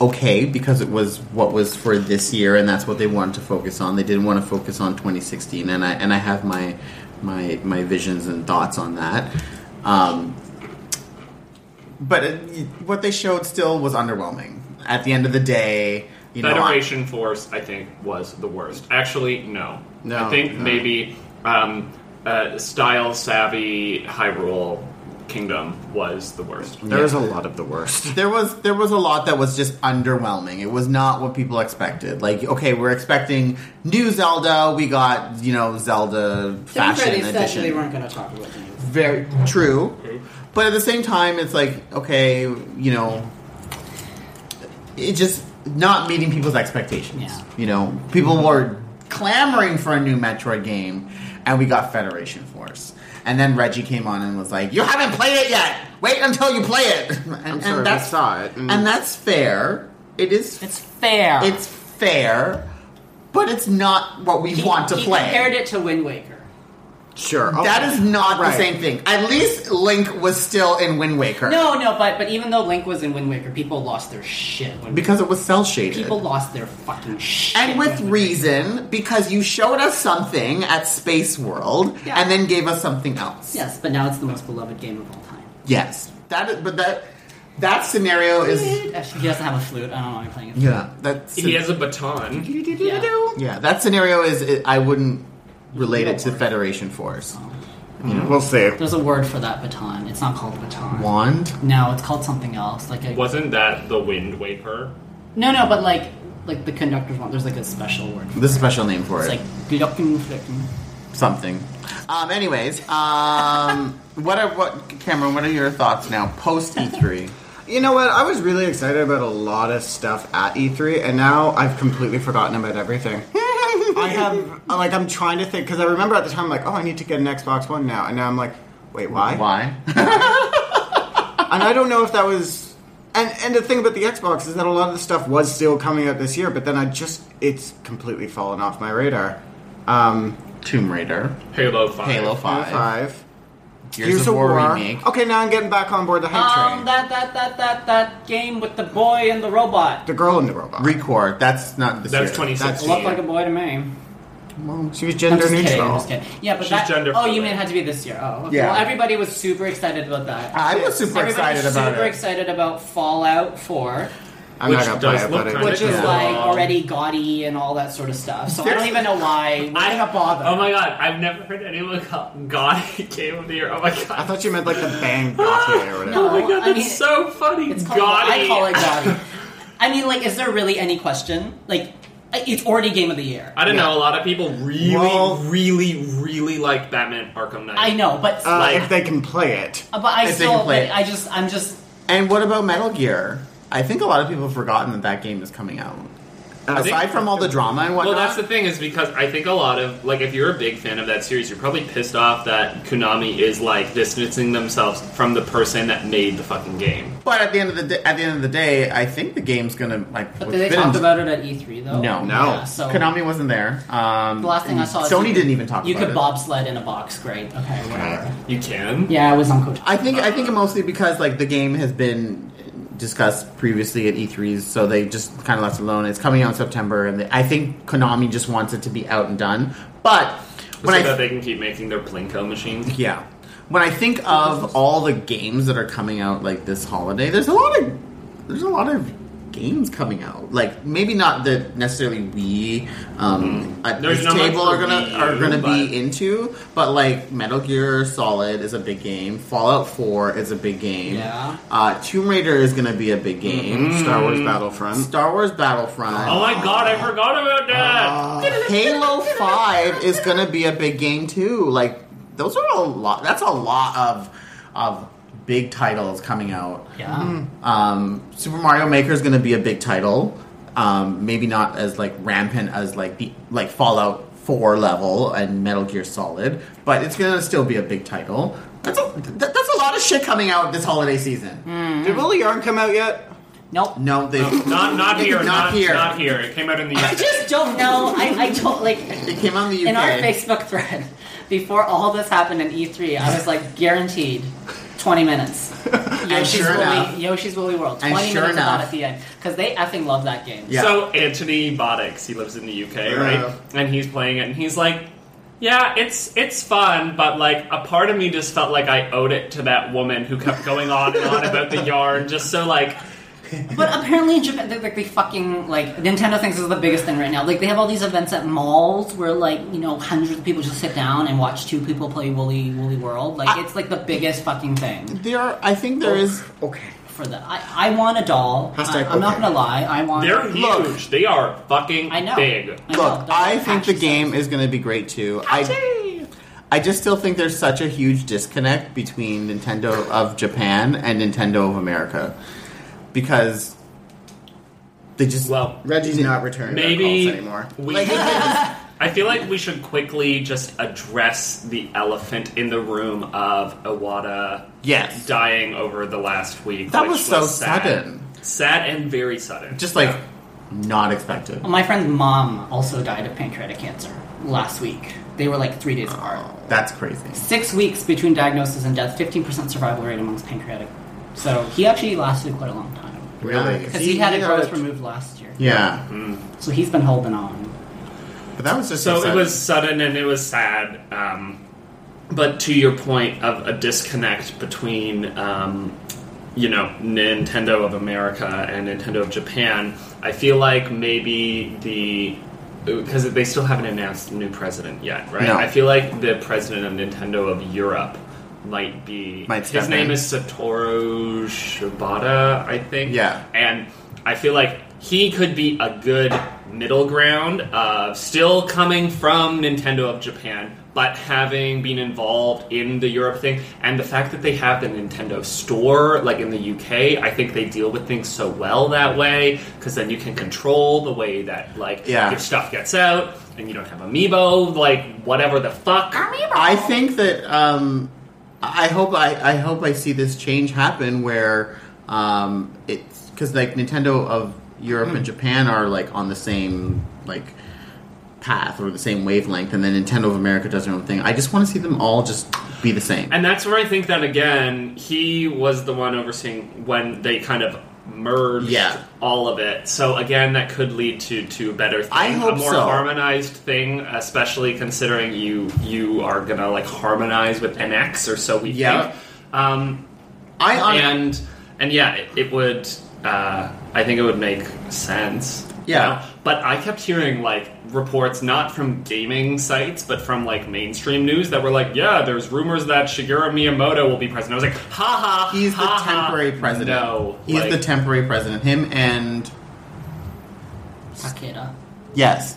Speaker 1: okay because it was what was for this year, and that's what they wanted to focus on. They didn't want to focus on 2016, and I and I have my my my visions and thoughts on that. Um, but it, what they showed still was underwhelming. At the end of the day, you know, I-
Speaker 3: Federation Force, I think, was the worst. Actually, no.
Speaker 1: No,
Speaker 3: I think
Speaker 1: no.
Speaker 3: maybe um, uh, style savvy Hyrule Kingdom was the worst.
Speaker 4: There was a lot of the worst.
Speaker 1: there was there was a lot that was just underwhelming. It was not what people expected. Like, okay, we're expecting new Zelda. We got you know Zelda fashion
Speaker 2: Brody said
Speaker 1: edition.
Speaker 2: they weren't gonna talk about things.
Speaker 1: Very true, but at the same time, it's like okay, you know, it just not meeting people's expectations.
Speaker 2: Yeah.
Speaker 1: You know, people were clamoring for a new Metroid game, and we got Federation Force. And then Reggie came on and was like, "You haven't played it yet. Wait until you play it." *laughs* And,
Speaker 4: I'm
Speaker 1: and
Speaker 4: sorry, we
Speaker 1: that's
Speaker 4: saw it. And,
Speaker 1: and that's fair. It is.
Speaker 6: It's fair.
Speaker 1: It's fair, but it's not what we want to
Speaker 2: he
Speaker 1: play.
Speaker 2: compared it to Wind Waker.
Speaker 4: sure. okay.
Speaker 1: That is not the
Speaker 4: Right.
Speaker 1: same thing. At least Link was still in Wind Waker.
Speaker 2: No, no, but but even though Link was in Wind Waker, people lost their shit. When
Speaker 1: because it was cell shaded.
Speaker 2: *laughs* people lost their fucking shit.
Speaker 1: and with
Speaker 2: when-
Speaker 1: reason, because you showed us something at Space World
Speaker 2: Yeah.
Speaker 1: and then gave us something else.
Speaker 2: *laughs* Yes, but now it's the most beloved game of all time.
Speaker 1: Yes. That is, but that that scenario is
Speaker 2: Actually, he doesn't have a flute. I don't know why I'm playing it.
Speaker 1: yeah. That's
Speaker 3: He has a baton.
Speaker 1: yeah. That scenario is I wouldn't relate it to Federation Force.
Speaker 2: Oh.
Speaker 4: We'll see.
Speaker 2: There's a word for that baton. It's not called a baton.
Speaker 1: Wand.
Speaker 2: No, it's called something else. Like a
Speaker 7: Wasn't that the Wind Waker?
Speaker 2: no, no, but like like the conductor's wand. There's like a special word. For it.
Speaker 1: The special name for
Speaker 2: It's
Speaker 1: it.
Speaker 2: like gluckin flickin.
Speaker 1: something. Um, anyways, um, *laughs* what are what Cameron? What are your thoughts now post E three?
Speaker 4: You know what? I was really excited about a lot of stuff at E3, and now I've completely forgotten about everything. *laughs* I have, like, I'm trying to think, because I remember at the time, like, oh, I need to get an Xbox One now. And now I'm like, wait, why?
Speaker 1: Why?
Speaker 4: And I don't know if that was. And, and the thing about the Xbox is that a lot of the stuff was still coming out this year, but then I just. It's completely fallen off my radar. Um,
Speaker 1: Tomb Raider,
Speaker 7: Halo Five.
Speaker 1: Halo Five,
Speaker 4: five.
Speaker 1: Gears, of War, remake.
Speaker 4: Okay, now I'm getting back on board the hype train.
Speaker 2: Um, that that that that that game with the boy and the robot.
Speaker 4: the girl and the robot.
Speaker 1: Record. That's not this
Speaker 7: That's
Speaker 1: year.
Speaker 7: 2016.
Speaker 2: It looked like a boy to me.
Speaker 4: Well, she was
Speaker 2: I'm
Speaker 4: gender
Speaker 2: just kidding,
Speaker 4: neutral.
Speaker 2: I'm just kidding. Yeah, but
Speaker 3: She's
Speaker 2: that,
Speaker 3: gender
Speaker 2: Oh, you
Speaker 3: fluid.
Speaker 2: mean it had to be this year? Oh, okay.
Speaker 1: Yeah.
Speaker 2: Well, everybody was super excited about that.
Speaker 1: I was super
Speaker 2: Everybody's
Speaker 1: excited about
Speaker 2: super
Speaker 1: it.
Speaker 2: excited about Fallout 4,
Speaker 4: I'm
Speaker 3: Which
Speaker 4: not gonna
Speaker 3: does
Speaker 4: play it,
Speaker 3: look
Speaker 4: but it,
Speaker 3: kinda
Speaker 2: which is
Speaker 3: Yeah.
Speaker 2: like
Speaker 3: Yeah.
Speaker 2: already gaudy and all that sort of stuff. So I don't even know why. Why
Speaker 3: I
Speaker 2: even bother?
Speaker 3: Oh my god, I've never heard anyone call God *laughs* Game of the Year. Oh my god.
Speaker 4: I thought you meant like the bang Gautier or whatever.
Speaker 2: No.
Speaker 3: oh my god,
Speaker 2: I
Speaker 3: that's
Speaker 2: mean,
Speaker 3: so funny.
Speaker 2: It's called,
Speaker 3: God.
Speaker 2: I call it gaudy. I mean, like, is there really any question? Like, it's already Game of the Year.
Speaker 3: I don't know. A lot of people really,
Speaker 4: Well-
Speaker 3: really, really like Batman Arkham Knight.
Speaker 2: I know, but
Speaker 4: Uh,
Speaker 3: Like-
Speaker 4: if they can play it.
Speaker 2: but I
Speaker 1: If they
Speaker 2: still,
Speaker 1: can play
Speaker 2: like,
Speaker 1: it.
Speaker 2: I just, I'm just.
Speaker 1: And what about Metal Gear? I think a lot of people have forgotten that that game is coming out.
Speaker 4: Uh,
Speaker 3: think-
Speaker 1: Aside from all the drama and
Speaker 3: Well,
Speaker 1: whatnot.
Speaker 3: that's the thing is because I think a lot of like if you're a big fan of that series, you're probably pissed off that Konami is like distancing themselves from the person that made the fucking game.
Speaker 1: but at the end of the day, at the end of the day, I think the game's gonna like.
Speaker 2: But
Speaker 1: was
Speaker 2: they
Speaker 1: been
Speaker 2: talked
Speaker 1: in-
Speaker 2: about it at E3 though.
Speaker 1: No.
Speaker 4: No.
Speaker 2: Yeah, so
Speaker 1: Konami wasn't there. Um,
Speaker 2: the last thing I
Speaker 1: and
Speaker 2: saw, is
Speaker 1: Sony
Speaker 2: you could-
Speaker 1: didn't even talk.
Speaker 2: You
Speaker 1: about
Speaker 2: could
Speaker 1: it.
Speaker 2: bobsled in a box. Great. Okay. Whatever.
Speaker 3: You can.
Speaker 2: Yeah, it was on Kotaku.
Speaker 1: I think I think mostly because like the game has been discussed previously at E3s, so they just kind of left it alone. It's coming out in September, and they, I think Konami just wants it to be out and done. But when
Speaker 3: so
Speaker 1: I
Speaker 3: that they can keep making their Plinko machine.
Speaker 2: *laughs*
Speaker 1: Yeah. When I think of all the games that are coming out like this holiday, there's a lot of there's a lot of games coming out. Like maybe not that necessarily we um, at
Speaker 3: Mm-hmm. There's
Speaker 1: this
Speaker 3: not much
Speaker 1: table
Speaker 3: for
Speaker 1: are gonna
Speaker 3: Wii
Speaker 1: are
Speaker 3: U,
Speaker 1: gonna
Speaker 3: but-
Speaker 1: be into, but like Metal Gear Solid is a big game, Fallout Four is a big game,
Speaker 2: Yeah.
Speaker 1: uh, Tomb Raider is gonna be a big game,
Speaker 4: Star Wars Battlefront.
Speaker 1: Star Wars Battlefront.
Speaker 3: Oh my god, Mm-hmm. I forgot about that.
Speaker 1: Halo 5 is going to be a big game too. Like those are a lot that's a lot of of big titles coming out.
Speaker 2: Yeah.
Speaker 1: Um Super Mario Maker is going to be a big title. Um maybe not as like rampant as like the like Fallout 4 level and Metal Gear Solid, but it's going to still be a big title. That's a th- that's a lot of shit coming out this holiday season.
Speaker 2: Mm.
Speaker 4: Did Willy Yarn come out yet?
Speaker 2: Nope.
Speaker 1: No, they
Speaker 2: Oh.
Speaker 3: Not not here,
Speaker 1: Not
Speaker 3: not, not
Speaker 1: here.
Speaker 3: here. It came out in the
Speaker 2: I *laughs* just don't know. I, I don't like.
Speaker 1: it came out in the UK.
Speaker 2: In our Facebook thread, before all this happened in E3, I was like, guaranteed,
Speaker 1: *laughs*
Speaker 2: 20 minutes. Yoshi's,
Speaker 1: sure
Speaker 2: Woolly,
Speaker 1: enough-
Speaker 2: Yoshi's Woolly World. 20
Speaker 1: and sure
Speaker 2: minutes about
Speaker 1: enough-
Speaker 2: at the end. Because they effing love that game.
Speaker 1: Yeah.
Speaker 3: So Anthony Boddix, he lives in the UK,
Speaker 4: Yeah.
Speaker 3: right? And he's playing it, and he's like, "Yeah, it's it's fun, but like a part of me just felt like I owed it to that woman who kept going on and on about the yarn, just so like."
Speaker 2: But apparently in Japan, they, like, they fucking, like, Nintendo thinks this is the biggest thing right now. Like, they have all these events at malls where, like, you know, hundreds of people just sit down and watch two people play Woolly Woolly World. Like, it's, like, the biggest fucking thing
Speaker 1: there are, I think there is.
Speaker 4: Oh, Okay.
Speaker 2: for the. I, I want a doll. I,
Speaker 4: Hashtag
Speaker 2: am not
Speaker 4: okay.
Speaker 2: gonna lie. I want.
Speaker 3: They're huge.
Speaker 1: Look.
Speaker 3: They are fucking
Speaker 2: I know.
Speaker 3: big.
Speaker 2: I know.
Speaker 1: Look,
Speaker 2: They're
Speaker 1: I
Speaker 2: like
Speaker 1: think the
Speaker 2: patches.
Speaker 1: game is going to be great too. I, I just still think there's such a huge disconnect between Nintendo of Japan and Nintendo of America because they just
Speaker 3: Well,
Speaker 4: Reggie's not returning their
Speaker 3: maybe
Speaker 4: calls anymore.
Speaker 3: we.
Speaker 1: Like-
Speaker 3: I feel like we should quickly just address the elephant in the room of Iwata
Speaker 1: yes,
Speaker 3: dying over the last week.
Speaker 1: That
Speaker 3: which
Speaker 1: was so
Speaker 3: sad.
Speaker 1: sudden.
Speaker 3: sad and very sudden.
Speaker 1: just like not expected.
Speaker 2: My friend's mom also died of pancreatic cancer last week. They were like three days apart.
Speaker 1: That's crazy.
Speaker 2: Six weeks between diagnosis and death, 15% survival rate amongst pancreatic. So he actually lasted quite a long time.
Speaker 1: Really?
Speaker 2: Because he, had a
Speaker 1: got
Speaker 2: growth removed last year.
Speaker 1: Yeah,
Speaker 2: So he's been holding on.
Speaker 1: but that was just
Speaker 3: So it
Speaker 1: sudden.
Speaker 3: was sudden and it was sad. Um, but to your point of a disconnect between, um, you know, Nintendo of America and Nintendo of Japan, I feel like maybe the. Because they still haven't announced a new president yet, right?
Speaker 1: No.
Speaker 3: I feel like the president of Nintendo of Europe might be.
Speaker 1: Might
Speaker 3: his
Speaker 1: step
Speaker 3: name
Speaker 1: in.
Speaker 3: is Satoru Shibata, I think.
Speaker 1: Yeah.
Speaker 3: And I feel like he could be a good middle ground of still coming from Nintendo of Japan, but having been involved in the Europe thing. And the fact that they have the Nintendo store, like in the UK, I think they deal with things so well that way, because then you can control the way that, like,
Speaker 1: Yeah.
Speaker 3: your stuff gets out, and you don't have amiibo, like, whatever the fuck.
Speaker 1: I think that um, I hope I, I hope I see this change happen where um, it's because like Nintendo of Europe
Speaker 3: Hmm.
Speaker 1: and Japan are like on the same like path or the same wavelength, and then Nintendo of America does their own thing. I just want to see them all just be the same.
Speaker 3: And that's where I think that again, he was the one overseeing when they kind of merged
Speaker 1: Yeah.
Speaker 3: all of it. So again, that could lead to to a better thing,
Speaker 1: I hope
Speaker 3: a more
Speaker 1: so.
Speaker 3: harmonized thing, especially considering you you are gonna like harmonize with NX or so we
Speaker 1: Yeah.
Speaker 3: think. Um,
Speaker 1: I on
Speaker 3: and and yeah, it, it would. Uh, I think it would make sense. you
Speaker 1: Yeah.
Speaker 3: know? but I kept hearing like reports not from gaming sites, but from like mainstream news that were like, "Yeah, there's rumors that Shigeru Miyamoto will be president." I was like, "Ha ha!"
Speaker 1: he's the
Speaker 3: ha, ha."
Speaker 1: temporary president.
Speaker 3: No,
Speaker 1: he's
Speaker 3: like-
Speaker 1: the temporary president. Him and
Speaker 2: Takeda.
Speaker 1: yes,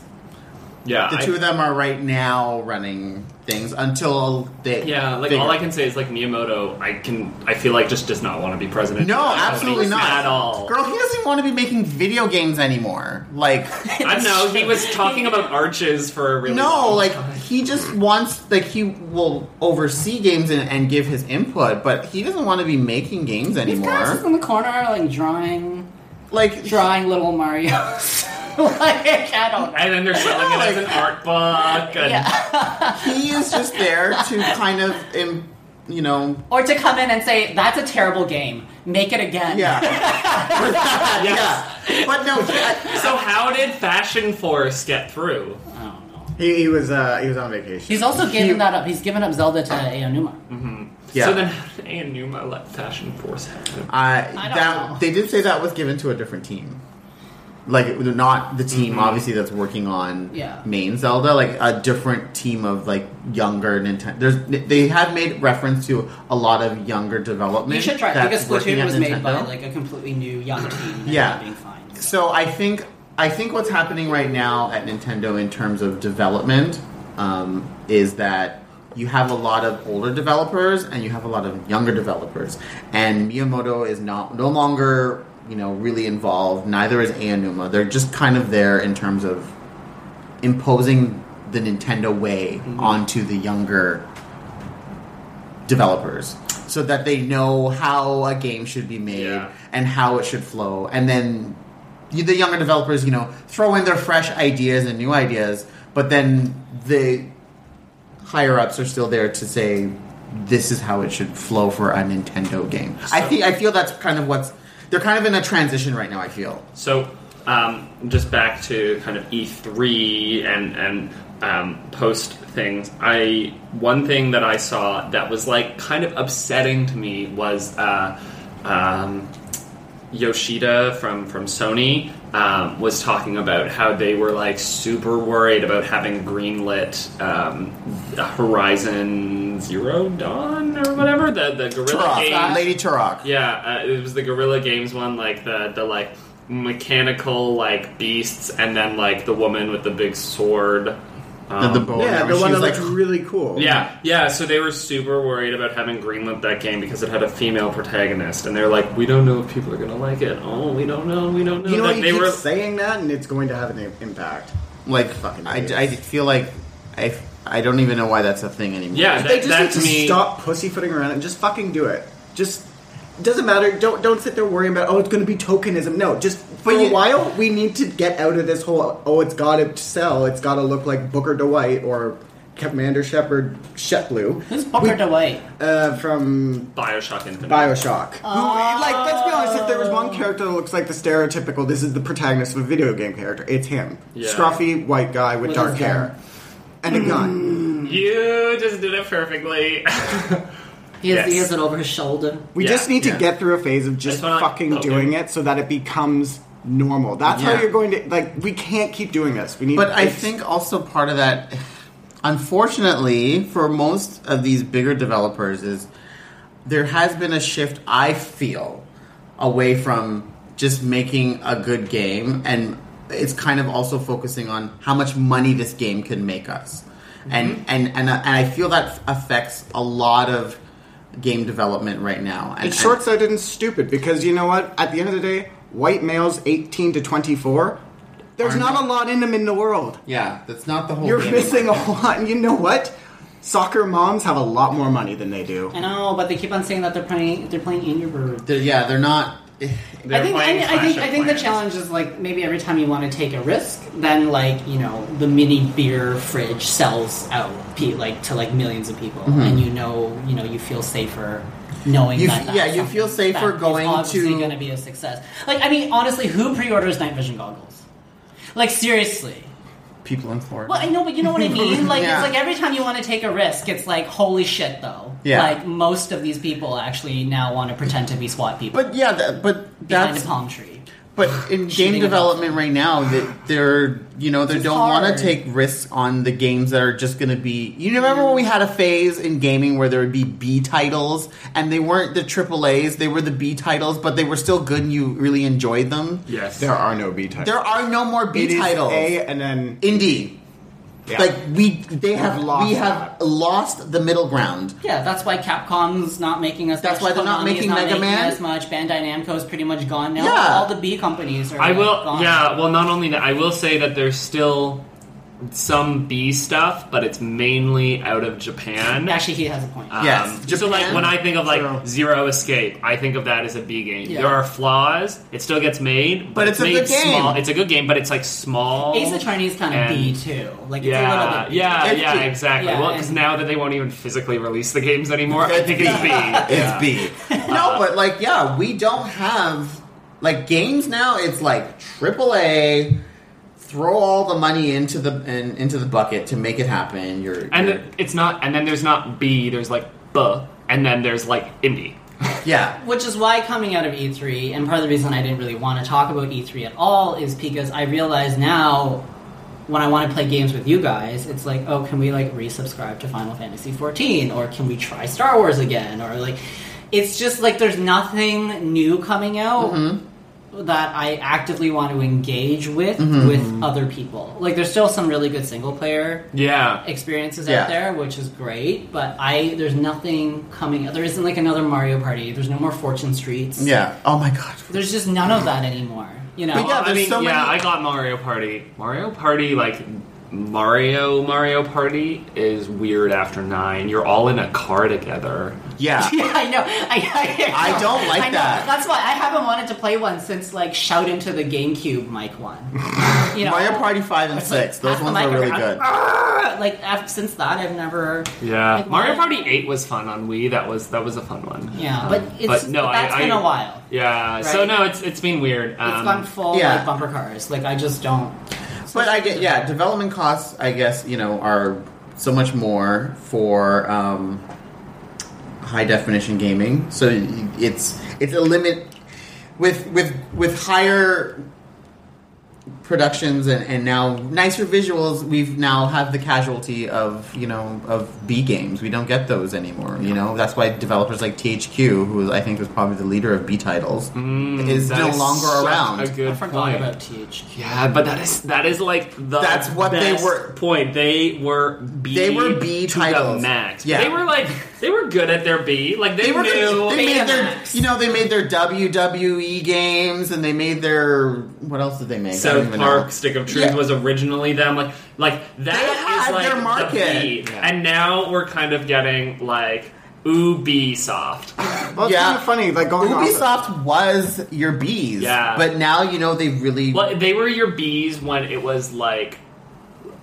Speaker 3: yeah,
Speaker 1: the
Speaker 3: I-
Speaker 1: two of them are right now running things until they
Speaker 3: Yeah, like
Speaker 1: figure-
Speaker 3: all I can say is like Miyamoto. I can. I feel like just does not want to be president.
Speaker 1: No,
Speaker 4: *laughs*
Speaker 3: of the company
Speaker 1: absolutely not
Speaker 3: at all.
Speaker 1: Girl, he doesn't want to be making video games anymore. Like, *laughs*
Speaker 3: I know he was talking about arches for a really
Speaker 1: no,
Speaker 3: long
Speaker 1: like
Speaker 3: time.
Speaker 1: he just wants like he will oversee games and, and give his input, but he doesn't want to be making games
Speaker 2: These guys
Speaker 1: anymore.
Speaker 2: just in the corner, like drawing, *laughs*
Speaker 1: Like,
Speaker 2: drawing little Mario's. *laughs* like I don't know.
Speaker 3: and then they're selling it as an art book. And
Speaker 2: Yeah.
Speaker 1: he is just there to kind of, im- you know,
Speaker 2: Or to come in and say that's a terrible game. Make it again.
Speaker 1: yeah,
Speaker 3: Yes.
Speaker 1: yeah. But no, I-
Speaker 3: So how did Fashion Force get through?
Speaker 2: I don't know.
Speaker 4: *laughs* He, he was uh, he was on vacation.
Speaker 2: He's also given that up. He's given up Zelda to Aonuma.
Speaker 1: yeah.
Speaker 3: So then how did Aonuma let Fashion Force happen?
Speaker 1: Uh,
Speaker 2: don't
Speaker 1: that
Speaker 2: know.
Speaker 1: they did say that was given to a different team. Like it- not the team obviously that's working on
Speaker 2: Yeah.
Speaker 1: main Zelda, like a different team of like younger Nintendo. There's they have made reference to a lot of younger development.
Speaker 2: You should try it
Speaker 1: that's
Speaker 2: because
Speaker 1: working
Speaker 2: Splatoon
Speaker 1: at
Speaker 2: was made by
Speaker 1: Nintendo.
Speaker 2: like a completely new young team. and
Speaker 1: Yeah.
Speaker 2: not being fine.
Speaker 1: So I think I think what's happening right now at Nintendo in terms of development um, is that you have a lot of older developers and you have a lot of younger developers, and Miyamoto is not no longer you know really involved. Neither is Aonuma. They're just kind of there in terms of imposing the Nintendo way onto the younger developers so that they know how a game should be made
Speaker 3: Yeah.
Speaker 1: and how it should flow and then you- the younger developers you know throw in their fresh ideas and new ideas but then the higher ups are still there to say this is how it should flow for a Nintendo game. I think I feel that's kind of what's they're kind of in a transition right now I feel.
Speaker 3: So, um, just back to kind of E3 and and um, post things. I one thing that I saw that was like kind of upsetting to me was uh, um, Yoshida from from Sony um, was talking about how they were like super worried about having greenlit um, Horizon Zero Dawn or whatever the the Gorilla
Speaker 1: Turok,
Speaker 3: game.
Speaker 1: Lady Turok.
Speaker 3: Yeah, uh, it was the Gorilla Games one, like the the like mechanical like beasts, and then like the woman with the big sword. Um,
Speaker 1: the bow.
Speaker 4: yeah,
Speaker 1: and arrow.
Speaker 4: the
Speaker 1: She
Speaker 4: one that
Speaker 1: was like,
Speaker 4: looked really cool.
Speaker 3: yeah, yeah. So they were super worried about having greenlit that game because it had a female protagonist, and they're like, "We don't know if people are gonna like it. Oh, we don't know. We don't know."
Speaker 4: You know,
Speaker 3: Like,
Speaker 4: he
Speaker 3: they
Speaker 4: keeps
Speaker 3: were
Speaker 4: saying that, and it's going to have an im- impact.
Speaker 1: like
Speaker 4: Fucking
Speaker 1: I,
Speaker 4: idiots.
Speaker 1: I feel like I, I don't even know why that's a thing anymore.
Speaker 3: yeah.
Speaker 4: they
Speaker 3: That,
Speaker 4: just
Speaker 3: that
Speaker 4: need
Speaker 3: to
Speaker 4: to
Speaker 3: me,
Speaker 4: stop pussyfooting around and just fucking do it. Just it doesn't matter. Don't don't sit there worrying about oh it's going to be tokenism. No, just for
Speaker 1: But
Speaker 4: a
Speaker 1: you-
Speaker 4: while we need to get out of this whole oh it's got to sell. It's got to look like Booker DeWitt or Commander Shepard Sheplew
Speaker 2: Who's Booker DeWitt?
Speaker 4: uh, from
Speaker 3: Bioshock Infinite.
Speaker 4: Bioshock. Who, like let's be honest, if there was one character that looks like the stereotypical this is the protagonist of a video game character, it's him.
Speaker 3: Yeah.
Speaker 4: Scruffy white guy with,
Speaker 2: With
Speaker 4: dark
Speaker 2: his gun.
Speaker 4: hair and a gun.
Speaker 3: you just did it perfectly. *laughs*
Speaker 2: He has, he
Speaker 3: Yes.
Speaker 2: has it over his shoulder.
Speaker 4: We
Speaker 3: Yeah,
Speaker 4: just need
Speaker 1: yeah.
Speaker 4: to get through a phase of just
Speaker 3: Just wanna, like,
Speaker 4: fucking
Speaker 3: poke
Speaker 4: doing
Speaker 3: him.
Speaker 4: it so that it becomes normal. That's
Speaker 1: Yeah.
Speaker 4: how you're going to like we can't keep doing this. We need
Speaker 1: But I
Speaker 4: it's-
Speaker 1: think also part of that, unfortunately, for most of these bigger developers, is there has been a shift, I feel, away from just making a good game. And it's kind of also focusing on how much money this game can make us. And, and, and, uh, and I feel that affects a lot of game development right now. And,
Speaker 4: it's short sighted and stupid because you know what? At the end of the day, white males eighteen to twenty four, there's
Speaker 1: Aren't-
Speaker 4: not a lot in them in the world.
Speaker 1: yeah, that's not the whole
Speaker 4: You're
Speaker 1: game.
Speaker 4: missing a lot and you know what? Soccer moms have a lot more money than they do.
Speaker 2: I know, but they keep on saying that they're playing they're playing Angry Birds.
Speaker 1: They're- yeah, they're not. eh,
Speaker 3: They're
Speaker 2: I think, I,
Speaker 3: playing
Speaker 2: I think
Speaker 3: Clash
Speaker 2: I
Speaker 3: of
Speaker 2: think the
Speaker 3: Clans.
Speaker 2: challenge is like maybe every time you want to take a risk, then like you know the mini beer fridge sells out pe- like to like millions of people, and you know you know you feel safer knowing
Speaker 1: Mm-hmm. You
Speaker 2: that.
Speaker 1: f-
Speaker 2: that's
Speaker 1: yeah, you
Speaker 2: something
Speaker 1: feel safer
Speaker 2: that is
Speaker 1: going
Speaker 2: obviously
Speaker 1: to-
Speaker 2: going to be a success. Like, I mean, honestly, who pre-orders night vision goggles? Like, seriously.
Speaker 1: People in Florida.
Speaker 2: Well, I know, but you know
Speaker 1: *laughs*
Speaker 2: what I mean. Like,
Speaker 1: Yeah.
Speaker 2: it's like every time you want to take a risk, it's like holy shit, though.
Speaker 1: Yeah.
Speaker 2: Like most of these people actually now want to pretend to be SWAT people
Speaker 1: But yeah, that, but
Speaker 2: behind
Speaker 1: that's
Speaker 2: a palm tree.
Speaker 1: But in
Speaker 2: Shooting
Speaker 1: game
Speaker 2: it up.
Speaker 1: development right now, that they're you know they
Speaker 2: It's
Speaker 1: don't want
Speaker 2: hard.
Speaker 1: to take risks on the games that are just going to be. You remember when we had a phase in gaming where there would be B titles, and they weren't the triple A's; they were the B titles, but they were still good, and you really enjoyed them.
Speaker 3: Yes.
Speaker 4: There are no B titles.
Speaker 1: There are no more B
Speaker 4: It is
Speaker 1: titles.
Speaker 4: A and then
Speaker 1: Indie,
Speaker 4: yeah.
Speaker 1: like we they have
Speaker 4: lost
Speaker 1: we have
Speaker 4: that.
Speaker 1: lost the middle ground.
Speaker 2: Yeah, that's why Capcom's not making us.
Speaker 1: That's why they're not
Speaker 2: Konami's
Speaker 1: making Mega Man.
Speaker 2: as much. Bandai Namco's pretty much gone now.
Speaker 1: Yeah.
Speaker 2: All the B companies are.
Speaker 3: I will.
Speaker 2: gone.
Speaker 3: Yeah. Well, not only that, I will say that there's still some B stuff, but it's mainly out of Japan.
Speaker 2: Actually, he has a point.
Speaker 3: Um,
Speaker 1: Yes,
Speaker 3: So like
Speaker 1: Japan,
Speaker 3: when I think of like
Speaker 1: zero.
Speaker 3: Zero Escape, I think of that as a B game.
Speaker 2: Yeah.
Speaker 3: There are flaws. It still gets made, but,
Speaker 1: But it's a
Speaker 3: made
Speaker 1: good game.
Speaker 3: Small. It's a good game, but it's like small.
Speaker 2: Ace Attorney's kind of
Speaker 3: And-
Speaker 2: B too. Like it's a little
Speaker 3: Yeah,
Speaker 2: bit. B.
Speaker 3: yeah,
Speaker 1: It's
Speaker 3: yeah,
Speaker 1: B.
Speaker 3: exactly.
Speaker 2: Yeah,
Speaker 3: well, because
Speaker 2: and-
Speaker 3: now that they won't even physically release the games anymore, I think it's B. Yeah.
Speaker 1: *laughs* It's B. No, but like, yeah, we don't have like games now. It's like AAA. Throw all the money into the in, into the bucket to make it happen. You're,
Speaker 3: And
Speaker 1: you're-
Speaker 3: it- it's not. And then there's not B. There's like B, and then there's like indie.
Speaker 1: yeah,
Speaker 2: Which is why coming out of E3, and part of the reason I didn't really want to talk about E3 at all is because I realize now when I want to play games with you guys, it's like, oh, can we like resubscribe to Final Fantasy 14 or can we try Star Wars again or like it's just like there's nothing new coming out that I actively want to engage with with other people. Like there's still some really good single player
Speaker 3: Yeah.
Speaker 2: experiences
Speaker 1: Yeah.
Speaker 2: out there, which is great. But I there's nothing coming. There isn't like another Mario Party. There's no more Fortune Streets.
Speaker 1: yeah. Oh my god.
Speaker 2: There's just none of that anymore. You know.
Speaker 1: But yeah,
Speaker 3: I
Speaker 1: there's
Speaker 3: mean,
Speaker 1: so
Speaker 3: yeah,
Speaker 1: many-
Speaker 3: I got Mario Party. Mario Party, like Mario Mario Party, is weird after nine. You're all in a car together.
Speaker 1: Yeah.
Speaker 2: *laughs* Yeah, I know. I, I, know.
Speaker 1: I don't like
Speaker 2: I know.
Speaker 1: that.
Speaker 2: That's why I haven't wanted to play one since like Shout into the GameCube mic
Speaker 1: *laughs*
Speaker 2: one. You know,
Speaker 1: Mario Party five and six. Those
Speaker 2: half
Speaker 1: ones
Speaker 2: the
Speaker 1: were
Speaker 2: mic
Speaker 1: really
Speaker 2: around.
Speaker 1: good.
Speaker 2: like af- since that I've never.
Speaker 3: Yeah,
Speaker 2: Like,
Speaker 3: Mario
Speaker 2: why-
Speaker 3: Party Eight was fun on Wii. That was that was a fun one. Um,
Speaker 2: Yeah, but it's but that's been a while.
Speaker 3: Yeah, so
Speaker 2: right?
Speaker 3: no, it's it's been weird. Um,
Speaker 2: it's gone full
Speaker 1: yeah.
Speaker 2: like bumper cars. Like I just don't.
Speaker 1: But I get yeah, development costs. I guess you know are so much more for um, high definition gaming. So it's it's a limit with with with higher productions and, and now nicer visuals. We've now have the casualty of you know of B games. We don't get those anymore. You know that's why developers like THQ, who I think was probably the leader of B titles, is
Speaker 3: Mm, that
Speaker 1: no
Speaker 3: is
Speaker 1: longer
Speaker 3: such
Speaker 1: around.
Speaker 3: A good
Speaker 2: I forgot
Speaker 3: point.
Speaker 2: about THQ.
Speaker 3: Yeah, but that is that is like the
Speaker 1: That's what they
Speaker 3: best
Speaker 1: were-
Speaker 3: Point. They were B.
Speaker 1: They were B
Speaker 3: to
Speaker 1: titles.
Speaker 3: the max.
Speaker 1: Yeah.
Speaker 3: they were like they were good at their B. Like they,
Speaker 1: they were
Speaker 3: knew.
Speaker 1: they made their
Speaker 2: Betamax.
Speaker 1: you know they made their WWE games and they made their what else did they make? I don't
Speaker 3: South
Speaker 1: even
Speaker 3: Park,
Speaker 1: know.
Speaker 3: Stick of Truth
Speaker 1: Yeah.
Speaker 3: was originally them. Like, like that
Speaker 1: They
Speaker 3: is,
Speaker 1: had
Speaker 3: like
Speaker 1: their
Speaker 3: the
Speaker 1: market.
Speaker 3: B.
Speaker 4: Yeah.
Speaker 3: and now we're kind of getting like Ubisoft.
Speaker 4: well, it's
Speaker 1: yeah.
Speaker 4: kind of funny. Like going off-
Speaker 1: Ubisoft was your bees,
Speaker 3: Yeah.
Speaker 1: but now you know they really
Speaker 3: Well, they were your B's when it was like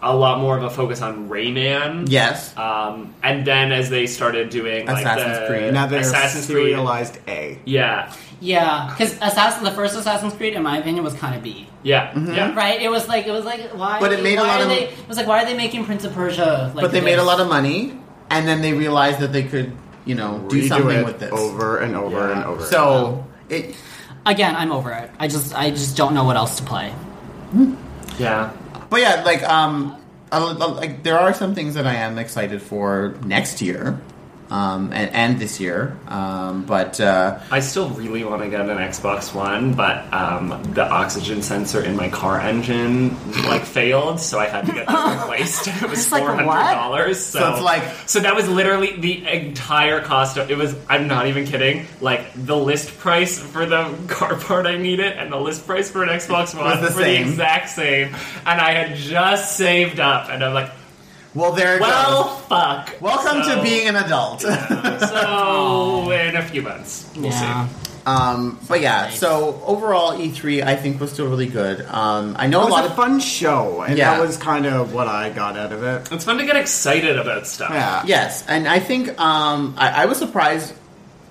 Speaker 3: a lot more of a focus on Rayman.
Speaker 1: yes.
Speaker 3: Um, and then as they started doing like
Speaker 1: Assassin's
Speaker 3: the
Speaker 1: Creed.
Speaker 4: now they're
Speaker 3: Assassin's Creed,
Speaker 4: serialized A.
Speaker 3: yeah,
Speaker 2: Yeah, because Assassin, the first Assassin's Creed, in my opinion, was kind of B.
Speaker 3: yeah,
Speaker 1: Mm-hmm.
Speaker 3: yeah.
Speaker 2: Right? It was like it was like why?
Speaker 1: But it made a
Speaker 2: why
Speaker 1: lot
Speaker 2: are
Speaker 1: of-
Speaker 2: They, it was like why are they making Prince of Persia? Like
Speaker 1: but they
Speaker 2: this?
Speaker 1: made a lot of money and then they realized that they could you know do
Speaker 4: Redo
Speaker 1: something
Speaker 4: it
Speaker 1: with this.
Speaker 4: over and over
Speaker 3: Yeah.
Speaker 4: and over.
Speaker 1: So it
Speaker 2: Again, I'm over it. I just I just don't know what else to play.
Speaker 3: yeah.
Speaker 1: But yeah, like um, I, I- like there are some things that I am excited for next year, um, and, and this year. Um, but uh,
Speaker 3: I still really want to get an Xbox One, but um, the oxygen sensor in my car engine like
Speaker 2: *laughs*
Speaker 3: failed, so I had to get that replaced. It was
Speaker 2: It's like,
Speaker 3: four hundred dollars. So,
Speaker 1: So it's like-
Speaker 3: so that was literally the entire cost of it. Was I'm not even kidding. Like the list price for the car part I needed, and the list price for an
Speaker 1: *laughs*
Speaker 3: Xbox One
Speaker 1: the
Speaker 3: were
Speaker 1: same.
Speaker 3: the exact same, and I had just saved up, and I'm like,
Speaker 1: well, there it
Speaker 3: well,
Speaker 1: goes.
Speaker 3: fuck.
Speaker 1: Welcome
Speaker 3: So-
Speaker 1: to
Speaker 3: *laughs*
Speaker 1: being an adult.
Speaker 3: So in a few months, we'll
Speaker 2: yeah.
Speaker 3: see.
Speaker 1: *laughs* um, but yeah,
Speaker 2: Nice.
Speaker 1: so overall, E3 I think was still really good. Um, I know
Speaker 4: it
Speaker 1: a
Speaker 4: was
Speaker 1: lot
Speaker 4: a
Speaker 1: of
Speaker 4: fun show, and
Speaker 1: Yeah.
Speaker 4: that was kind of what I got out of it.
Speaker 3: It's fun to get excited about stuff.
Speaker 4: Yeah.
Speaker 1: Yes, and I think um, I, I was surprised.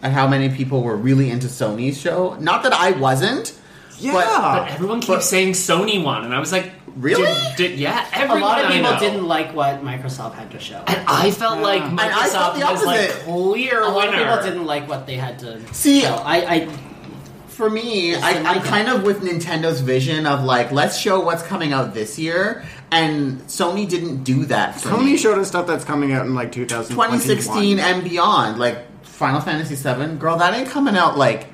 Speaker 1: at how many people were really into Sony's show. Not that I wasn't.
Speaker 4: Yeah.
Speaker 1: But-
Speaker 5: But everyone keeps
Speaker 1: But-
Speaker 5: saying Sony won, and I was like,
Speaker 1: Really?
Speaker 5: Did, did- yeah,
Speaker 2: A
Speaker 5: everyone
Speaker 2: lot of
Speaker 5: I
Speaker 2: people
Speaker 5: know.
Speaker 2: didn't like what Microsoft had to show.
Speaker 5: And I felt like
Speaker 2: Yeah.
Speaker 1: And I felt
Speaker 5: Microsoft
Speaker 1: the
Speaker 5: was like
Speaker 1: opposite.
Speaker 5: clear
Speaker 2: A lot of
Speaker 5: winner.
Speaker 2: people didn't like what they had to
Speaker 1: See-
Speaker 2: show. I, I
Speaker 1: For me, I,
Speaker 2: the
Speaker 1: I'm
Speaker 2: Nintendo.
Speaker 1: kind of with Nintendo's vision of like, let's show what's coming out this year, and Sony didn't do that. For
Speaker 4: Tony
Speaker 1: me.
Speaker 4: showed us stuff that's coming out in like 2021.
Speaker 1: 2016 and beyond, like Final Fantasy VII, girl, that ain't coming out like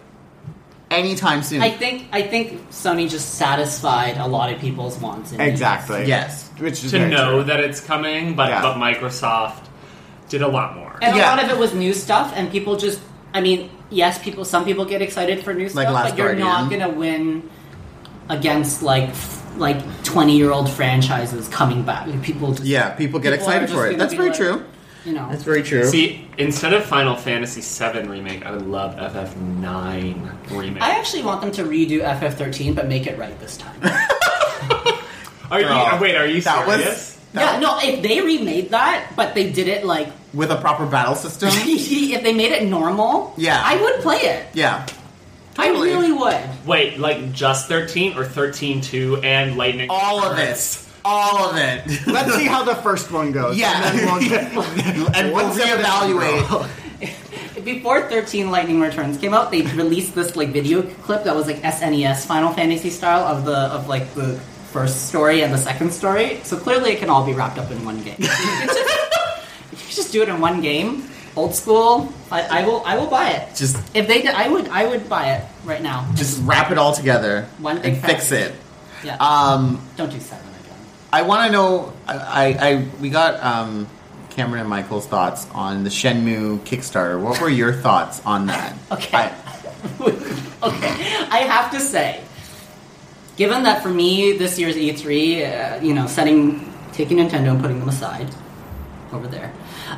Speaker 1: anytime soon.
Speaker 2: I think I think Sony just satisfied a lot of people's wants. And needs.
Speaker 4: Exactly.
Speaker 1: yes.
Speaker 4: Which is
Speaker 5: to
Speaker 4: very
Speaker 5: know
Speaker 4: true.
Speaker 5: that it's coming, but
Speaker 4: Yeah.
Speaker 5: but Microsoft did a lot more.
Speaker 2: And
Speaker 1: Yeah.
Speaker 2: a lot of it was new stuff, and people just. I mean, yes, people. Some people get excited for new
Speaker 1: Like
Speaker 2: stuff,
Speaker 1: Last
Speaker 2: but you're not
Speaker 1: Guardian.
Speaker 2: gonna win against like f- like twenty year old franchises coming back. Like, people just
Speaker 1: Yeah, people get
Speaker 2: People are
Speaker 1: excited
Speaker 2: just
Speaker 1: for it.
Speaker 2: gonna
Speaker 1: That's
Speaker 2: be
Speaker 1: very
Speaker 2: like-
Speaker 1: true.
Speaker 2: you know.
Speaker 1: That's very true.
Speaker 5: See, instead of Final Fantasy VII remake, I would love FF nine remake.
Speaker 2: I actually want them to redo FF13, but make it right this time.
Speaker 1: *laughs*
Speaker 5: are you,
Speaker 1: Girl,
Speaker 5: wait, are you
Speaker 1: that was-
Speaker 5: serious?
Speaker 2: yeah, no, if they remade that, but they did it like *laughs*
Speaker 1: with a proper battle system.
Speaker 2: if they made it normal,
Speaker 1: Yeah.
Speaker 2: I would play it.
Speaker 1: yeah.
Speaker 2: I
Speaker 1: Totally.
Speaker 2: really would.
Speaker 5: Wait, like just thirteen or thirteen two and Lightning?
Speaker 1: All of this. All of it.
Speaker 4: Let's see how the first one goes.
Speaker 1: Yeah.
Speaker 4: And
Speaker 1: *laughs*
Speaker 4: then we'll
Speaker 2: *laughs*
Speaker 4: get-
Speaker 1: and we'll
Speaker 4: One step at a time,
Speaker 1: reevaluate.
Speaker 2: Before 13 Lightning Returns came out, they released this like video clip that was like SNES Final Fantasy style of the of like the first story and the second story. So clearly, it can all be wrapped up in one game. *laughs* you can just, you can just do it in one game. Old school. I, I will. I will buy it.
Speaker 1: Just
Speaker 2: if they, did, I would. I would buy it right now.
Speaker 1: just wrap it all together
Speaker 2: One big
Speaker 1: and fix
Speaker 2: package.
Speaker 1: it.
Speaker 2: Yeah.
Speaker 1: Um,
Speaker 2: Don't do seven again.
Speaker 1: I want to know. I, I, I we got um, Cameron and Michael's thoughts on the Shenmue Kickstarter. What were your thoughts on that?
Speaker 2: *laughs* Okay.
Speaker 1: I-
Speaker 2: okay, I have to say, given that for me this year's E3, uh, you know, setting taking Nintendo and putting them aside over there,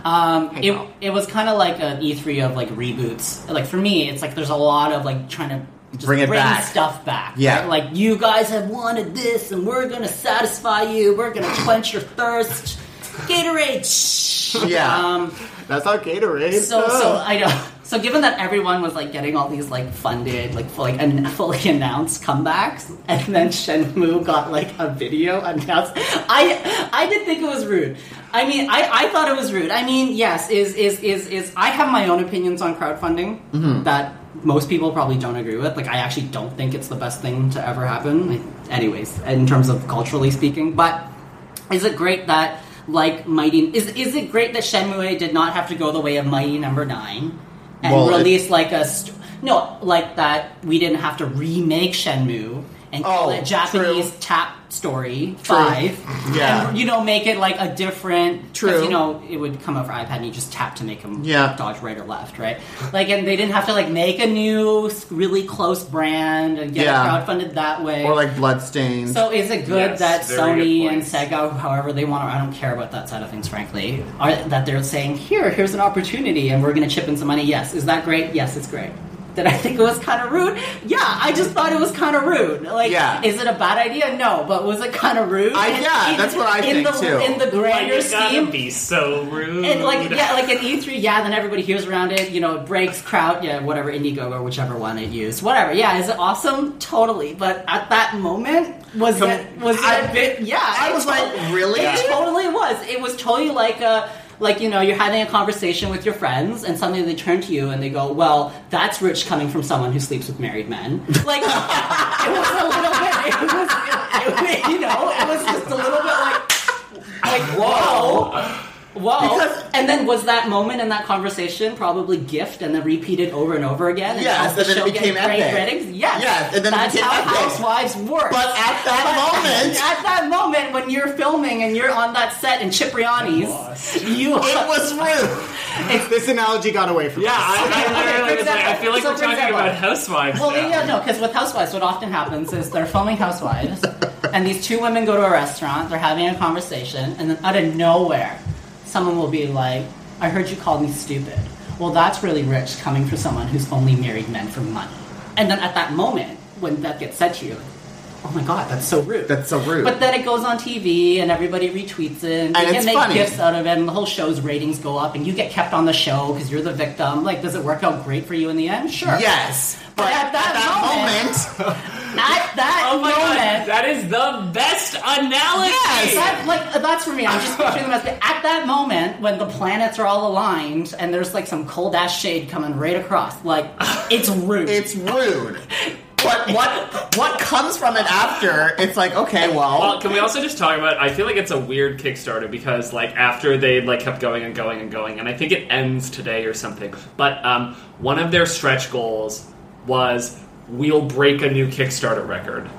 Speaker 2: um,
Speaker 6: Hey,
Speaker 2: it,
Speaker 6: pal.
Speaker 2: it was kind of like an E3 of like reboots. Like for me, it's like there's a lot of like trying to. Just
Speaker 1: Bring it back.
Speaker 2: stuff back.
Speaker 1: Yeah.
Speaker 2: right? like you guys have wanted this, and we're gonna satisfy you. We're gonna quench your thirst. Gatorade. shh.
Speaker 1: Yeah.
Speaker 2: Um,
Speaker 4: That's how Gatorade.
Speaker 2: so,
Speaker 4: uh,
Speaker 2: so I know. *laughs* So, given that everyone was like getting all these like funded, like fully, an, *laughs* fully announced comebacks, and then Shenmue got like a video announced, I I did think it was rude. I mean, I, I thought it was rude. I mean, yes, is is is is I have my own opinions on crowdfunding that most people probably don't agree with. Like, I actually don't think it's the best thing to ever happen. Like, anyways, in terms of culturally speaking, but. Is it great that like Mighty is is it great that Shenmue did not have to go the way of Mighty Number Nine and
Speaker 1: Well, it-
Speaker 2: release like a st- no like that we didn't have to remake Shenmue and call
Speaker 1: Oh,
Speaker 2: it Japanese
Speaker 1: true.
Speaker 2: Tap Story Five
Speaker 1: Yeah.
Speaker 2: and you know make it like a different 'cause,
Speaker 1: True.
Speaker 2: you know it would come over iPad and you just tap to make them
Speaker 1: Yeah.
Speaker 2: dodge right or left right like and they didn't have to like make a new s- really close brand and get
Speaker 1: Yeah.
Speaker 2: it crowdfunded that way
Speaker 1: or like Bloodstained.
Speaker 2: so is it good
Speaker 5: Yes,
Speaker 2: that
Speaker 5: very
Speaker 2: Sony
Speaker 5: good
Speaker 2: and
Speaker 5: point.
Speaker 2: Sega, however they want to, I don't care about that side of things, frankly, are, that they're saying, here, here's an opportunity and we're going to chip in some money? Yes. Is that great? Yes, it's great. Did I think it was kind of rude? Yeah, I just thought it was kind of rude. Like,
Speaker 1: Yeah.
Speaker 2: is it a bad idea? No, but was it kind of rude?
Speaker 1: I-
Speaker 2: In-
Speaker 1: yeah,
Speaker 2: in-
Speaker 1: that's what I
Speaker 2: in
Speaker 1: think,
Speaker 2: the,
Speaker 1: too.
Speaker 2: In the
Speaker 5: Why
Speaker 2: grander
Speaker 5: you gotta
Speaker 2: scheme,
Speaker 5: be so rude?
Speaker 2: and like yeah, like an E three, yeah. Then everybody hears around it. You know, it breaks crowd, yeah, whatever Indiegogo, whichever one it used, whatever. Yeah, is it awesome? Totally. But at that moment, was
Speaker 1: Com-
Speaker 2: it was
Speaker 1: I-
Speaker 2: it a bit? Yeah,
Speaker 1: I
Speaker 2: it
Speaker 1: was
Speaker 2: to-
Speaker 1: like, really?
Speaker 2: It totally was. It was totally like a. Like you know, you're having a conversation with your friends, and suddenly they turn to you and they go, "Well, that's rich coming from someone who sleeps with married men." Like *laughs* it was a little bit, it was, it, it- you know, it was just a little bit like, like whoa, Whoa!
Speaker 1: Because-
Speaker 2: and then was that moment in that conversation probably gift and then repeated over and over again? And
Speaker 1: Yes, and
Speaker 2: helped the
Speaker 1: then it
Speaker 2: show get
Speaker 1: became
Speaker 2: great
Speaker 1: epic.
Speaker 2: ratings? Yes,
Speaker 1: Yes, and then it
Speaker 2: that's
Speaker 1: became
Speaker 2: how
Speaker 1: epic.
Speaker 2: housewives work.
Speaker 1: but at
Speaker 2: *laughs*
Speaker 1: that
Speaker 2: But
Speaker 1: moment,
Speaker 2: at that moment when you're filming and you're on that set in Cipriani's, you
Speaker 1: it was rude.
Speaker 4: this analogy got away from
Speaker 5: yeah.
Speaker 4: us.
Speaker 5: I,
Speaker 2: Okay,
Speaker 5: I
Speaker 2: okay,
Speaker 5: literally
Speaker 2: for
Speaker 5: was like, I
Speaker 2: example-
Speaker 5: feel like
Speaker 2: so
Speaker 5: we're
Speaker 2: for
Speaker 5: talking
Speaker 2: example-
Speaker 5: about housewives.
Speaker 2: Well,
Speaker 5: now.
Speaker 2: yeah, no, because with Housewives, what often happens is they're filming Housewives, and these two women go to a restaurant, they're having a conversation, and then out of nowhere, someone will be like, I heard you called me stupid. Well, that's really rich coming from someone who's only married men for money. And then at that *laughs* moment, when that gets said to you, oh my god, that's so rude.
Speaker 1: That's so rude.
Speaker 2: But then it goes on TV and everybody retweets it and,
Speaker 1: And
Speaker 2: they
Speaker 1: it's
Speaker 2: make
Speaker 1: funny.
Speaker 2: gifts out of it and the whole show's ratings go up and you get kept on the show because you're the victim. Like, does it work out great for you in the end? Sure.
Speaker 1: yes, but
Speaker 2: But at that moment-
Speaker 1: moment
Speaker 2: At that
Speaker 3: Oh my god,
Speaker 2: moment.
Speaker 3: that is the best analysis.
Speaker 2: That, like that's for me. I'm just picturing them as the, at that moment when the planets are all aligned and there's like some cold ass shade coming right across.
Speaker 1: *laughs*
Speaker 2: Like it's rude.
Speaker 1: it's rude. But what what comes from it after? It's like okay,
Speaker 3: Well,
Speaker 1: well,
Speaker 3: can we also just talk about? I feel like it's a weird Kickstarter because, like, after they like kept going and going and going, and I think it ends today or something. But um, one of their stretch goals was we'll break a new Kickstarter record.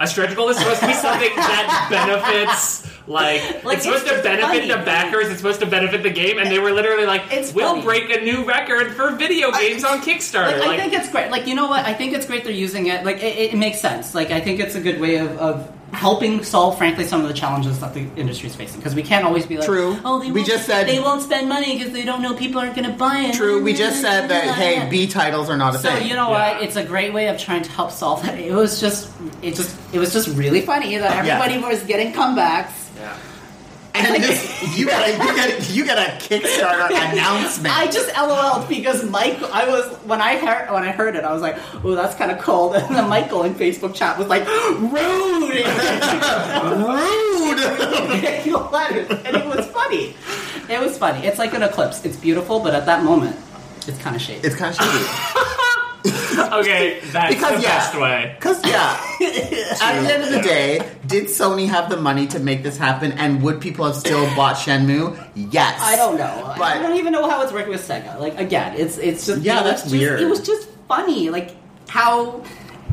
Speaker 3: A stretch goal is supposed to be something
Speaker 2: *laughs*
Speaker 3: that benefits. Like,
Speaker 2: Like,
Speaker 3: it's supposed to
Speaker 2: it's just
Speaker 3: benefit
Speaker 2: funny.
Speaker 3: the backers. It's supposed to benefit the game, and they were literally like,
Speaker 2: It's
Speaker 3: "We'll
Speaker 2: funny.
Speaker 3: break a new record for video games
Speaker 2: *laughs*
Speaker 3: on Kickstarter."
Speaker 2: Like,
Speaker 3: Like,
Speaker 2: I think it's great. Like, you know what? I think it's great they're using it. Like, it, it makes sense. Like, I think it's a good way of, of helping solve, frankly, some of the challenges that the industry's facing. Because we can't always be like,
Speaker 1: True.
Speaker 2: Oh, they
Speaker 1: We
Speaker 2: won't-
Speaker 1: just said-
Speaker 2: they won't spend money because they don't know people aren't going to buy it.
Speaker 1: true. We just said that hey, B titles are not a
Speaker 2: So
Speaker 1: thing.
Speaker 2: you know
Speaker 3: Yeah.
Speaker 2: what? It's a great way of trying to help solve it. It was just, it just, it was just really funny that everybody was getting comebacks.
Speaker 3: yeah.
Speaker 1: and this, you got a you got a, you got a
Speaker 2: *laughs*
Speaker 1: Kickstarter announcement.
Speaker 2: I just LOL'd because Mike. I was when I heard when I heard it, I was like, "Oh, that's kind of cold." *laughs* And then Michael in Facebook chat was like, "Rude."
Speaker 1: rude.
Speaker 2: *laughs* Ridiculous letters, and it was funny. It was funny. It's like an eclipse. It's beautiful, but at that moment, it's kind of shady.
Speaker 1: It's kind of
Speaker 2: *laughs*
Speaker 1: shitty
Speaker 3: Okay, that's
Speaker 1: Because,
Speaker 3: the
Speaker 1: yeah.
Speaker 3: best way.
Speaker 1: because yeah. At the end of the day, did Sony have the money to make this happen, and would people have still bought Shenmue? Yes.
Speaker 2: I don't know.
Speaker 1: But-
Speaker 2: I don't even know how it's working with Sega. Like again, it's it's just
Speaker 1: Yeah,
Speaker 2: it was
Speaker 1: that's
Speaker 2: just-
Speaker 1: weird.
Speaker 2: It was just funny, like how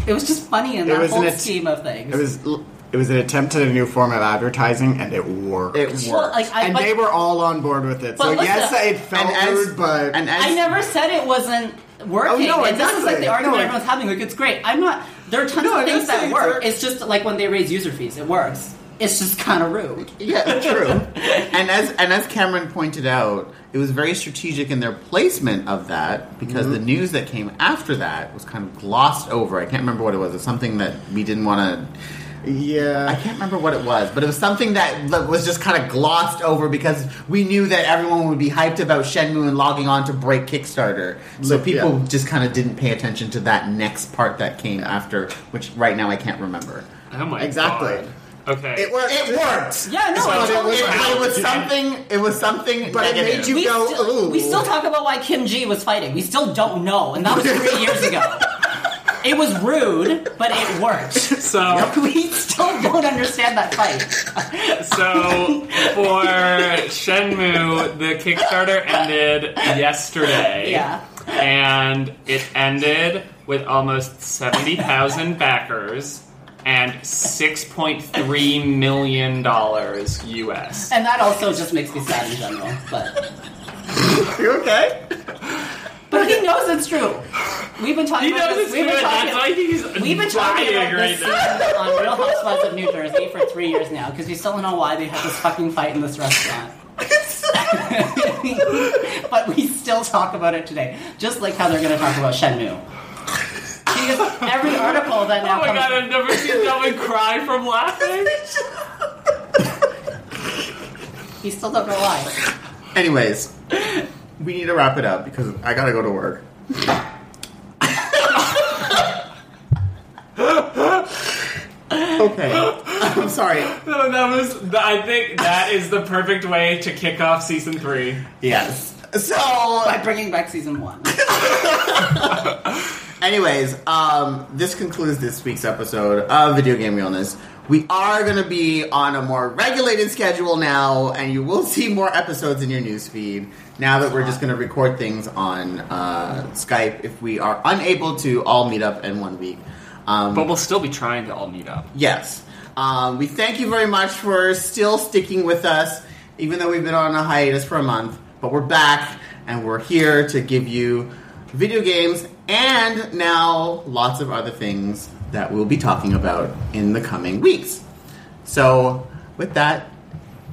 Speaker 2: it was just funny in
Speaker 4: It
Speaker 2: that
Speaker 4: was
Speaker 2: whole
Speaker 4: an att-
Speaker 2: scheme of things.
Speaker 4: It was l- it was an attempt at a new form of advertising, and it worked.
Speaker 1: It worked.
Speaker 2: Well, like, I,
Speaker 4: and
Speaker 2: but-
Speaker 4: they were all on board with it. So
Speaker 2: But listen-
Speaker 4: yes, it felt
Speaker 1: and as,
Speaker 4: rude, but
Speaker 1: and as
Speaker 2: I never said it wasn't working.
Speaker 4: Oh, no,
Speaker 2: and this is like
Speaker 4: exactly.
Speaker 2: the argument
Speaker 4: No,
Speaker 2: everyone's having. Like it's great. I'm not. There are tons
Speaker 4: No, I'm
Speaker 2: of
Speaker 4: not
Speaker 2: things that
Speaker 4: saying
Speaker 2: work. It's
Speaker 4: it's-
Speaker 2: just like when they raise user fees, it works. It's just kind of rude.
Speaker 4: *laughs*
Speaker 1: Yeah, true. and as and as Cameron pointed out, it was very strategic in their placement of that because
Speaker 4: Mm-hmm.
Speaker 1: the news that came after that was kind of glossed over. I can't remember what it was. It's something that we didn't want to. I
Speaker 4: yeah,
Speaker 1: can't remember what it was, but it was something that that was just kind of glossed over because we knew that everyone would be hyped about Shenmue and logging on to break Kickstarter. So
Speaker 4: Look,
Speaker 1: people
Speaker 4: yeah.
Speaker 1: just kind of didn't pay attention to that next part that came after, which right now I can't remember.
Speaker 3: Oh my
Speaker 4: Exactly.
Speaker 3: God. Okay.
Speaker 4: it worked.
Speaker 1: It worked.
Speaker 2: Yeah, no,
Speaker 1: But
Speaker 2: it
Speaker 1: it was,
Speaker 2: totally works.
Speaker 1: it was something. It was something.
Speaker 4: But it
Speaker 1: negative.
Speaker 4: made you- go,
Speaker 2: still,
Speaker 4: "Ooh."
Speaker 2: we still talk about why Kim G was fighting. We still don't know, and that was three years
Speaker 4: *laughs*
Speaker 2: ago. It was rude, but it worked.
Speaker 3: so.
Speaker 2: We still don't understand that fight.
Speaker 3: So for Shenmue, the Kickstarter ended yesterday.
Speaker 2: Yeah.
Speaker 3: And it ended with almost 70,000 backers and 6.3 million dollars US.
Speaker 2: And that also just makes me sad in general. But
Speaker 1: You okay?
Speaker 2: but he knows it's true. We've been talking
Speaker 3: He
Speaker 2: about
Speaker 3: knows
Speaker 2: this.
Speaker 3: it's
Speaker 2: we've
Speaker 3: good.
Speaker 2: been talking,
Speaker 3: That's why he's
Speaker 2: We've been talking
Speaker 3: dying
Speaker 2: about
Speaker 3: right
Speaker 2: *laughs* this
Speaker 3: now.
Speaker 2: scene on Real Housewives of New Jersey for three years now because we still don't know why they had this fucking fight in this restaurant. *laughs* but we still talk about it today, just like how they're going to talk about Shenmue. Because every article that
Speaker 3: Oh
Speaker 2: now
Speaker 3: my
Speaker 2: comes,
Speaker 3: god, I've never seen someone cry from
Speaker 2: *laughs*
Speaker 3: laughing.
Speaker 2: we still don't know why.
Speaker 1: Anyways, we need to wrap it up because I gotta go to *laughs* work. okay. I'm sorry.
Speaker 3: No, that was I think that is the perfect way to kick off season 3.
Speaker 1: Yes. So,
Speaker 2: By bringing back season one,
Speaker 1: anyways, um, this concludes this week's episode of Video Game Realness. We are going to be on a more regulated schedule now, and you will see more episodes in your newsfeed now that we're just going to record things on uh, Skype if we are unable to all meet up in one week. Um,
Speaker 3: But we'll still be trying to all meet up.
Speaker 1: Yes. Um, we thank you very much for still sticking with us, even though we've been on a hiatus for a month. But we're back, and we're here to give you video games and now lots of other things that we'll be talking about in the coming weeks. So, with that,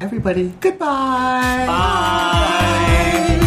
Speaker 1: everybody, goodbye. Bye.